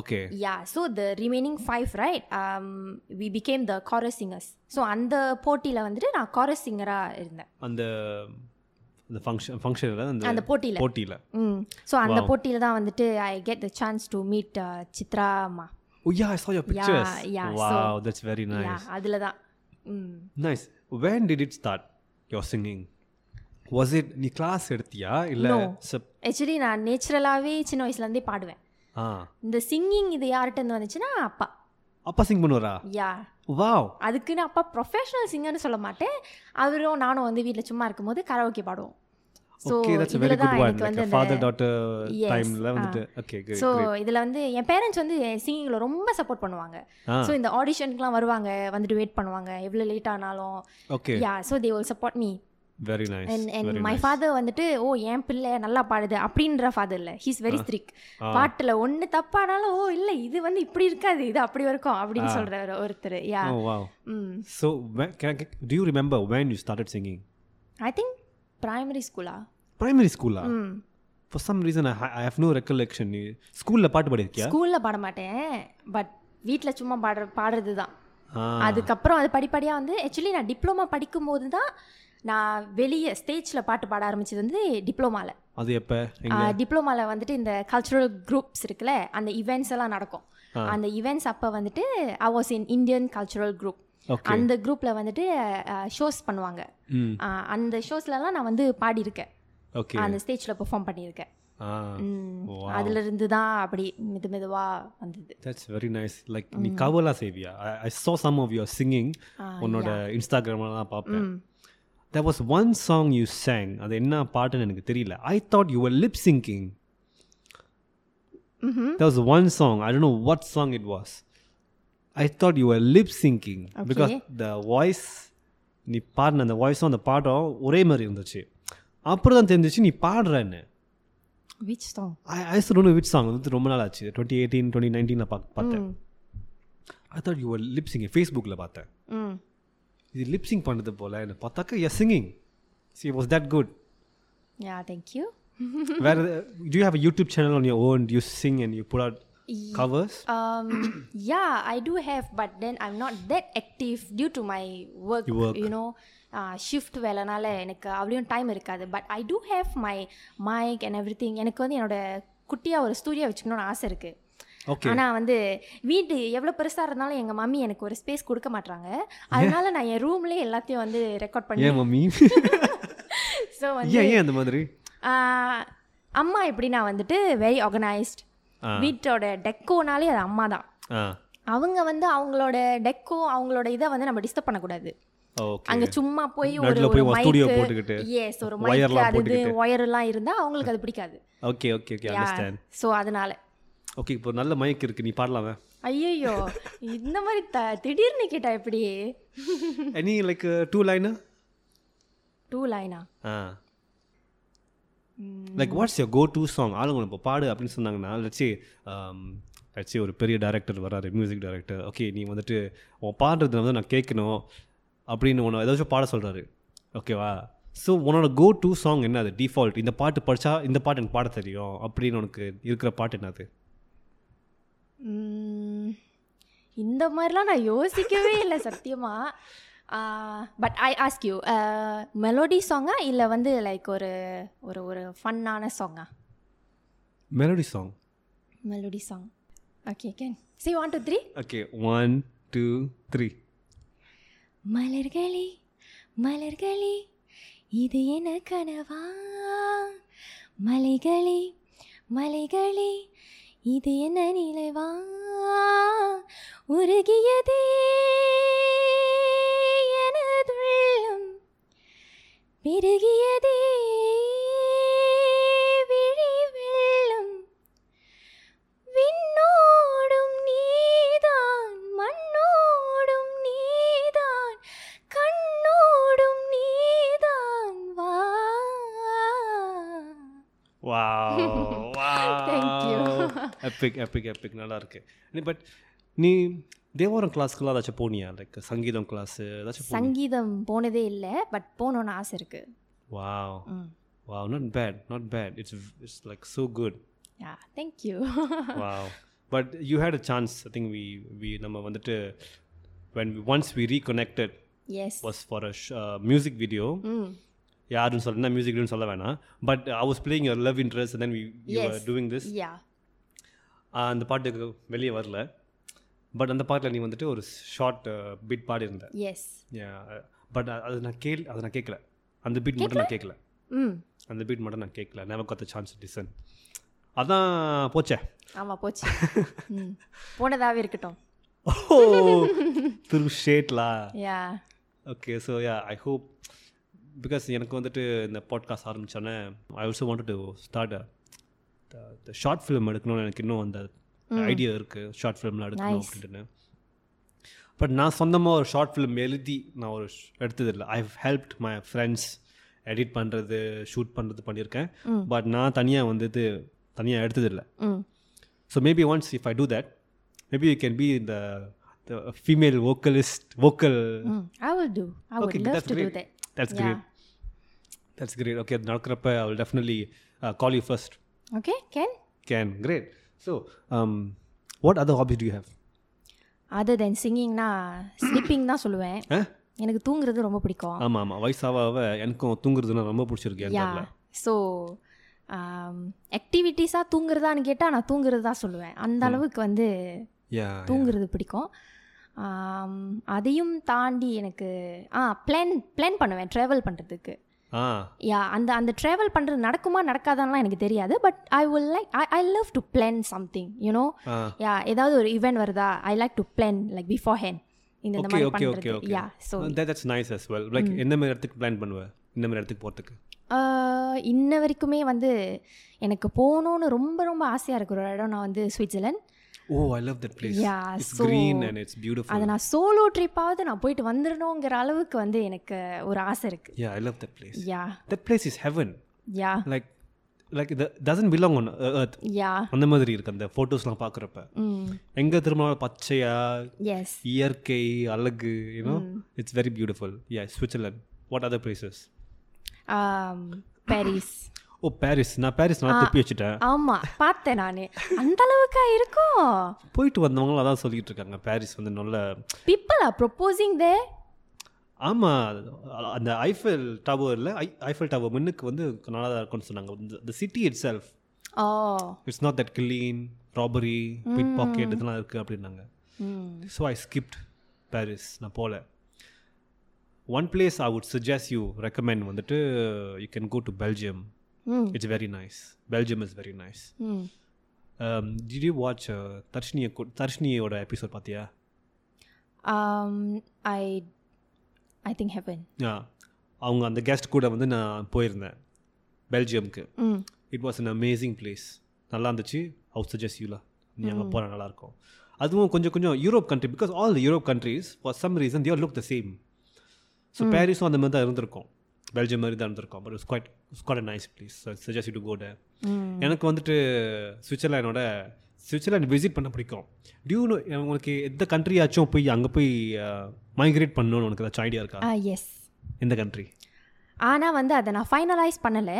Speaker 2: okay
Speaker 3: yeah so the remaining five right we became the chorus singers so அந்த போட்டியில் வந்துட்டு நான் காரஸ் சிங்கராக இருந்தேன்
Speaker 2: அந்த அந்த ஃபங்க்ஷன் ஃபங்க்ஷனில் அந்த
Speaker 3: அந்த போட்டியில்
Speaker 2: போட்டியில்
Speaker 3: ம் ஸோ அந்த போட்டியில் தான் வந்துட்டு I get the chance to meet Chitra அம்மா
Speaker 2: oh yeah I Oh, saw your pictures
Speaker 3: yeah, so-
Speaker 2: wow that's very nice
Speaker 3: yeah அதில் தான் ம்
Speaker 2: nice when did it start your singing was it நீ கிளாஸ் எடுத்தியா இல்ல
Speaker 3: No.
Speaker 2: sep-
Speaker 3: ஆக்சுவலி நான் நேச்சுரலாகவே சின்ன வயசுலேருந்தே பாடுவேன்
Speaker 2: ஆ
Speaker 3: இந்த சிங்கிங் இது யார்கிட்டருந்து வந்துச்சுன்னா அப்பா
Speaker 2: அப்பா சிங் பண்ணுவாரா
Speaker 3: யா
Speaker 2: வாவ்
Speaker 3: அதுக்குன்னு அப்பா ப்ரொஃபஷனல் சிங்கர்னு சொல்ல மாட்டேன் அவரும் நானும் வந்து வீட்டில் சும்மா இருக்கும்போது கரோக்கே பாடுவோம் ஸோ
Speaker 2: ஓகே தட்ஸ் வெரி
Speaker 3: இதில்
Speaker 2: குட்
Speaker 3: தான்
Speaker 2: ஒன்
Speaker 3: எனக்கு வந்து
Speaker 2: லைக்
Speaker 3: அந்த
Speaker 2: ஃபாதர் டாட்டர்
Speaker 3: Yes,
Speaker 2: டைம்ல வந்துட்டு ஓகே
Speaker 3: ஸோ
Speaker 2: கிரேட்
Speaker 3: இதில் வந்து என் பேரண்ட்ஸ் வந்து சிங்கிங்கில் ரொம்ப சப்போர்ட் பண்ணுவாங்க
Speaker 2: ஆ
Speaker 3: ஸோ இந்த ஆடிஷனுக்குலாம் வருவாங்க வந்துட்டு வெயிட் பண்ணுவாங்க எவ்வளோ லேட் ஆனாலும்
Speaker 2: okay
Speaker 3: yeah so they will support me
Speaker 2: very nice
Speaker 3: and and my father வந்துட்டு ஓ என் பிள்ளை நல்லா பாடுது அப்படின்ற ஃபாதர் இல்லை ஹீஸ் வெரி ஸ்ட்ரிக்
Speaker 2: Ah.
Speaker 3: பாட்டில் ஒன்று தப்பானாலும் ஓ இல்லை இது வந்து இப்படி இருக்காது இது அப்படி இருக்கும் அப்படின்னு சொல்கிற ஒருத்தர் யா
Speaker 2: ஓ வாவ்
Speaker 3: ம்
Speaker 2: so do you remember when you started singing
Speaker 3: I think primary ஸ்கூலா
Speaker 2: primary school ah
Speaker 3: ம்
Speaker 2: for some reason i, ha- I have no recollection நீ ஸ்கூல்ல பாட்டு பாடியிருக்கியா
Speaker 3: ஸ்கூலில் பாட மாட்டேன் பட் வீட்டில் சும்மா பாடுற பாடுறது தான்
Speaker 2: ஆ
Speaker 3: அதுக்கப்புறம் அது படிப்படியாக வந்து ஆக்சுவலி நான் டிப்ளமா படிக்கும்போது தான் நான் வெளியே ஸ்டேஜில் பாட்டு பாட ஆரம்பிச்சது வந்து டிப்ளோமாவில்
Speaker 2: அது எப்ப எங்க
Speaker 3: டிப்ளோமாவில் வந்துட்டு இந்த கல்ச்சுரல் குரூப்ஸ் இருக்குல்ல அந்த இவெண்ட்ஸ் எல்லாம் நடக்கும்
Speaker 2: ஆ.
Speaker 3: அந்த இவெண்ட்ஸ் அப்போ வந்துட்டு I was in Indian cultural group
Speaker 2: Okay.
Speaker 3: அந்த குரூப்பில் வந்துட்டு ஷோஸ் பண்ணுவாங்க
Speaker 2: ம்
Speaker 3: ஆ, அந்த ஷோஸ்லலாம் நான் வந்து பாடியிருக்கேன்
Speaker 2: ஓகே
Speaker 3: அந்த ஸ்டேஜில் பெர்ஃபார்ம் பண்ணியிருக்கேன்
Speaker 2: ஆ
Speaker 3: ம்,
Speaker 2: Wow.
Speaker 3: அதுல இருந்து தான் அப்படி மெது மெதுவாக வந்தது
Speaker 2: தட்ஸ் வெரி நைஸ் லைக் நீ கவலாக செய்வியா I saw some of your singing
Speaker 3: ஆ,
Speaker 2: உன்னோட இன்ஸ்டாகிராமில் தான் பார்ப்பேன்
Speaker 3: ம்
Speaker 2: there was one song you sang அது என்ன பாட்டுன்னு எனக்கு தெரியல I thought you were lip syncing
Speaker 3: ம்ஹும்.
Speaker 2: There was one song I don't know what song it was I thought you were lip syncing because the voice நீ பாடின அந்த வாய்ஸும் அந்த பாட்டும் ஒரே மாதிரி இருந்துச்சு அப்புறம் தான் தெரிஞ்சிச்சு நீ பாடுறேன்னு
Speaker 3: விச் சாங்
Speaker 2: ஐ ஐ சொன்ன விட் சாங் வந்து ரொம்ப நாள் ஆச்சு டுவெண்ட்டி எயிட்டீன் டுவெண்ட்டி நைன்டீனில் பார்த்தேன் I thought you were lip syncing ஃபேஸ்புக்கில் பார்த்தேன்
Speaker 3: ம்
Speaker 2: இது லிப்சிங் பண்ணது போல என்ன பார்த்தாக்க எஸ் சிங்கிங் சி was that good
Speaker 3: yeah thank you
Speaker 2: வேற do you have YouTube channel on your own you sing and you put out covers
Speaker 3: Um, yeah, I do have, but then I'm not that active due to my work.
Speaker 2: Your work.
Speaker 3: You know, uh, shift வேலைனால எனக்கு அப்படியும் time இருக்காது but I do have my mic and every thing எனக்கு வந்து என்னோட குட்டியாக ஒரு studio வச்சுக்கணும்னு ஆசை இருக்குது
Speaker 2: ஓகே
Speaker 3: ஆனால் வந்து வீடு எவ்வளோ பெருசாக இருந்தாலும் எங்கள் மம்மி எனக்கு ஒரு ஸ்பேஸ் கொடுக்க மாட்டாங்க அதனால நான் என் ரூம்லேயே எல்லாத்தையும் வந்து ரெக்கார்ட் பண்ணி
Speaker 2: ஏன் மம்மி
Speaker 3: ஸோ வந்து
Speaker 2: ஏன் ஏன் அந்த மாதிரி
Speaker 3: ஆஹ், அம்மா எப்படின்னா வந்துட்டு வெரி ஆர்கனைஸ்ட்
Speaker 2: ஆ.
Speaker 3: வீட்டோட டெக்கோனாலே அது அம்மா தான்
Speaker 2: ஆ
Speaker 3: அவங்க வந்து அவங்களோட டெக்கோ அவங்களோட இதை வந்து நம்ம டிஸ்டர்ப் பண்ணக்கூடாது
Speaker 2: ஓகே
Speaker 3: அங்க சும்மா போய் ஒரு
Speaker 2: நடுவுல
Speaker 3: ஒரு
Speaker 2: போய் ஒரு studio
Speaker 3: மைக்கு
Speaker 2: போட்டுக்கிட்டு,
Speaker 3: எஸ் ஒரு
Speaker 2: wire
Speaker 3: மைக்கு
Speaker 2: லாம்
Speaker 3: அது இது
Speaker 2: போட்டுக்கிட்டு.
Speaker 3: ஒயர் எல்லாம் இருந்தா அவங்களுக்கு அது பிடிக்காது
Speaker 2: okay okay okay understand
Speaker 3: so அதனால
Speaker 2: ஓகே இப்போ நல்ல மைக் இருக்கு நீ பாடலாமே
Speaker 3: ஐயோ இந்த மாதிரி த திடீர்னு கேட்டா எப்படி
Speaker 2: எனி லைக் டூ லைனா
Speaker 3: டூ லைனா
Speaker 2: ah like what's your go to song ஆளுங்க இப்போ பாடு அப்படின்னு சொன்னாங்கன்னா லட்சி லட்சி ஒரு பெரிய டேரக்டர் வராரு மியூசிக் டைரக்டர் ஓகே நீ வந்துட்டு உன் பாடுறது வந்து நான் கேட்கணும் அப்படின்னு உன்னை ஏதாச்சும் பாட சொல்கிறாரு ஓகேவா ஸோ உன்னோட கோ டு சாங் என்ன அது டிஃபால்ட் இந்த பாட்டு படித்தா இந்த பாட்டு எனக்கு பாட தெரியும் அப்படின்னு உனக்கு இருக்கிற பாட்டு என்னது
Speaker 3: இந்த மாதிரிலாம் நான் யோசிக்கவே இல்லை சத்தியமா but I ask you melody சாங்கா இல்லை வந்து லைக் ஒரு ஒரு ஒரு ஃபன்னான சாங்கா
Speaker 2: melody song
Speaker 3: melody song okay can சி one two three
Speaker 2: okay one two three
Speaker 3: மலர்களே மலர்களே இது என கனவா மலைகளே மலைகளே இது என்ன நிலவா உருகியதே எனதுள்ளம் பெருகியதே விழி வெள்ளம் விண்ணோடும் நீதான் மண்ணோடும் நீதான் கண்ணோடும் நீதான் வா
Speaker 2: வா
Speaker 3: Thank you.
Speaker 2: Epic epic epic நல்லா இருக்கு நீ பட் நீ தேவாரம் கிளாஸ்க்குலாம் ஏதாச்சும் போனியா லைக் சங்கீதம் கிளாஸ் ஏதாச்சும் போனியா
Speaker 3: சங்கீதம் போனதே இல்லை பட் போகணுன்னு ஆசை இருக்கு
Speaker 2: wow wow not bad not bad it's it's like so good
Speaker 3: yeah thank you
Speaker 2: wow but you had a chance I think we we நம்ம வந்துட்டு when once we reconnected
Speaker 3: yes
Speaker 2: was for a music video
Speaker 3: ம்
Speaker 2: uh, யாருன்னு சொல்ல என்ன music வீடியோன்னு சொல்ல வேணாம் but I was playing your love interest then we you
Speaker 3: Yes.
Speaker 2: Are doing this
Speaker 3: yeah
Speaker 2: அந்த பாட்டுக்கு வெளியே வரல பட் அந்த பாட்டில் நீ வந்துட்டு ஒரு ஷார்ட் பிட் பாடியிருந்த
Speaker 3: எஸ்
Speaker 2: பட் அது நான் கேள் அது நான் கேட்கல அந்த பீட் மட்டும் நான் கேட்கல
Speaker 3: ம்
Speaker 2: அந்த பீட் மட்டும் நான் கேட்கல never got the chance to listen அதான் போச்சே
Speaker 3: ஆமாம் போச்சு ம் போனதாகவே இருக்கட்டும்
Speaker 2: ஓ திரு ஷேட்லா
Speaker 3: yeah
Speaker 2: okay so yeah I hope because எனக்கு வந்துட்டு இந்த பாட்காஸ்ட் ஆரம்பித்தோன்னே I also want to start the short film எடுக்கணும்னு எனக்கு இன்னும் அந்த ஐடியா இருக்குது ஷார்ட் ஃபிலிம்லாம் எடுக்கணும் அப்படின்ட்டுன்னு பட் நான் சொந்தமாக ஒரு ஷார்ட் ஃபிலிம் எழுதி நான் ஒரு sh- எடுத்தது இல்லை I have helped my friends edit பண்ணுறது ஷூட் பண்ணுறது பண்ணியிருக்கேன் பட் நான் தனியாக வந்துட்டு தனியாக எடுத்ததில்லை
Speaker 3: ம்
Speaker 2: So maybe once if I do that, maybe you can be the the female vocalist vocal.
Speaker 3: ம் I will do I
Speaker 2: Okay,
Speaker 3: would love
Speaker 2: that's
Speaker 3: to do
Speaker 2: great.
Speaker 3: That
Speaker 2: That's
Speaker 3: Yeah.
Speaker 2: great. That's great. Okay, Narakrappa, I will definitely uh, call you first.
Speaker 3: Okay can
Speaker 2: Can great. So, um, what other hobbies do you have?
Speaker 3: Other then சிங்கிங்னா sleeping தான் சொல்லுவேன்
Speaker 2: Huh?
Speaker 3: எனக்கு தூங்குறது ரொம்ப பிடிக்கும்
Speaker 2: ஆமாம் ஆமாம் வயசாக எனக்கும் தூங்குறதுன்னா ரொம்ப பிடிச்சிருக்கு
Speaker 3: யா
Speaker 2: எனக்கு
Speaker 3: ஸோ um, ஆக்டிவிட்டீஸாக தூங்குறதான்னு கேட்டால் நான் தூங்குறது தான் சொல்லுவேன் அந்த அளவுக்கு வந்து
Speaker 2: யா
Speaker 3: தூங்குறது பிடிக்கும் ஆம், அதையும் தாண்டி எனக்கு ஆ பிளான் பிளான் பண்ணுவேன் ட்ராவல் பண்ணுறதுக்கு
Speaker 2: ஆ
Speaker 3: யா அந்த அந்த ட்ராவல் பண்ணுறது நடக்குமா நடக்காதான்லாம் எனக்கு தெரியாது but I will like I I love to plan something you know
Speaker 2: ah
Speaker 3: yeah ஏதாவது ஒரு ஈவெண்ட் வருதா I like to plan like beforehand இந்த இந்த
Speaker 2: ஓகே
Speaker 3: மாதிரி
Speaker 2: ஓகே ஓகே
Speaker 3: பண்ணுறது
Speaker 2: okay
Speaker 3: yeah so
Speaker 2: that that's nice as well like என்ன மாதிரி இடத்துக்கு பிளான் பண்ணுவேன் இந்த மாதிரி இடத்துக்கு போகிறதுக்கு
Speaker 3: ஆஹ், இன்ன வரைக்குமே வந்து எனக்கு போகணுன்னு ரொம்ப ரொம்ப ஆசையாக இருக்கிற ஒரு இடம் நான் வந்து Switzerland
Speaker 2: oh I love that place
Speaker 3: yeah
Speaker 2: it's
Speaker 3: so
Speaker 2: green and it's
Speaker 3: அதை
Speaker 2: பியூட்டிஃபுல்
Speaker 3: நான் சோலோ ட்ரிப்பாவது நான் போயிட்டு வந்துடணுங்கிற அளவுக்கு வந்து எனக்கு ஒரு ஆசை இருக்குது
Speaker 2: yeah I love that place
Speaker 3: yeah
Speaker 2: that place is heaven
Speaker 3: yeah
Speaker 2: like like the doesn't belong on earth
Speaker 3: yeah
Speaker 2: அந்த மாதிரி இருக்கு அந்த ஃபோட்டோஸ்லாம் பார்க்குறப்ப
Speaker 3: ம்
Speaker 2: எங்கே திரும்பினாலும் பச்சையா
Speaker 3: எஸ்
Speaker 2: இயற்கை அழகு you know it's very beautiful yeah Switzerland what other places
Speaker 3: Paris
Speaker 2: oh Paris Oh, நான் பாரிஸ் நான் தப்பி வச்சுட்டேன்
Speaker 3: ஆமா பார்த்தேன் நான் அந்த அளவுக்கா இருக்கும்
Speaker 2: போயிட்டு வந்தவங்களும் அதான் சொல்லிட்டு இருக்காங்க பாரிஸ் வந்து நல்ல
Speaker 3: people are proposing there
Speaker 2: ஆமாம் அந்த ஐஃபெல் டவரில் ஐ ஐஃபெல் டவர் முன்னுக்கு வந்து நல்லா தான் இருக்கும்னு சொன்னாங்க the city itself
Speaker 3: oh
Speaker 2: it's not that clean robbery pickpocket இதெல்லாம் இருக்குது அப்படின்னாங்க
Speaker 3: hmm
Speaker 2: so I skipped Paris நான் போகல one place I would suggest you recommend வந்துட்டு you can go to Belgium
Speaker 3: ம்
Speaker 2: it's very nice Belgium is very nice
Speaker 3: ம்
Speaker 2: did you watch தர்ஷினியை தர்ஷினியோட எபிசோட் பார்த்தியா
Speaker 3: um i i think heaven
Speaker 2: ஆ அவங்க அந்த கெஸ்ட் கூட வந்து நான் போயிருந்தேன் பெல்ஜியம்க்கு
Speaker 3: ம்
Speaker 2: it was an amazing place நல்லா இருந்துச்சு அவுட் சஜஸ்ட் யூலா நீ அங்கே போனால் நல்லாயிருக்கும் அதுவும் கொஞ்சம் கொஞ்சம் Europe country because all Europe countries for some reason there look the same so பாரிஸும் அந்த மாதிரி தான் இருந்திருக்கும் பெல்ஜியம் மாதிரி தான் இருந்திருக்கும் but it's quite it's quite nice place suggest to கோட
Speaker 3: ம்
Speaker 2: எனக்கு வந்துட்டு சுவிட்சர்லாண்டோட சுவிட்சர்லாண்ட் விசிட் பண்ண பிடிக்கும் டியூ உங்களுக்கு எந்த கண்ட்ரி ஆச்சும் போய் அங்கே போய் மைக்ரேட் பண்ணணும்னு உனக்கு ஏதாச்சும் ஐடியா இருக்கா
Speaker 3: ஆ எஸ்
Speaker 2: எந்த கண்ட்ரி
Speaker 3: ஆனா வந்து அதை நான் ஃபைனலைஸ் பண்ணல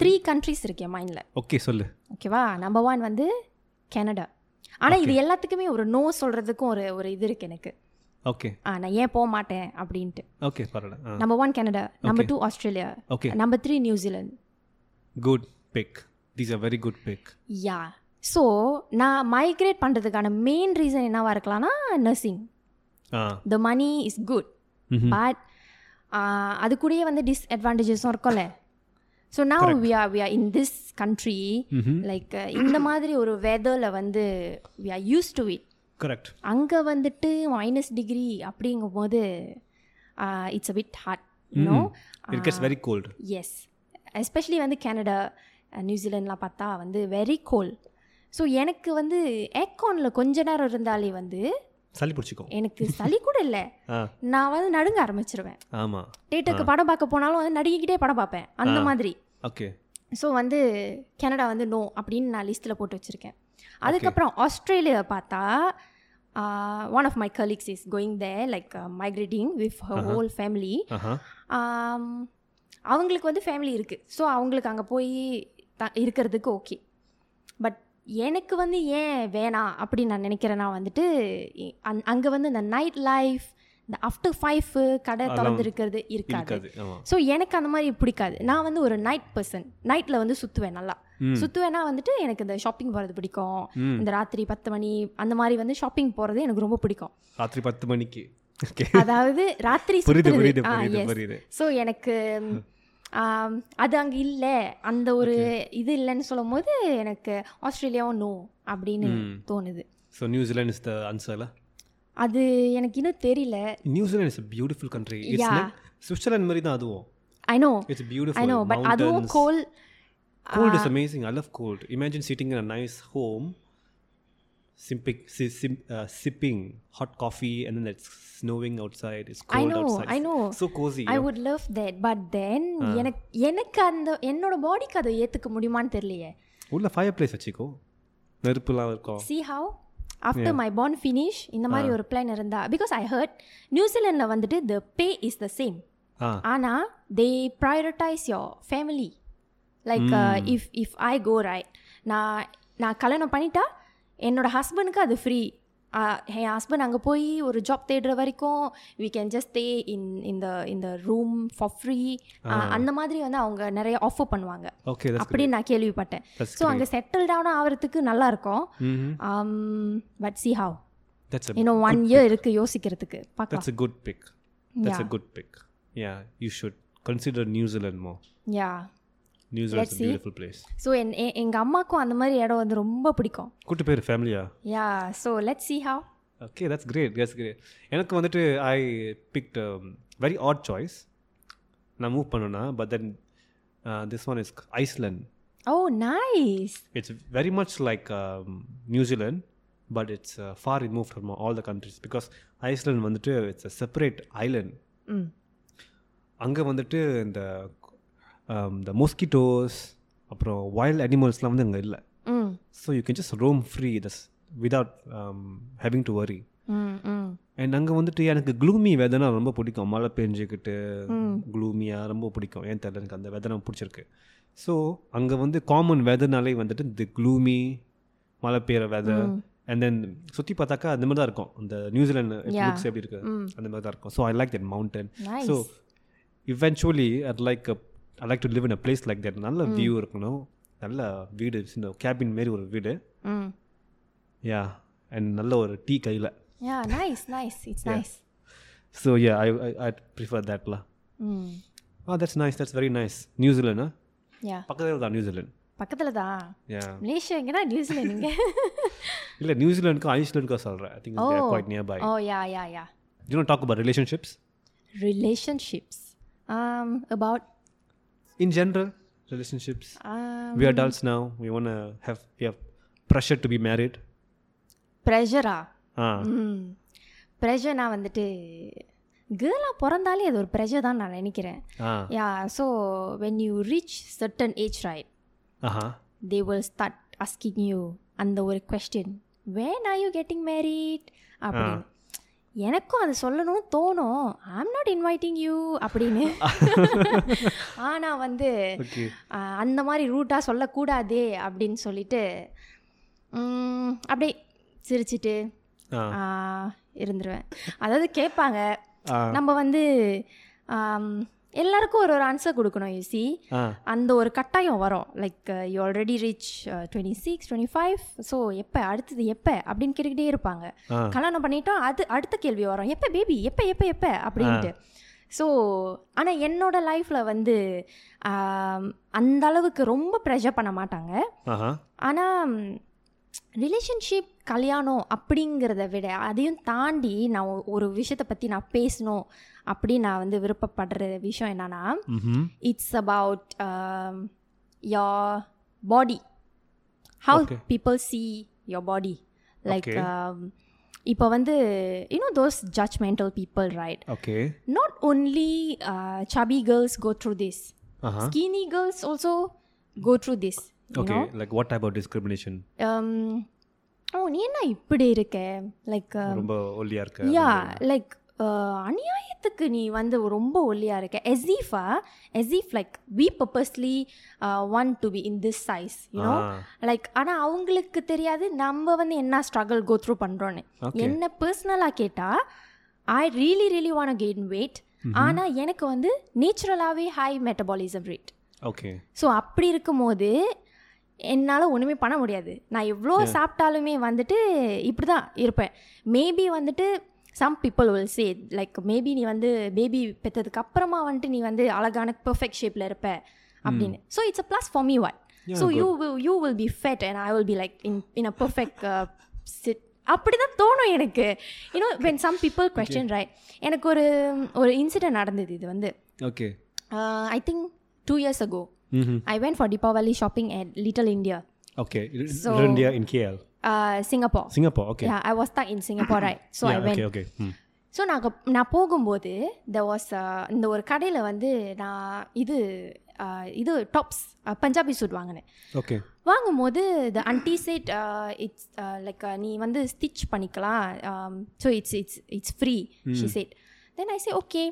Speaker 3: த்ரீ கண்ட்ரிஸ் இருக்கு என் மைண்டில்
Speaker 2: ஓகே சொல்லு
Speaker 3: ஓகேவா நம்பர் ஒன் வந்து கனடா ஆனா இது எல்லாத்துக்குமே ஒரு நோ சொல்றதுக்கும் ஒரு ஒரு இது இருக்கு எனக்கு
Speaker 2: ஓகே
Speaker 3: ஆ நான் ஏன் போக மாட்டேன் அப்படின்ட்டு
Speaker 2: ஓகே பரவாயில்ல ஆ
Speaker 3: number one Canada number two Australia
Speaker 2: okay
Speaker 3: number three New Zealand
Speaker 2: good pick these are very good pick
Speaker 3: yeah so நான் மைக்ரேட் பண்ணுறதுக்கான மெயின் ரீசன் என்னவா இருக்கலாம்னா நர்சிங்
Speaker 2: ஆ
Speaker 3: த மணி இஸ் குட்
Speaker 2: ம்ஹும்.
Speaker 3: பட் அது கூடயே வந்து டிஸ்அட்வான்டேஜஸும் இருக்கும்ல ஸோ நான் we are we are in this country
Speaker 2: ம்ஹும்.
Speaker 3: லைக் uh, இந்த மாதிரி ஒரு வெதரில் வந்து we are use to it
Speaker 2: correct
Speaker 3: அங்கே வந்துட்டு மைனஸ் டிகிரி அப்படிங்கும்போது uh, it's a bit hard no Ah.
Speaker 2: It gets very cold
Speaker 3: S especially வந்து கனடா அஹ், நியூசிலாண்ட்லாம் பார்த்தா வந்து வெரி கோல் ஸோ எனக்கு வந்து ஏக்கானில் கொஞ்ச நேரம் இருந்தாலே வந்து
Speaker 2: சளி பிடிச்சிக்கும்
Speaker 3: எனக்கு சளி கூட இல்லை
Speaker 2: ஆ
Speaker 3: நான் வந்து நடுங்க ஆரம்பிச்சிருவேன்
Speaker 2: ஆமாம்
Speaker 3: தேட்டருக்கு படம் பார்க்க போனாலும் வந்து நடுங்கிக்கிட்டே படம் பார்ப்பேன் அந்த மாதிரி
Speaker 2: ஓகே
Speaker 3: ஸோ வந்து கனடா வந்து நோ அப்படின்னு நான் லிஸ்ட்டில் போட்டு வச்சுருக்கேன் அதுக்கப்புறம் ஆஸ்திரேலியா பார்த்தா one of my colleagues is going they like migrating with whole family
Speaker 2: ஆஹா
Speaker 3: ஆம், அவங்களுக்கு வந்து ஃபேமிலி இருக்குது ஸோ அவங்களுக்கு அங்கே போய் த இருக்கிறதுக்கு ஓகே பட் எனக்கு வந்து ஏன் வேணாம் அப்படின்னு நான் நினைக்கிறேன்னா வந்துட்டு இ- அந் அங்கே வந்து இந்த நைட் லைஃப் இந்த ஆஃப்டர் ஃபைவ் கடை திறந்து இருக்கிறது இருக்காது
Speaker 2: இருக்காது ஆமாம்
Speaker 3: ஸோ எனக்கு அந்த மாதிரி பிடிக்காது நான் வந்து ஒரு நைட் பர்சன் நைட்டில் வந்து சுற்றுவேன் நல்லா
Speaker 2: ம்
Speaker 3: சுற்றுவேன்னா வந்துட்டு எனக்கு இந்த ஷாப்பிங் போகிறது பிடிக்கும்
Speaker 2: ம்
Speaker 3: இந்த ராத்திரி பத்து மணி அந்த மாதிரி வந்து ஷாப்பிங் போகிறது எனக்கு ரொம்ப பிடிக்கும்
Speaker 2: ராத்திரி பத்து மணிக்கு ஓகே
Speaker 3: அதாவது ராத்திரி
Speaker 2: புரியுது
Speaker 3: சுத்துறது.
Speaker 2: புரியுது
Speaker 3: ஆ,
Speaker 2: புரியுது
Speaker 3: yes.
Speaker 2: புரியுது
Speaker 3: ஸோ எனக்கு ம், ஆம், அது அங்கே இல்லை அந்த ஒரு இது இல்லைன்னு சொல்லும் போது எனக்கு ஆஸ்திரேலியாவும் நோ அப்படின்னு
Speaker 2: ம்.
Speaker 3: தோணுது
Speaker 2: ஸோ நியூசிலாண்ட் இஸ் த ஆன்சர்ல
Speaker 3: அது எனக்கு இன்னும் தெரியல
Speaker 2: New Zealand is a beautiful country it's
Speaker 3: Yeah.
Speaker 2: Like Switzerland மாதிரி தான் அதுவும்
Speaker 3: I know
Speaker 2: it's
Speaker 3: I
Speaker 2: beautiful
Speaker 3: no but அதுவும் cold
Speaker 2: cold
Speaker 3: Uh,
Speaker 2: is amazing I love cold imagine sitting in a nice home simping uh, sipping hot coffee and then it's snowing outside it's
Speaker 3: I
Speaker 2: cold
Speaker 3: no
Speaker 2: out
Speaker 3: I
Speaker 2: side
Speaker 3: no
Speaker 2: so cosy
Speaker 3: I would love that but then எனக்கு எனக்கு அந்த என்னோட பாடிக்கு அதை ஏற்றுக்க முடியுமான்னு தெரியலையே
Speaker 2: உள்ள ஃபயர் பிளேஸ் வச்சுக்கோ நெருப்புலாம் இருக்கும்
Speaker 3: see how after my porn finish இந்த மாதிரி ஒரு பிளான் இருந்தா பிகாஸ் ஐ ஹர்ட் நியூசிலாண்டில் வந்துட்டு the pay is the same
Speaker 2: ஆ
Speaker 3: ஆனால் they prioritise your family like
Speaker 2: Hmm.
Speaker 3: If if I go right நான் நான் கல்யாணம் பண்ணிட்டா என்னோட ஹஸ்பண்டுக்கு அது ஃப்ரீ என் ஹஸ்பண்ட் அங்கே போய் ஒரு ஜாப் தேடுற வரைக்கும் we can just stay in இந்த இந்த ரூம் ஃபார் ஃப்ரீ அந்த மாதிரி வந்து அவங்க நிறைய ஆஃபர் பண்ணுவாங்க
Speaker 2: ஓகே தட்ஸ்
Speaker 3: அப்படின்னு நான் கேள்விப்பட்டேன்
Speaker 2: That's
Speaker 3: Um, ஸோ அங்கே செட்டில் டவுன் ஆகிறதுக்கு நல்லா இருக்கும்
Speaker 2: ம்
Speaker 3: but see how
Speaker 2: that's a
Speaker 3: இன்னும் ஒன் இயர் இருக்குது யோசிக்கிறதுக்கு பார்க்கலாம்
Speaker 2: that's a good pick that's
Speaker 3: Yeah.
Speaker 2: a good pick yeah you should consider new zealand more
Speaker 3: yeah
Speaker 2: new zealand
Speaker 3: Let's
Speaker 2: is a
Speaker 3: see.
Speaker 2: beautiful place
Speaker 3: so என் எ- எங்க அம்மாக்கும் அந்த மாதிரி இடம் வந்து ரொம்ப பிடிக்கும்
Speaker 2: கூட்டு பேர் ஃபேமிலியா
Speaker 3: yeah so let see how
Speaker 2: okay that's great that's great எனக்கு வந்துட்டு um, I picked very odd choice நான் மூவ் பண்ணேன்னா but then this one is Iceland
Speaker 3: oh nice
Speaker 2: it's very much like um, New Zealand, but it's uh, far removed from all the countries because Iceland வந்துட்டு it's a separate island.
Speaker 3: ம்
Speaker 2: அங்கே வந்துட்டு இந்த um, the mosquitoes அப்புறம் wild animalsலாம் வந்து அங்கே இல்லை
Speaker 3: ம்
Speaker 2: so you can just roam free this without um, having to worry
Speaker 3: ம் ம்
Speaker 2: அண்ட் அங்கே வந்துட்டு எனக்கு gloomy weather-னா ரொம்ப பிடிக்கும் மழை பெஞ்சிக்கிட்டு gloomy-ஆ ரொம்ப பிடிக்கும் ஏன் தெரியல எனக்கு அந்த வெதர் பிடிச்சிருக்கு ஸோ அங்கே வந்து காமன் வெதர்னாலே வந்துட்டு இந்த gloomy மழை பெய்கிற வெதர்
Speaker 3: mm,
Speaker 2: அண்ட் தென் சுற்றி பார்த்தாக்கா அந்த மாதிரி தான் இருக்கும் அந்த நியூசிலாந்து
Speaker 3: Yeah.
Speaker 2: லுக்ஸ் எப்படி இருக்கு அந்த மாதிரி தான் இருக்கும் so I like that mountain
Speaker 3: mm. Nice.
Speaker 2: So eventually at like I like to live in a place like that நல்ல வியூ இருக்கணும் நல்ல வீடு சின்ன கேபின் மாரி ஒரு வீடு
Speaker 3: ம்
Speaker 2: யா அண்ட் நல்ல ஒரு டீ கையில்
Speaker 3: yeah nice nice it's nice
Speaker 2: So yeah, I I I'd prefer that lah.
Speaker 3: ம்
Speaker 2: Oh, that's nice. That's very nice. New Zealand, huh?
Speaker 3: Yeah
Speaker 2: பக்கத்துல தான் நியூசிலாந்து
Speaker 3: பக்கத்தில் தான்
Speaker 2: yeah
Speaker 3: மலேசியா எங்கன்னா நியூசிலாந்து இங்கே
Speaker 2: இல்லை நியூசிலாந்துக்கும் ஐஸ்லாண்டுக்கும் சொல்கிறேன் I think
Speaker 3: Oh.
Speaker 2: Quite nearby
Speaker 3: oh yeah yeah yeah
Speaker 2: you know talk about relationships
Speaker 3: relationships Um, about
Speaker 2: in general relationships
Speaker 3: um,
Speaker 2: we are dolls now we one have we have pressure to be married
Speaker 3: ப்ரெஷரா
Speaker 2: ஆ
Speaker 3: ம் ப்ரெஷர்னா Mm. வந்துட்டு கேர்ளாக பிறந்தாலே அது ஒரு pressure தான் நான் நினைக்கிறேன்
Speaker 2: ஆ
Speaker 3: yeah so when you reach certain age right
Speaker 2: Aha
Speaker 3: they will start asking you அந்த ஒரு question when are you getting married அப்படின்னு எனக்கும் அது சொல்லணும் தோணும் ஐம் நாட் இன்வைட்டிங் யூ அப்படின்னு ஆனால் வந்து
Speaker 2: ஓகே
Speaker 3: ஆஹ், அந்த மாதிரி ரூட்டாக சொல்லக்கூடாதே அப்படின்னு சொல்லிட்டு உம், அப்படியே சிரிச்சிட்டு
Speaker 2: ஆ
Speaker 3: Uh, ஆஹ், இருந்துருவேன் அதாவது கேட்பாங்க
Speaker 2: ஆ
Speaker 3: நம்ம வந்து ஆம், எல்லாருக்கும் ஒரு ஒரு ஆன்சர் கொடுக்கணும் யூசி
Speaker 2: ஆ
Speaker 3: அந்த ஒரு கட்டாயம் வரும் uh, like you already reach twenty six twenty five so எப்போ அடுத்தது எப்போ அப்படின்னு கேட்டுக்கிட்டே இருப்பாங்க
Speaker 2: ஆ.
Speaker 3: கல்யாணம் பண்ணிட்டோம் அது அடுத்த கேள்வி வரும் எப்போ பேபி எப்போ எப்போ எப்போ அப்படின்ட்டு ஸோ ஆனால் என்னோட லைஃப்பில் வந்து ஆம், அந்த அளவுக்கு ரொம்ப ப்ரெஷர் பண்ண மாட்டாங்க
Speaker 2: ஆஹா
Speaker 3: ஆனால் ரிலேஷன்ஷிப் கல்யாணம் அப்படிங்கிறத விட அதையும் தாண்டி நான் ஒ- ஒரு விஷயத்தை பற்றி நான் பேசணும் அப்படின்னு நான் வந்து விருப்பப்படுற விஷயம் என்னன்னா
Speaker 2: ம்
Speaker 3: it's about um, your body how
Speaker 2: Okay.
Speaker 3: people see your body like
Speaker 2: Okay.
Speaker 3: um, இப்போ வந்து you know those judgmental people right
Speaker 2: okay
Speaker 3: not only uh, chubby girls go through this
Speaker 2: ஆஹா
Speaker 3: skinny girls also go through this you
Speaker 2: okay
Speaker 3: know
Speaker 2: like what type of discrimination
Speaker 3: um, oh நீ என்ன இப்படி இருக்க um, like
Speaker 2: ரொம்ப ஒல்லியா இருக்க
Speaker 3: yeah like uh, அநியாயத்துக்கு நீ வந்து ரொம்ப ஒல்லியா இருக்க uh, எசீஃபா as if like we purposely want to be in this size you know
Speaker 2: Ah.
Speaker 3: Like ஆனா அவங்களுக்கு தெரியாது நம்ம வந்து என்ன ஸ்ட்ரகிள் கோ த்ரூ பண்றோன்னு
Speaker 2: Okay.
Speaker 3: என்ன பர்சனலாக கேட்டா I really really want gain weight ஆனா எனக்கு வந்து நேச்சுரலாகவே high metabolism rate
Speaker 2: okay
Speaker 3: so அப்படி இருக்கும்போது என்னால் ஒன்றுமே பண்ண முடியாது நான் எவ்வளோ சாப்பிட்டாலுமே வந்துட்டு இப்படி தான் இருப்பேன் மேபி வந்துட்டு some people will say like maybe நீ வந்து பேபி பெற்றதுக்கு அப்புறமா வந்துட்டு நீ வந்து அழகான பெர்ஃபெக்ட் ஷேப்பில் இருப்ப அப்படின்னு so it's a plus for me what so you will you will be fat and I will be like in in a perfect sit அப்படி தான் uh, தோணும் எனக்கு you know when some people question right எனக்கு ஒரு ஒரு incident நடந்தது இது வந்து Uh,
Speaker 2: okay
Speaker 3: I think two years ago
Speaker 2: ம்
Speaker 3: I went for Deepavali shopping at Little India,
Speaker 2: Okay, L-
Speaker 3: So-
Speaker 2: Little India in KL.
Speaker 3: uh, Singapore.
Speaker 2: Singapore, okay.
Speaker 3: Yeah, I was stuck in Singapore, right? So
Speaker 2: Yeah,
Speaker 3: I went.
Speaker 2: okay, okay. Hmm.
Speaker 3: So நான் அங்க- நான் போகும்போது there was uh, இந்த ஒரு கடையில் வந்து நான் இது uh, இது uh, டாப்ஸ் பஞ்சாபி சூட் வாங்கினேன்
Speaker 2: Okay.
Speaker 3: வாங்கும்போது the aunty said it's like uh, நீ வந்து ஸ்டிச் பண்ணிக்கலாம் Um, so it's it's it's free she
Speaker 2: Hmm.
Speaker 3: Said then I say okay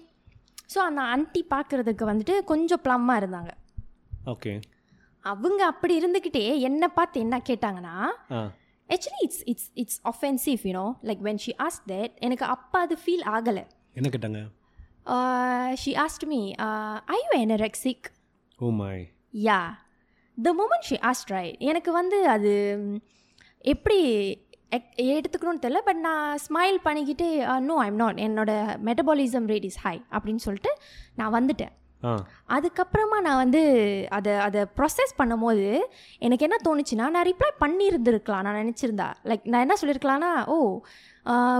Speaker 3: so அந்த அன்டி பார்க்குறதுக்கு வந்துட்டு கொஞ்சம் ப்ளம்மாக இருந்தாங்க
Speaker 2: Okay.
Speaker 3: அவங்க அப்படி இருந்துக்கிட்டே என்னை பார்த்து என்ன கேட்டாங்கன்னா
Speaker 2: Ah.
Speaker 3: Actually it's it's it's offensive you know like when she ask that எனக்கு அப்பா அது Uh, ஃபீல் ஆகலை
Speaker 2: என்ன கேட்டாங்க
Speaker 3: she asked me I you anorexic
Speaker 2: Oh my.
Speaker 3: Yeah the moment she asked right எனக்கு வந்து அது ம், எப்படி எக்- எடுத்துக்கணும்னு தெரியல பட் நான் "Uh, ஸ்மைல் பண்ணிக்கிட்டு நோ ஐம் நாட் என்னோட மெட்டபாலிசம் ரேட் இஸ் ஹை அப்படின்னு சொல்லிட்டு நான் வந்துட்டேன்
Speaker 2: ஆ
Speaker 3: அதுக்கப்புறமா நான் வந்து அதை அதை ப்ரொசஸ் பண்ணும்போது எனக்கு என்ன தோணுச்சுன்னா நான் ரிப்ளை பண்ணியிருந்திருக்கலாம் நான் நினச்சிருந்தா லைக் நான் என்ன சொல்லியிருக்கலாம்னா oh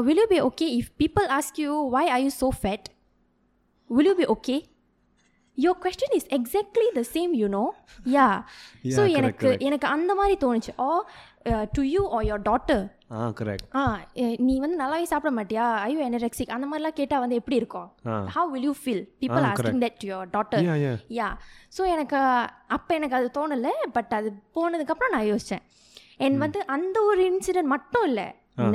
Speaker 3: will you be okay if people ask you why are you so fat will you be okay your question is exactly the same you know yeah
Speaker 2: Yeah,
Speaker 3: so
Speaker 2: correct,
Speaker 3: எனக்கு
Speaker 2: correct.
Speaker 3: எனக்கு அந்த மாதிரி தோணுச்சு oh to you or your daughter
Speaker 2: ஆ correct
Speaker 3: ஆ எ- நீ வந்து நல்லாவே சாப்பிட மாட்டியா ஐயோ எனரெக்சிக் அந்த மாதிரிலாம் கேட்டால் வந்து எப்படி இருக்கும்
Speaker 2: ஆ
Speaker 3: how will you feel people
Speaker 2: Ah,
Speaker 3: asking that to your daughter
Speaker 2: yeah yeah
Speaker 3: yeah so எனக்கு அப்போ எனக்கு அது தோணலை பட் அது போனதுக்கப்புறம் நான் யோசித்தேன் என் வந்து அந்த ஒரு இன்சிடென்ட் மட்டும் இல்லை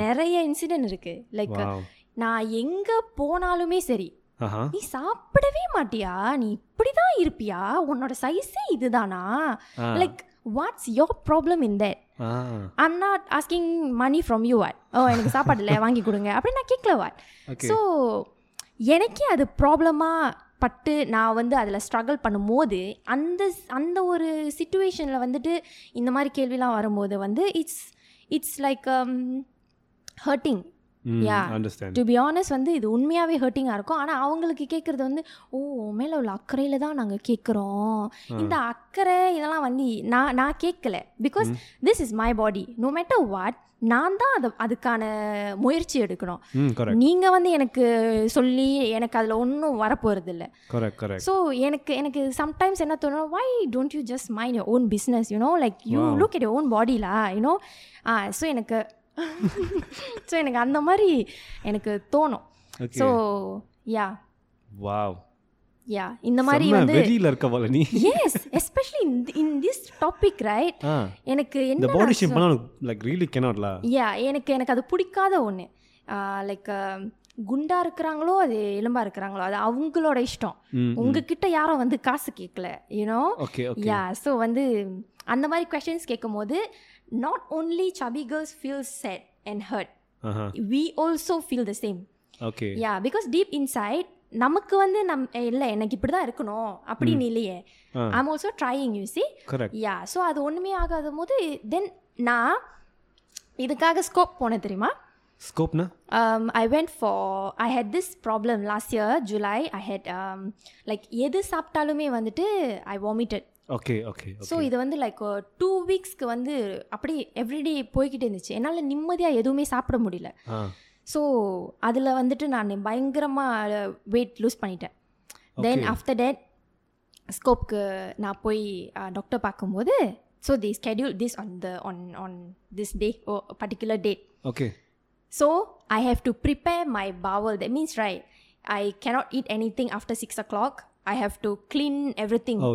Speaker 3: நிறைய இன்சிடென்ட் இருக்குது லைக்
Speaker 2: வாவ்
Speaker 3: நான் எங்கே போனாலுமே சரி
Speaker 2: ஆஹா
Speaker 3: நீ சாப்பிடவே மாட்டியா நீ இப்படி தான் இருப்பியா உன்னோட சைஸே இதுதானா
Speaker 2: ah
Speaker 3: like what's your problem in that
Speaker 2: ah
Speaker 3: I'm not asking money from you what oh Oh, எனக்கு சாப்பாடு இல்லை வாங்கி கொடுங்க அப்படின்னு நான் கேட்கல வாட்
Speaker 2: ஓகே
Speaker 3: ஸோ எனக்கே அது ப்ராப்ளமாக பட்டு நான் வந்து அதில் ஸ்ட்ரகிள் பண்ணும்போது அந்த ஸ்- அந்த ஒரு சுச்சுவேஷனில் வந்துட்டு இந்த மாதிரி கேள்விலாம் வரும்போது வந்து இட்ஸ் இட்ஸ் லைக் ஹர்ட்டிங்
Speaker 2: ம்
Speaker 3: yeah.
Speaker 2: Understand
Speaker 3: to be honest வந்து இது உண்மையாகவே ஹர்ட்டிங்காக இருக்கும் ஆனால் அவங்களுக்கு கேட்குறது வந்து ஓ உன் மேலே உள்ள அக்கறையில் தான் நாங்கள் கேட்குறோம் இந்த அக்கறை இதெல்லாம் வந்து நான் நான் கேட்கல because this is my body no matter what நான் தான் அது அதுக்கான முயற்சி எடுக்கணும்
Speaker 2: ம் கரெக்ட்
Speaker 3: நீங்க வந்து எனக்கு சொல்லி எனக்கு அதுல ஒன்றும் வரப்போறது இல்ல
Speaker 2: கரெக்ட் கரெக்ட்
Speaker 3: ஸோ எனக்கு எனக்கு சம்டைம்ஸ் என்ன தோணும் why don't you just mind your own business you know like you
Speaker 2: Wow.
Speaker 3: Look it own பாடிலா யூனோ ஸோ Ah, எனக்கு ஸோ எனக்கு அந்த மாதிரி எனக்கு தோணும்
Speaker 2: Okay.
Speaker 3: So yeah
Speaker 2: wow
Speaker 3: yeah இந்த மாதிரி
Speaker 2: செம்ம
Speaker 3: வந்து
Speaker 2: வெளியில இருக்கவள நீ
Speaker 3: S especially in this topic right
Speaker 2: ஆ
Speaker 3: எனக்கு
Speaker 2: Ah, இந்த
Speaker 3: என்ன
Speaker 2: பாடி ஷேப் பண்ணா லைக் ரியலி கேனாட்ல
Speaker 3: யா எனக்கு எனக்கு அது பிடிக்காத ஒன்று லைக் குண்டா இருக்கிறாங்களோ அது எலும்பா இருக்கிறாங்களோ அது அவங்களோட இஷ்டம்
Speaker 2: ம்
Speaker 3: உங்ககிட்ட யாரும் வந்து காசு கேட்கல you know
Speaker 2: okay okay
Speaker 3: yeah so வந்து அந்த மாதிரி கொஷின்ஸ் கேட்கும்போது not only சபி girls feel sad and hurt
Speaker 2: Aha
Speaker 3: we also feel the same
Speaker 2: okay
Speaker 3: yeah because deep inside நமக்கு வந்து நம் இல்லை எனக்கு இப்படி தான் இருக்கணும் அப்படின்னு இல்லையே
Speaker 2: ஆ
Speaker 3: I'm also trying you see
Speaker 2: correct
Speaker 3: yeah so அது ஒன்றுமே ஆகாத போது தென் நான் இதுக்காக ஸ்கோப் போனேன் தெரியுமா
Speaker 2: ஸ்கோப்னா
Speaker 3: Um, I went for I had this problem last year July I had um, like எது சாப்பிட்டாலுமே வந்துட்டு I vomited
Speaker 2: okay okay
Speaker 3: so
Speaker 2: okay
Speaker 3: இது வந்து லைக் டூ வீக்ஸ்க்கு வந்து அப்படி எவ்ரிடே போய்கிட்டே இருந்துச்சு என்னால் நிம்மதியாக எதுவுமே சாப்பிட முடியல
Speaker 2: ஆ
Speaker 3: ஸோ அதில் வந்துட்டு நான் பயங்கரமாக வெயிட் லூஸ் பண்ணிட்டேன் தென்
Speaker 2: Okay.
Speaker 3: ஆஃப்டர் டேட் ஸ்கோப்க்கு நான் போய் டாக்டர் பார்க்கும்போது so the schedule this on the on on this day oh particular date
Speaker 2: okay
Speaker 3: So I have to prepare my bowel. That means, right, I cannot eat anything after six o'clock. I have to clean everything.
Speaker 2: Oh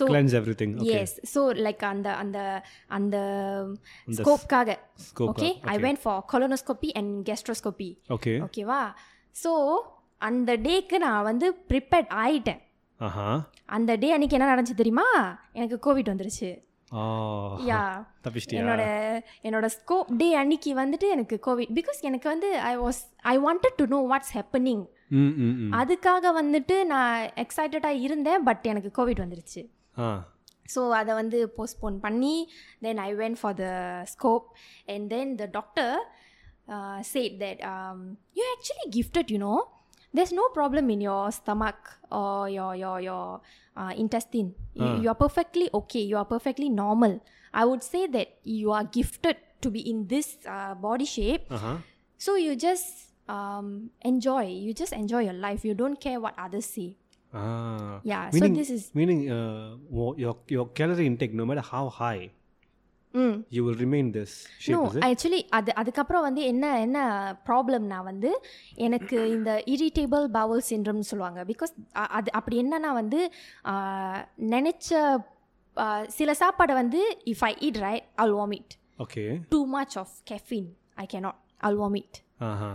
Speaker 3: So-
Speaker 2: cleanse everything okay
Speaker 3: Yes. So like அந்த அந்த அந்த
Speaker 2: s-
Speaker 3: ஸ்கோப்காக
Speaker 2: scope
Speaker 3: okay I went for colonoscopy and gastroscopy
Speaker 2: okay
Speaker 3: ஓகேவா so அந்த டேக்கு நான் வந்து prepared ஆயிட்டேன்
Speaker 2: ஆஹா
Speaker 3: அந்த டே அன்னைக்கு என்ன நடந்துச்சு தெரியுமா எனக்கு கோவிட் வந்துருச்சு
Speaker 2: ஆ
Speaker 3: யா
Speaker 2: தப்பிச்சிட்டியா
Speaker 3: என்னோட என்னோட ஸ்கோப் டே அன்னைக்கு வந்துட்டு எனக்கு கோவிட் பிகாஸ் எனக்கு வந்து I was I wanted to know what's happening
Speaker 2: ம் ம் ம்
Speaker 3: அதுக்காக வந்துட்டு நான் எக்ஸைட்டடாக இருந்தேன் பட் எனக்கு கோவிட் வந்துருச்சு
Speaker 2: ஆ
Speaker 3: ஸோ அதை வந்து போஸ்ட்போன் பண்ணி then I went for the scope and then the doctor said that you actually gifted you know there's no problem in your stomach or your your your uh, intestine you,
Speaker 2: Ah.
Speaker 3: you are perfectly okay you are perfectly normal i would say that you are gifted to be in this uh, body shape
Speaker 2: aha
Speaker 3: so you just um, enjoy you just enjoy your life you don't care what others say
Speaker 2: ah
Speaker 3: yeah
Speaker 2: Ah. Meaning-
Speaker 3: so this is
Speaker 2: meaning your your calorie intake no matter how high
Speaker 3: mm.
Speaker 2: you will remain this shape
Speaker 3: no
Speaker 2: is it
Speaker 3: actually அது அதுக்கப்புறம் வந்து என்ன என்ன ப்ராப்ளம்னா வந்து எனக்கு இந்த இரிட்டேபிள் Powell சிண்ட்ரம்னு சொல்லுவாங்க பிகாஸ் அது அப்படி என்னன்னா வந்து ஆ, நினைச்ச ஆ, சில சாப்பாடை வந்து if I eat right I'll vomit
Speaker 2: okay
Speaker 3: too much of caffeine I cannot I'll vomit
Speaker 2: aha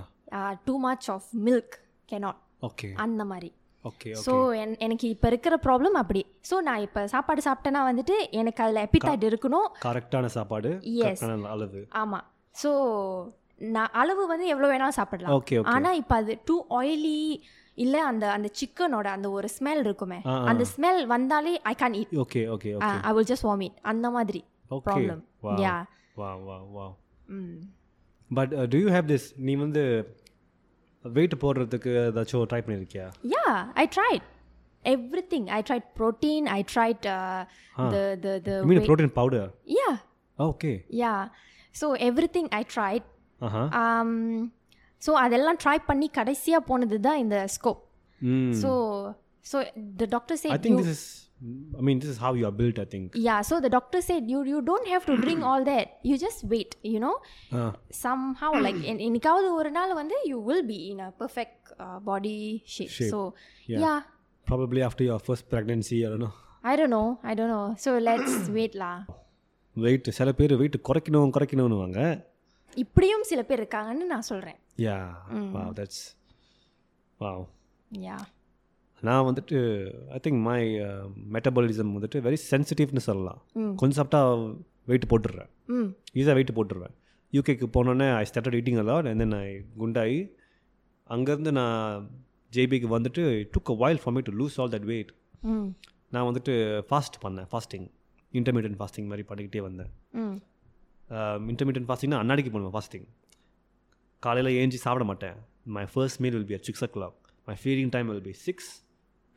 Speaker 3: too much of milk cannot
Speaker 2: Uh-huh. okay
Speaker 3: அந்த மாதிரி
Speaker 2: okay
Speaker 3: ஸோ
Speaker 2: okay
Speaker 3: என் எனக்கு இப்போ இருக்கிற ப்ராப்ளம் அப்படி ஸோ நான் இப்போ சாப்பாடு சாப்பிட்டேன்னா வந்துட்டு எனக்கு அதில் எப்பிடைட் இருக்கணும்
Speaker 2: கரெக்டான சாப்பாடு
Speaker 3: Yes.
Speaker 2: கரெக்டான அளவு
Speaker 3: ஆமா ஸோ நான் அளவு வந்து எவ்வளோ வேணாலும் சாப்பிடலாம்
Speaker 2: ஓகே ஓகே
Speaker 3: ஆனா இப்போ அது டூ ஆயிலி இல்லை அந்த அந்த சிக்கனோட அந்த ஒரு ஸ்மெல் இருக்குமே
Speaker 2: ஆ, ஆ.
Speaker 3: அந்த ஸ்மெல் வந்தாலே I can it
Speaker 2: okay okay okay
Speaker 3: I will just vomit அந்த மாதிரி
Speaker 2: ஓகே
Speaker 3: ப்ராப்ளம்
Speaker 2: வா
Speaker 3: யா
Speaker 2: வா வா வா but do you have this நீ வந்து வெயிட் போடுறதுக்கு ஏதாச்சும் ட்ரை பண்ணியிருக்கியா
Speaker 3: Yeah, I tried everything. I tried protein. I tried uh, the the the.
Speaker 2: Mean protein powder
Speaker 3: Yeah,
Speaker 2: okay
Speaker 3: yeah. So everything I tried.
Speaker 2: Aha
Speaker 3: Um, so அதெல்லாம் try பண்ணி கடைசியா போனது தான் இந்த scope
Speaker 2: hmm
Speaker 3: so so the doctor
Speaker 2: I
Speaker 3: said
Speaker 2: think this is I mean this is how you are built I think
Speaker 3: yeah so the doctor said you you don't have to drink all that you just wait you know
Speaker 2: ah
Speaker 3: somehow like in என்னைக்காவது ஒரு நாள் வந்து you will be in a perfect uh, body shape,
Speaker 2: Shape.
Speaker 3: so
Speaker 2: Yeah.
Speaker 3: yeah
Speaker 2: probably after your first pregnancy இல்லைனா
Speaker 3: I don't know I don't know so let's wait la
Speaker 2: weight சில பேர் wait குறைக்கணும் குறைக்கணும்னு வாங்க
Speaker 3: இப்படியும் சில பேர் இருக்காங்கன்னு நான் சொல்றேன்
Speaker 2: yeah wow that's wow
Speaker 3: yeah
Speaker 2: நான் வந்துட்டு I think my metabolism uh, வந்துட்டு வெரி சென்சிட்டிவ்னு சொல்லலாம்
Speaker 3: ம்.
Speaker 2: கொஞ்சம் சாப்பிட்டா வெயிட் போட்டுடுறேன்
Speaker 3: ம்
Speaker 2: ஈஸியாக வெயிட் போட்டுருவேன் யூகேக்கு போனோன்னே I started eating a lot and then I குண்டாகி அங்கேருந்து நான் ஜேபிக்கு வந்துட்டு took a while for me to lose all that weight
Speaker 3: ம்
Speaker 2: நான் வந்துட்டு ஃபாஸ்ட் பண்ணேன் ஃபாஸ்டிங் intermittent ஃபாஸ்டிங் மாதிரி பண்ணிக்கிட்டே வந்தேன்
Speaker 3: ம்
Speaker 2: இன்டர்மீடியன் ஃபாஸ்டிங்னா அன்னாடிக்கு பண்ணுவேன் ஃபாஸ்டிங் காலையில் ஏஞ்சி சாப்பிட மாட்டேன் my first meal will be at six o'clock my feeding time will be six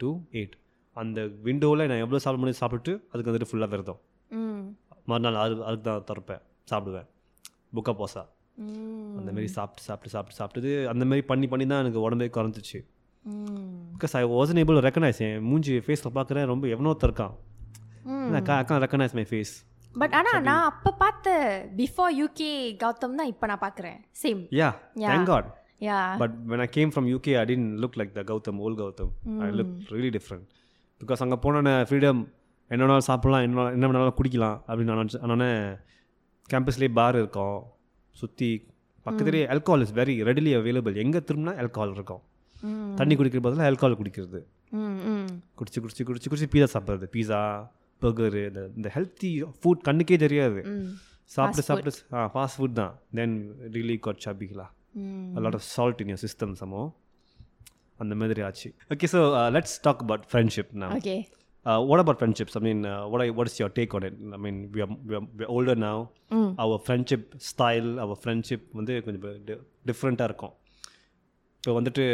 Speaker 2: to eight அந்த விண்டோவில் நான் எவ்வளோ சாப்பிட முடியும் சாப்பிட்டு அதுக்கு வந்துட்டு ஃபுல்லாக விரதம்
Speaker 3: ம்
Speaker 2: மறுநாள் அது அதுக்கு தான் திறப்பேன் சாப்பிடுவேன் புக்கா போசா
Speaker 3: ம்
Speaker 2: அந்த மாதிரி சாப்பிட்டு சாப்பிட்டு சாப்பிட்டு சாப்பிட்டு அந்த மாதிரி பண்ணி பண்ணி தான் எனக்கு உடம்பே குறைஞ்சிச்சு
Speaker 3: ம்
Speaker 2: because I wasn't able recognise என் மூஞ்சி ஃபேஸில் பார்க்குறேன் ரொம்ப எவ்வளோத்த இருக்கான்
Speaker 3: ம்
Speaker 2: நான் அக்கா ரெக்கனைஸ் மை ஃபேஸ்
Speaker 3: பட் ஆனா நான் அப்ப பார்த்த பிஃபோர் யூகே கௌதம் தான் இப்போ நான் பார்க்குறேன் same
Speaker 2: yeah
Speaker 3: Yeah.
Speaker 2: Thank God
Speaker 3: yeah
Speaker 2: but when I came from UK I tent look like the Gautham old Gautham I
Speaker 3: Mm.
Speaker 2: Look really different because அங்கே போனோன்னே ஃப்ரீடம் என்ன வேணாலும் சாப்பிடலாம் என்ன என்ன வேணாலும் குடிக்கலாம் அப்படின்னு நான் நினச்சேன் ஆனால் கேம்பஸ்லேயே பார் இருக்கும் சுற்றி பக்கத்துலேயே alcohol is very readily available எங்கே திரும்பினா alcohol இருக்கும்
Speaker 3: ம்
Speaker 2: தண்ணி குடிக்கிற பதிலா alcohol குடிக்கிறது
Speaker 3: ம் ம்
Speaker 2: குடிச்சு குடிச்சு குடிச்சு குடிச்சு பீஸா சாப்பிட்றது பீஸா பர்கரு இந்த இந்த ஹெல்த்தி ஃபுட் கண்ணுக்கே தெரியாது
Speaker 3: ம்
Speaker 2: சாப்பிட்டு சாப்பிட்டு ஆ ஃபாஸ்ட் ஃபுட் தான் தென் ரியலி காட் சாப்பிக்கலாம்
Speaker 3: ம்
Speaker 2: a lot of salt in your system somehow அந்த மாதிரி ஆச்சு uh, okay so let's talk about friendship நான்
Speaker 3: okay
Speaker 2: what about friendships I mean uh, what I what is your take on it I mean older now
Speaker 3: ம்
Speaker 2: our friendship style our friendship வந்து கொஞ்சம் டிஃப்ரெண்ட்டாக இருக்கும் இப்போ வந்துட்டு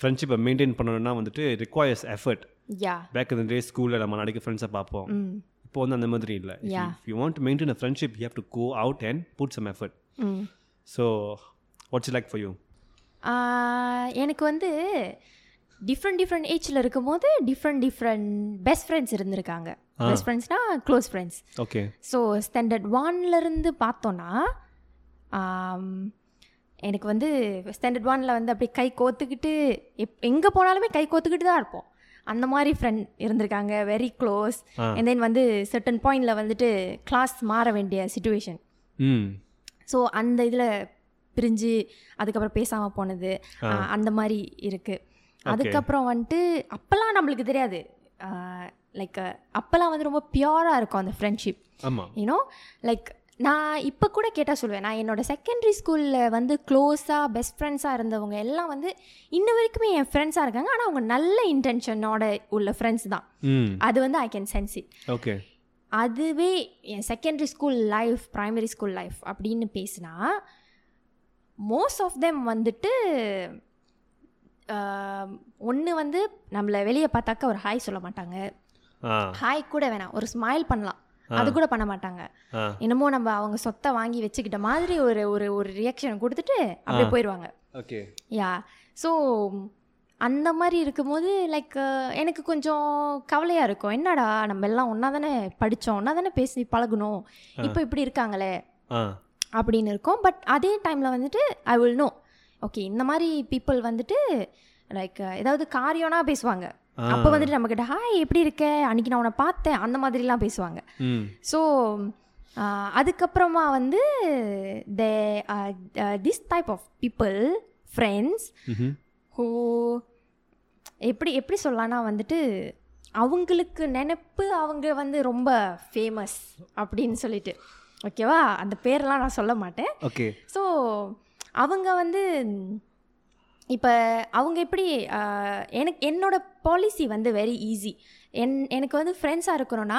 Speaker 2: ஃப்ரெண்ட்ஷிப்பை maintain பண்ணணும்னா வந்துட்டு requires effort
Speaker 3: yeah
Speaker 2: back in the day ஸ்கூலில் நம்ம நாளைக்கு ஃப்ரெண்ட்ஸை பார்ப்போம்
Speaker 3: ம்
Speaker 2: இப்போ வந்து அந்த மாதிரி இல்லை
Speaker 3: Yeah.
Speaker 2: You want maintain a friendship you have to go out and put some effort
Speaker 3: ம்
Speaker 2: so what's like for you
Speaker 3: ah, எனக்கு வந்து டிஃப்ரெண்ட் டிஃப்ரெண்ட் ஏஜில் இருக்கும்போது டிஃப்ரெண்ட் டிஃப்ரெண்ட் பெஸ்ட் ஃப்ரெண்ட்ஸ் இருந்திருக்காங்க பெஸ்ட் ஃப்ரெண்ட்ஸ்னா close friends
Speaker 2: okay
Speaker 3: so standard ஒன்லேருந்து பார்த்தோன்னா ஆம், எனக்கு வந்து ஸ்டாண்டர்ட் ஒனில் வந்து அப்படியே கை கோத்துக்கிட்டு எப் எங்கே போனாலுமே கை கோத்துக்கிட்டு தான் இருப்போம் அந்த மாதிரி ஃப்ரெண்ட் இருந்திருக்காங்க very close
Speaker 2: Ah.
Speaker 3: and then வந்து certain பாயிண்டில் வந்துட்டு கிளாஸ் மாற வேண்டிய சுச்சுவேஷன்
Speaker 2: ம்
Speaker 3: ஸோ அந்த இதில் பிரிஞ்சு அதுக்கப்புறம் பேசாமல் போனது ஆஹ், அந்த மாதிரி இருக்குது அதுக்கப்புறம் வந்துட்டு அப்போல்லாம் நம்மளுக்கு தெரியாது லைக் அப்போல்லாம் வந்து ரொம்ப பியூராக இருக்கும் அந்த ஃப்ரெண்ட்ஷிப்
Speaker 2: ஆமாம்
Speaker 3: யூனோ லைக் நான் இப்போ கூட கேட்டால் சொல்லுவேன் நான் என்னோட செகண்டரி ஸ்கூலில் வந்து க்ளோஸாக பெஸ்ட் ஃப்ரெண்ட்ஸாக இருந்தவங்க எல்லாம் வந்து இன்ன வரைக்குமே என் ஃப்ரெண்ட்ஸாக இருக்காங்க ஆனால் அவங்க நல்ல இன்டென்ஷனோட உள்ள ஃப்ரெண்ட்ஸ் தான்
Speaker 2: ம்
Speaker 3: அது வந்து I can sense it
Speaker 2: okay
Speaker 3: அதுவே என் secondary school life primary school life அப்படின்னு பேசினா மோஸ்ட் ஆஃப் தெம் வந்துட்டு ஒன்று வந்து நம்மளை வெளியே பார்த்தாக்க ஒரு ஹாய் சொல்ல மாட்டாங்க
Speaker 2: ஆ
Speaker 3: ஹாய் கூட வேணாம் ஒரு ஸ்மைல் பண்ணலாம் அது கூட பண்ண மாட்டாங்க
Speaker 2: ஆ
Speaker 3: என்னமோ நம்ம அவங்க சொத்தை வாங்கி வச்சுக்கிட்ட மாதிரி ஒரு ஒரு ஒரு ரியாக்ஷன் கொடுத்துட்டு அப்படியே போயிடுவாங்க
Speaker 2: ஓகே
Speaker 3: யா ஸோ அந்த மாதிரி இருக்கும்போது லைக் எனக்கு கொஞ்சம் கவலையாக இருக்கும் என்னடா நம்ம எல்லாம் ஒன்றா தானே படித்தோம் ஒன்றா தானே பேசி பழகுனோம் இப்போ இப்படி இருக்காங்களே
Speaker 2: ஆ
Speaker 3: அப்படின்னு இருக்கும் பட் அதே டைமில் வந்துட்டு ஐ வில் நோ ஓகே இந்த மாதிரி பீப்புள் வந்துட்டு லைக் ஏதாவது காரியம்னா பேசுவாங்க
Speaker 2: Ah.
Speaker 3: அப்போ வந்துட்டு நம்மக்கிட்ட ஹாய் எப்படி இருக்க அன்னைக்கு நான் உன்னை பார்த்தேன் அந்த மாதிரிலாம் பேசுவாங்க
Speaker 2: ம்
Speaker 3: ஸோ அதுக்கப்புறமா வந்து uh, they this type of people friends
Speaker 2: ம்
Speaker 3: ஹூ எப்படி எப்படி சொல்லலாம்னா வந்துட்டு அவங்களுக்கு நினைப்பு அவங்க வந்து ரொம்ப ஃபேமஸ் அப்படின்னு சொல்லிட்டு ஓகேவா அந்த பேர்லாம் நான் சொல்ல மாட்டேன்
Speaker 2: ஓகே
Speaker 3: ஸோ அவங்க வந்து இப்போ அவங்க எப்படி ஆ, எனக்கு என்னோட பாலிசி வந்து வெரி ஈஸி என் எனக்கு வந்து ஃப்ரெண்ட்ஸாக இருக்கணும்னா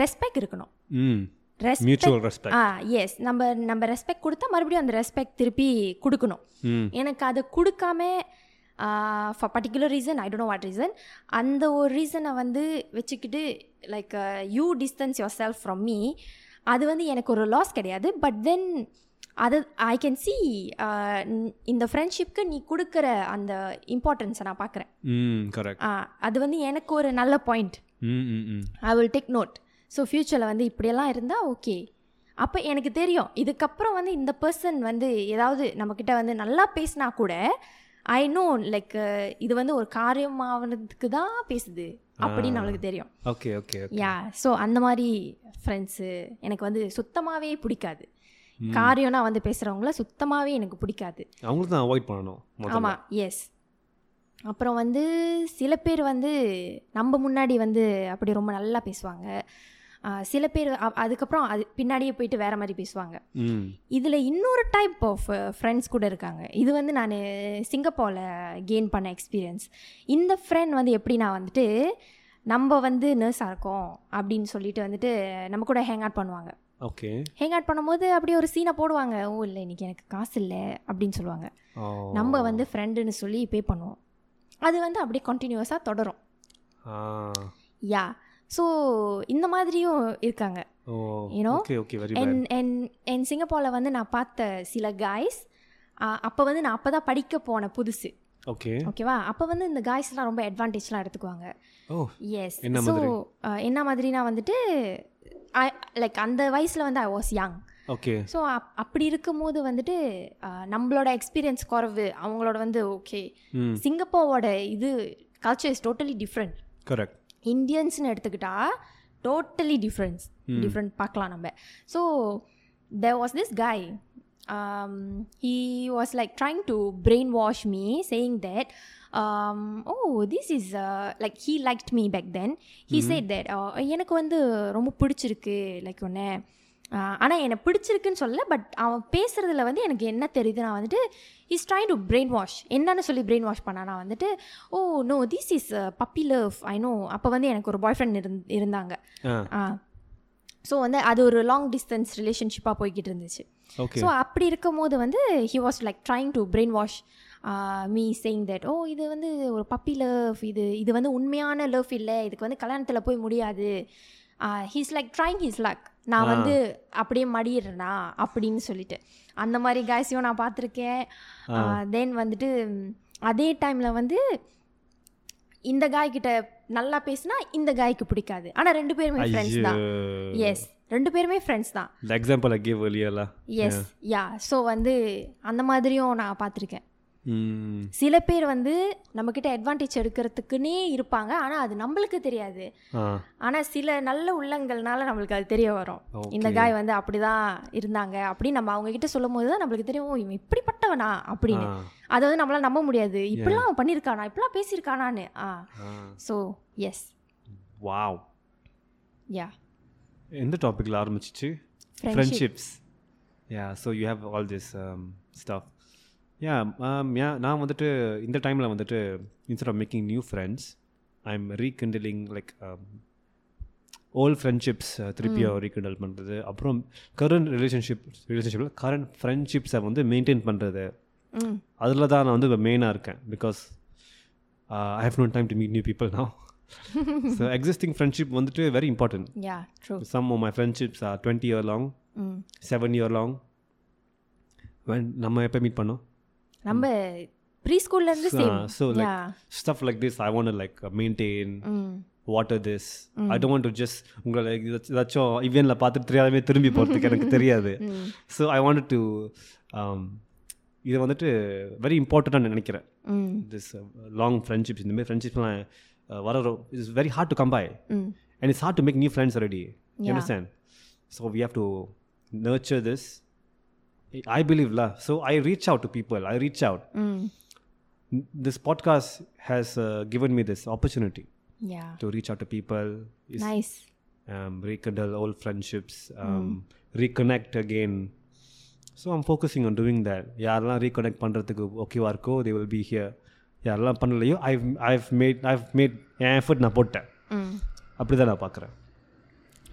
Speaker 3: ரெஸ்பெக்ட் இருக்கணும்
Speaker 2: ம்
Speaker 3: ரெஸ்பெக்ட்
Speaker 2: மியூச்சுவல் ரெஸ்பெக்ட்
Speaker 3: ஆ எஸ் நம்ம நம்ம ரெஸ்பெக்ட் கொடுத்தா மறுபடியும் அந்த ரெஸ்பெக்ட் திருப்பி கொடுக்கணும்
Speaker 2: ம்
Speaker 3: எனக்கு அது கொடுக்காம for particular reason I don't know what reason அந்த ஒரு ரீசனை வந்து வச்சுக்கிட்டு like you distance yourself from me அது வந்து எனக்கு ஒரு லாஸ் கிடையாது பட் தென் அது ஐ கேன் சி இந்த ஃப்ரெண்ட்ஷிப்க்கு நீ கொடுக்குற அந்த இம்பார்ட்டன்ஸை நான் பார்க்குறேன்
Speaker 2: ம் கரெக்ட்
Speaker 3: அது வந்து எனக்கு ஒரு நல்ல பாயிண்ட்
Speaker 2: ம் ம் ம்
Speaker 3: I will take note so ஃப்யூச்சரில் வந்து இப்படியெல்லாம் இருந்தால் ஓகே அப்போ எனக்கு தெரியும் இதுக்கப்புறம் வந்து இந்த பர்சன் வந்து ஏதாவது நம்மக்கிட்ட வந்து நல்லா பேசினா கூட ஐ நோ லைக் இது வந்து ஒரு காரியமாகிறதுக்கு தான் பேசுது அப்படின்னு நம்மளுக்கு தெரியும்
Speaker 2: ஓகே ஓகே
Speaker 3: யா ஸோ அந்த மாதிரி ஃப்ரெண்ட்ஸு எனக்கு வந்து சுத்தமாகவே பிடிக்காது காரியம்னா வந்து பேசுகிறவங்கள சுத்தமாகவே எனக்கு பிடிக்காது
Speaker 2: Hmm. அவங்களுக்கு தான் அவாய்ட் பண்ணணும் முதல்ல
Speaker 3: ஆமாம் எஸ் அப்புறம் வந்து சில பேர் வந்து நம்ம முன்னாடி வந்து அப்படி ரொம்ப நல்லா பேசுவாங்க ஆ, சில பேர் அ- அதுக்கப்புறம் அது பின்னாடியே போயிட்டு வேற மாதிரி பேசுவாங்க
Speaker 2: ம்
Speaker 3: இதில் இன்னொரு டைப் ஆஃப் ஃப்ரெண்ட்ஸ் கூட இருக்காங்க இது வந்து நான் சிங்கப்பூரில் கெயின் பண்ண எக்ஸ்பீரியன்ஸ் இந்த ஃப்ரெண்ட் வந்து எப்படின்னா வந்துட்டு நம்ம வந்து நர்ஸாக இருக்கோம் அப்படின்னு சொல்லிட்டு வந்துட்டு நம்ம கூட ஹேங் அவுட் பண்ணுவாங்க
Speaker 2: ஓகே
Speaker 3: ஹேங் அவுட் பண்ணும்போது அப்படியே ஒரு சீனை போடுவாங்க ஓ இல்லை இன்னைக்கு எனக்கு காசு இல்லை அப்படின்னு சொல்லுவாங்க
Speaker 2: Oh.
Speaker 3: நம்ம வந்து ஃப்ரெண்டுன்னு சொல்லி பே பண்ணுவோம் அது வந்து அப்படியே கண்டினியூஸாக தொடரும் யா ஸோ இந்த மாதிரியும் இருக்காங்க
Speaker 2: Oh.
Speaker 3: You know?
Speaker 2: Okay okay very
Speaker 3: என் என் என் சிங்கப்பூரில் வந்து நான் பார்த்த சில காய்ஸ் அப்போ வந்து நான் அப்போ தான் படிக்க போன புதுசு
Speaker 2: ஓகே
Speaker 3: ஓகேவா அப்போ வந்து இந்த காய்ஸ்லாம் ரொம்ப அட்வான்டேஜ்லாம் எடுத்துக்குவாங்க
Speaker 2: ஓ
Speaker 3: எஸ்
Speaker 2: என்ன
Speaker 3: ஸோ
Speaker 2: மாதிரி?
Speaker 3: என்ன மாதிரினா வந்துட்டு லைக் அந்த வயசில் வந்து I was young
Speaker 2: okay
Speaker 3: so அப் அப்படி இருக்கும்போது வந்துட்டு அஹ், நம்மளோட எக்ஸ்பீரியன்ஸ் குறவு அவங்களோட வந்து ஓகே
Speaker 2: ம்
Speaker 3: சிங்கப்பூரோட இது culture is totally different
Speaker 2: correct
Speaker 3: இந்தியன்ஸ்னு எடுத்துக்கிட்டா டோட்டலி டிஃப்ரென்ஸ் டிஃப்ரெண்ட் பார்க்கலாம் நம்ம so there was this guy um, he was like trying to brainwash me saying that oh this is like he liked me back then he said that "Oh, எனக்கு வந்து ரொம்ப பிடிச்சிருக்கு like உன்னை ஆனால் என்னை பிடிச்சிருக்குன்னு சொல்லல பட் அவன் பேசுகிறதுல வந்து எனக்கு என்ன தெரியுது நான் வந்துட்டு is trying to brainwash என்னன்னு சொல்லி பிரெயின் வாஷ் பண்ணானா வந்துட்டு oh no this is puppy love I know அப்போ வந்து எனக்கு ஒரு பாய் ஃப்ரெண்ட் இருந் இருந்தாங்க
Speaker 2: ஆ
Speaker 3: ஸோ வந்து அது ஒரு லாங் டிஸ்டன்ஸ் ரிலேஷன்ஷிப்பாக போய்கிட்டு இருந்துச்சு
Speaker 2: ஓகே
Speaker 3: ஸோ அப்படி இருக்கும்போது வந்து he was like trying to brainwash me saying that oh "Oh, இது வந்து ஒரு பப்பி லவ் இது இது வந்து உண்மையான லவ் இல்லை இதுக்கு வந்து கல்யாணத்தில் போய் முடியாது Uh, he's like trying he's luck நான் வந்து அப்படியே மடியிடுறேனா அப்படின்னு சொல்லிட்டு அந்த மாதிரி காய்ஸையும் நான் பார்த்துருக்கேன் தென் வந்துட்டு ம், அதே டைமில் வந்து இந்த guy கிட்ட நல்லா பேசினா இந்த காய்க்கு பிடிக்காது ஆனால் ரெண்டு பேருமே ஃப்ரெண்ட்ஸ்
Speaker 2: ஐயோ
Speaker 3: தான் எஸ் ரெண்டு பேருமே ஃப்ரெண்ட்ஸ் தான்
Speaker 2: இந்த எக்ஸாம்பிள் ஐ கிவ் வெளியலா
Speaker 3: எஸ் யா ஸோ வந்து அந்த மாதிரியும் நான் பார்த்துருக்கேன்
Speaker 2: ம்
Speaker 3: சில பேர் வந்து நம்மக்கிட்ட அட்வான்டேஜ் எடுக்கிறதுக்குன்னே இருப்பாங்க ஆனால் அது நம்மளுக்கு தெரியாது
Speaker 2: ஆ
Speaker 3: ஆனால் சில நல்ல உள்ளங்கள்னால நம்மளுக்கு அது தெரிய வரும்
Speaker 2: Okay.
Speaker 3: இந்த காய் வந்து அப்படி தான் இருந்தாங்க அப்படின்னு நம்ம அவங்கக்கிட்ட சொல்லும் போது தான் நம்மளுக்கு தெரியும் "ஓ, இவன் இப்படிப்பட்டவனா அப்படின்னு
Speaker 2: ஆ
Speaker 3: அதை வந்து நம்மளால் நம்ப முடியாது இப்படிலாம் அவன் பண்ணியிருக்கானா இப்படிலாம் பேசியிருக்கானான்னு ஆ
Speaker 2: ஆ
Speaker 3: ஸோ எஸ்
Speaker 2: வாவ்
Speaker 3: யா
Speaker 2: எந்த டாப்பிக்கில் ஆரம்பிச்சிச்சு
Speaker 3: friendship
Speaker 2: friendships yeah so you have all this stuff yeah yeah நான் வந்துட்டு இந்த டைமில் வந்துட்டு instead of making new friends I am rekindling like old friendships திருப்பியும் ரீகண்டல் பண்ணுறது அப்புறம் கரண்ட் ரிலேஷன்ஷிப் ரிலேஷன்ஷிப்பில் கரண்ட் ஃப்ரெண்ட்ஷிப்ஸை வந்து மெயின்டைன் பண்ணுறது
Speaker 3: ம்
Speaker 2: அதில் தான் நான் வந்து மெயினாக இருக்கேன் uh, because I have no time to meet new people now so existing friendship வந்துட்டு very important
Speaker 3: yeah true
Speaker 2: some of my friendships are twenty year long
Speaker 3: ம்
Speaker 2: செவன் இயர் லாங் when நம்ம எப்போ மீட் பண்ணோம்
Speaker 3: நம்ம ப்ரீ ஸ்கூல்லேருந்து
Speaker 2: So,
Speaker 3: same
Speaker 2: so like-
Speaker 3: yeah
Speaker 2: stuff like this I want like maintain
Speaker 3: ம்
Speaker 2: water this I don't want to just உங்களை ஏதாச்சும் ஈவெண்ட்டில் பார்த்துட்டு தெரியாதமே திரும்பி போகிறதுக்கு எனக்கு தெரியாது
Speaker 3: ம்
Speaker 2: so I want to um, இது வந்துட்டு வெரி இம்பார்ட்டண்ட்டாக நான் நினைக்கிறேன்
Speaker 3: ம்
Speaker 2: திஸ் லாங் ஃப்ரெண்ட்ஷிப்ஸ் இந்த மாதிரி ஃப்ரெண்ட்ஷிப்லாம் வர it's very hard to come by
Speaker 3: Mm.
Speaker 2: and it's hard to make new friends already. You
Speaker 3: Yeah.
Speaker 2: understand? So we have to nurture this. I believe lah. So I reach out to people. I reach out.
Speaker 3: Mm.
Speaker 2: This podcast has uh, given me this opportunity
Speaker 3: Yeah.
Speaker 2: to reach out to people, is-
Speaker 3: Nice. Mm.
Speaker 2: um, rekindle old friendships, um, reconnect again. So I'm focusing on doing that. யாரெல்லாம் reconnect பண்ணுறதுக்கு ஓகேவா இருக்கோ they will be here. யாரெல்லாம் பண்ணலையோ I've I've made I've made என் effort நான் போட்டேன்
Speaker 3: Mm.
Speaker 2: அப்படிதான் நான் பார்க்குறேன்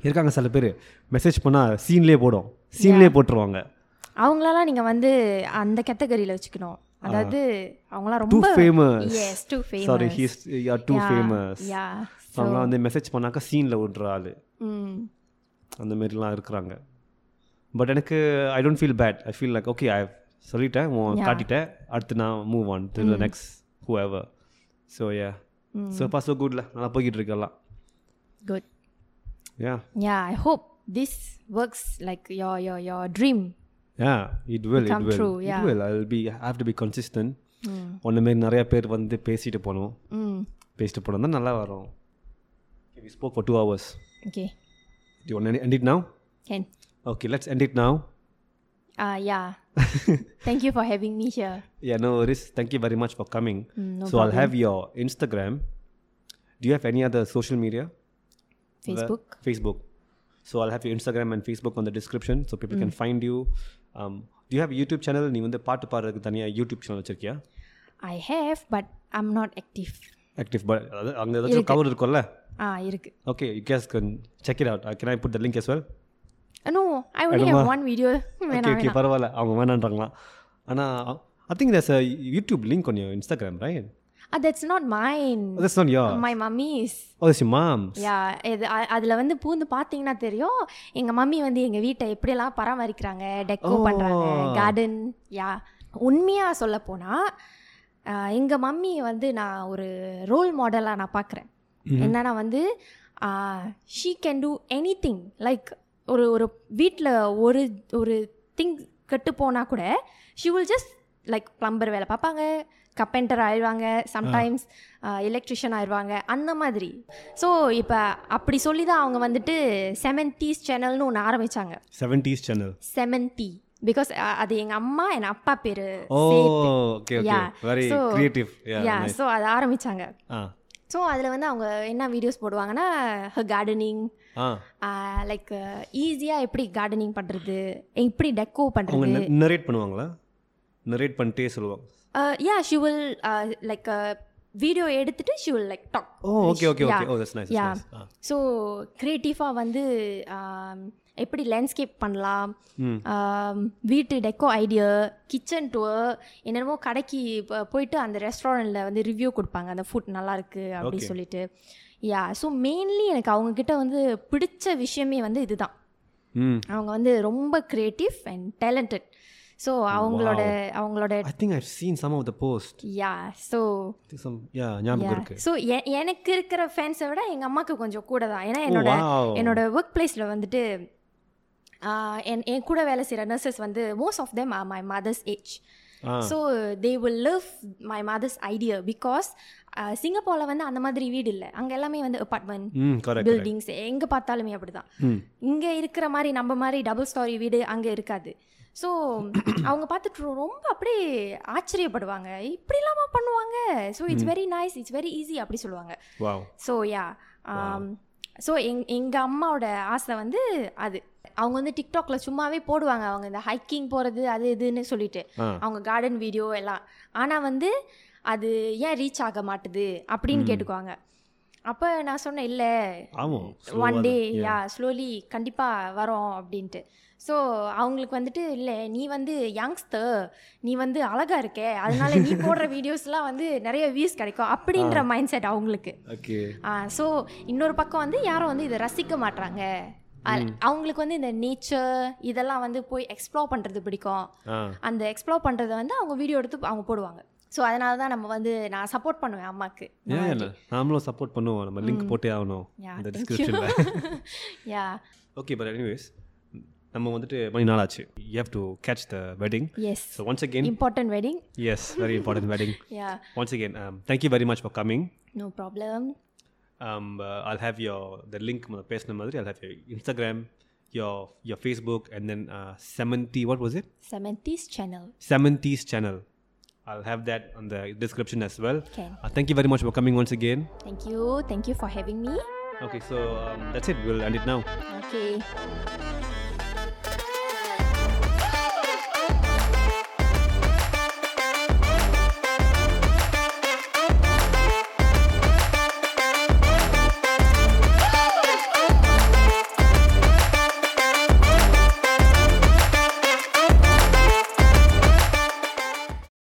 Speaker 2: இருக்காங்க சில பேர் மெசேஜ் பண்ணால் சீன்லேயே போடும் சீன்லேயே போட்டுருவாங்க
Speaker 3: அவங்களெல்லாம் நீங்கள் வந்து அந்த கேட்டகரியில் வச்சுக்கணும் அதாவது அவங்களாம்
Speaker 2: டூ
Speaker 3: ரொம்ப
Speaker 2: famous
Speaker 3: yes too famous
Speaker 2: sorry he's yeah too famous
Speaker 3: yeah
Speaker 2: அவங்களாம் வந்து மெசேஜ் பண்ணாக்கா சீனில் விடுற ஆள்
Speaker 3: ம்
Speaker 2: அந்த மாதிரிலாம் இருக்கிறாங்க பட் எனக்கு I don't feel bad I feel like okay I சொல்லிட்டேன் உன்
Speaker 3: Yeah.
Speaker 2: காட்டிட்டேன் அடுத்து நான் move on to the next whoever so yeah
Speaker 3: Mm.
Speaker 2: So பா ஸோ குட்ல நல்லா போய்கிட்டு இருக்கலாம்
Speaker 3: good
Speaker 2: yeah
Speaker 3: yeah I hope this works like yo yo yo dream
Speaker 2: yeah it will
Speaker 3: Come
Speaker 2: it will
Speaker 3: true, yeah. Hmm.
Speaker 2: It will I will be have to be consistent
Speaker 3: ம்
Speaker 2: ஒன்ன மாரி நிறைய பேர் வந்து பேசிட்டு போகணும்
Speaker 3: ம்
Speaker 2: பேசிட்டு போனால் தான் நல்லா வரும் we spoke for two hours
Speaker 3: okay
Speaker 2: you want end it now
Speaker 3: can
Speaker 2: okay let's end it now
Speaker 3: Uh, yeah. Thank you for having me here.
Speaker 2: Yeah, no worries. Thank you very much for coming.
Speaker 3: Mm, no
Speaker 2: so I'll have your Instagram. Do you have any other social media?
Speaker 3: Facebook.
Speaker 2: The- Facebook. So I'll have your Instagram and Facebook on the description so people can
Speaker 3: Hmm.
Speaker 2: find you. Um, do you have a YouTube channel? நீ வந்து பாட்டு பாடுறதுக்கு தனியாக YouTube channel வச்சிருக்கியா
Speaker 3: I have, but I'm not active.
Speaker 2: Active but அதாவது அங்கே ஏதாச்சும் cover இருக்கும்ல
Speaker 3: ஆ இருக்கு
Speaker 2: okay you guys can check it out can I put the link S well
Speaker 3: no I only
Speaker 2: வேணுமா?
Speaker 3: ஹேவ் ஒன் வீடியோ
Speaker 2: ஓகே
Speaker 3: வேணாம்
Speaker 2: okay பரவாயில்ல அவங்க வேணான்றாங்களாம் ஆனால் I think this YouTube link on your Instagram, right? Oh,
Speaker 3: that's not mine
Speaker 2: That's not your.
Speaker 3: My mummy's
Speaker 2: Oh, that's your mom's.
Speaker 3: Yeah இது அ- அதுல வந்து பூந்து பார்த்தீங்கன்னா தெரியும் எங்க மம்மி வந்து எங்க வீட்டை எப்படியெல்லாம் பராமரிக்கிறாங்க டெக்கோ
Speaker 2: Oh.
Speaker 3: பண்றாங்க கார்டன் யா உண்மையா சொல்ல போனா அஹ், எங்க மம்மி வந்து நான் ஒரு ரோல் மாடலா நான் பார்க்குறேன் என்னன்னா வந்து she can do anything like ஒரு ஒரு வீட்டில் ஒரு ஒரு திங் கெட்டு போனால் கூட she will just like plumber வேலை பார்ப்பாங்க கப்பெண்டர் ஆயிடுவாங்க சம்டைம்ஸ் எலக்ட்ரிஷியன் ஆயிடுவாங்க அந்த மாதிரி ஸோ இப்போ அப்படி சொல்லி தான் அவங்க வந்துட்டு செவன்தீஸ் சேனல்னு ஒன்று ஆரம்பித்தாங்க
Speaker 2: 70s channel.
Speaker 3: செவன்தி பிகாஸ் அது எங்கள் அம்மா என் அப்பா பேர்
Speaker 2: Oh, okay, okay.
Speaker 3: Yeah.
Speaker 2: Very
Speaker 3: So-
Speaker 2: creative. Yeah.
Speaker 3: Yeah
Speaker 2: nice.
Speaker 3: So அதை ஆரம்பித்தாங்க
Speaker 2: Ah.
Speaker 3: ஸோ அதில் வந்து அவங்க என்ன வீடியோஸ் போடுவாங்கன்னா கார்டனிங்
Speaker 2: Ah.
Speaker 3: லைக் ஈஸியாக எப்படி கார்டனிங் பண்ணுறது எப்படி டெக்கோ
Speaker 2: அவங்க
Speaker 3: பண்ணுறது
Speaker 2: நரேட் பண்ணுவாங்களா நரேட் பண்ணிட்டே சொல்லுவாங்க
Speaker 3: yeah she will like video எடுத்துட்டு she will like talk
Speaker 2: oh okay okay okay oh that's nice
Speaker 3: Yeah.
Speaker 2: Ah.
Speaker 3: So க்ரியேட்டிவாக வந்து um, எப்படி லேண்ட்ஸ்கேப் பண்ணலாம்
Speaker 2: ம்
Speaker 3: um, வீட்டு டெக்கோ ஐடியா கிச்சன் டூர் என்னென்னமோ கடைக்கு ப- போயிட்டு அந்த ரெஸ்டாரண்ட்டில் வந்து ரிவ்யூ கொடுப்பாங்க அந்த ஃபுட் நல்லாயிருக்கு அப்படி
Speaker 2: Okay.
Speaker 3: சொல்லிட்டு யா ஸோ மெயின்லி எனக்கு அவங்கக்கிட்ட வந்து பிடிச்ச விஷயமே வந்து இதுதான்
Speaker 2: ம்
Speaker 3: அவங்க வந்து ரொம்ப கிரியேட்டிவ் அண்ட் டேலண்டட் ஸோ அவங்களோட அவங்களோட
Speaker 2: I think I seen some of the post
Speaker 3: yeah so
Speaker 2: some yeah ஞாபகம் இருக்கு
Speaker 3: ஸோ எனக்கு இருக்கிற ஃபேன்ஸை விட எங்கள் அம்மாவுக்கு கொஞ்சம் கூட தான் ஏன்னா
Speaker 2: Oh,
Speaker 3: என்னோட
Speaker 2: wow.
Speaker 3: என்னோட ஒர்க் பிளேஸில் வந்துட்டு ஆஹ், என் என் கூட வேலை செய்கிற நர்சஸ் வந்து most of them are my mother's age
Speaker 2: Ah.
Speaker 3: So they will live my mother's idea because சிங்கப்பூரில் வந்து அந்த மாதிரி வீடு இல்லை அங்கே எல்லாமே வந்து apartment
Speaker 2: hmm correct correct
Speaker 3: buildings எங்கே பார்த்தாலுமே அப்படி தான்
Speaker 2: ம்
Speaker 3: இங்கே இருக்கிற மாதிரி நம்ம மாதிரி டபுள் ஸ்டாரி வீடு அங்கே இருக்காது ஸோ அவங்க பார்த்துட்டு ரொ- ரொம்ப அப்படியே ஆச்சரியப்படுவாங்க இப்படிலாமா பண்ணுவாங்க so it's very nice it's very easy அப்படி சொல்லுவாங்க
Speaker 2: wow
Speaker 3: so yeah so um, எங் எங்கள் அம்மாவோட ஆசை வந்து அது அவங்க வந்து டிக்டாக்ல சும்மாவே போடுவாங்க அவங்க இந்த ஹைக்கிங் போகிறது அது இதுன்னு சொல்லிட்டு
Speaker 2: ஆ
Speaker 3: அவங்க கார்டன் வீடியோ எல்லாம் ஆனால் வந்து அது ஏன் ரீச் ஆக மாட்டுது அப்படின்னு கேட்டுக்குவாங்க அப்போ நான் சொன்னேன் இல்லை
Speaker 2: ஆமா
Speaker 3: ஒன் டே யா ஸ்லோலி கண்டிப்பாக வரும் அப்படின்ட்டு ஸோ அவங்களுக்கு வந்துட்டு இல்லை நீ வந்து யங்ஸ்டர் நீ வந்து அழகா இருக்கே அதனால நீ போடுற வீடியோஸ்லாம் வந்து நிறைய வியூஸ் கிடைக்கும் அப்படின்ற மைண்ட் செட் அவங்களுக்கு
Speaker 2: ஓகே
Speaker 3: ஸோ இன்னொரு பக்கம் வந்து யாரும் வந்து இதை ரசிக்க மாட்றாங்க அ- அவங்களுக்கு வந்து இந்த நேச்சர் இதெல்லாம் வந்து போய் எக்ஸ்ப்ளோர் பண்ணுறது பிடிக்கும்
Speaker 2: ஆ
Speaker 3: அந்த எக்ஸ்ப்ளோர் பண்ணுறத வந்து அவங்க வீடியோ எடுத்து அவங்க போடுவாங்க ஸோ அதனால தான் நம்ம வந்து நான் சப்போர்ட் பண்ணுவேன் அம்மாக்கு
Speaker 2: ஏன் நாமளும் சப்போர்ட் பண்ணுவோம் நம்ம லிங்க் போட்டே ஆகணும்
Speaker 3: Mm. Yeah,
Speaker 2: இந்த
Speaker 3: thank you.
Speaker 2: டிஸ்கிரிப்ஷனில்
Speaker 3: யா
Speaker 2: ஓகே பட் எனிவேஸ் நம்ம வந்துட்டு மணி நாளாச்சு you have to catch the wedding
Speaker 3: yes
Speaker 2: so once again
Speaker 3: important wedding
Speaker 2: yes very important wedding
Speaker 3: yeah
Speaker 2: once again thank you very much for coming
Speaker 3: no problem
Speaker 2: Um, I'll have your the link பேசின மாதிரி I'll have your Instagram your your Facebook and then seventy was it?
Speaker 3: Samanthi's channel.
Speaker 2: Samanthi's channel. I'll have that on the description as well.
Speaker 3: Okay.
Speaker 2: Thank you very much for coming once again.
Speaker 3: Thank you. Thank you for having me.
Speaker 2: um, Okay, so that's it. We'll end it now.
Speaker 3: Okay.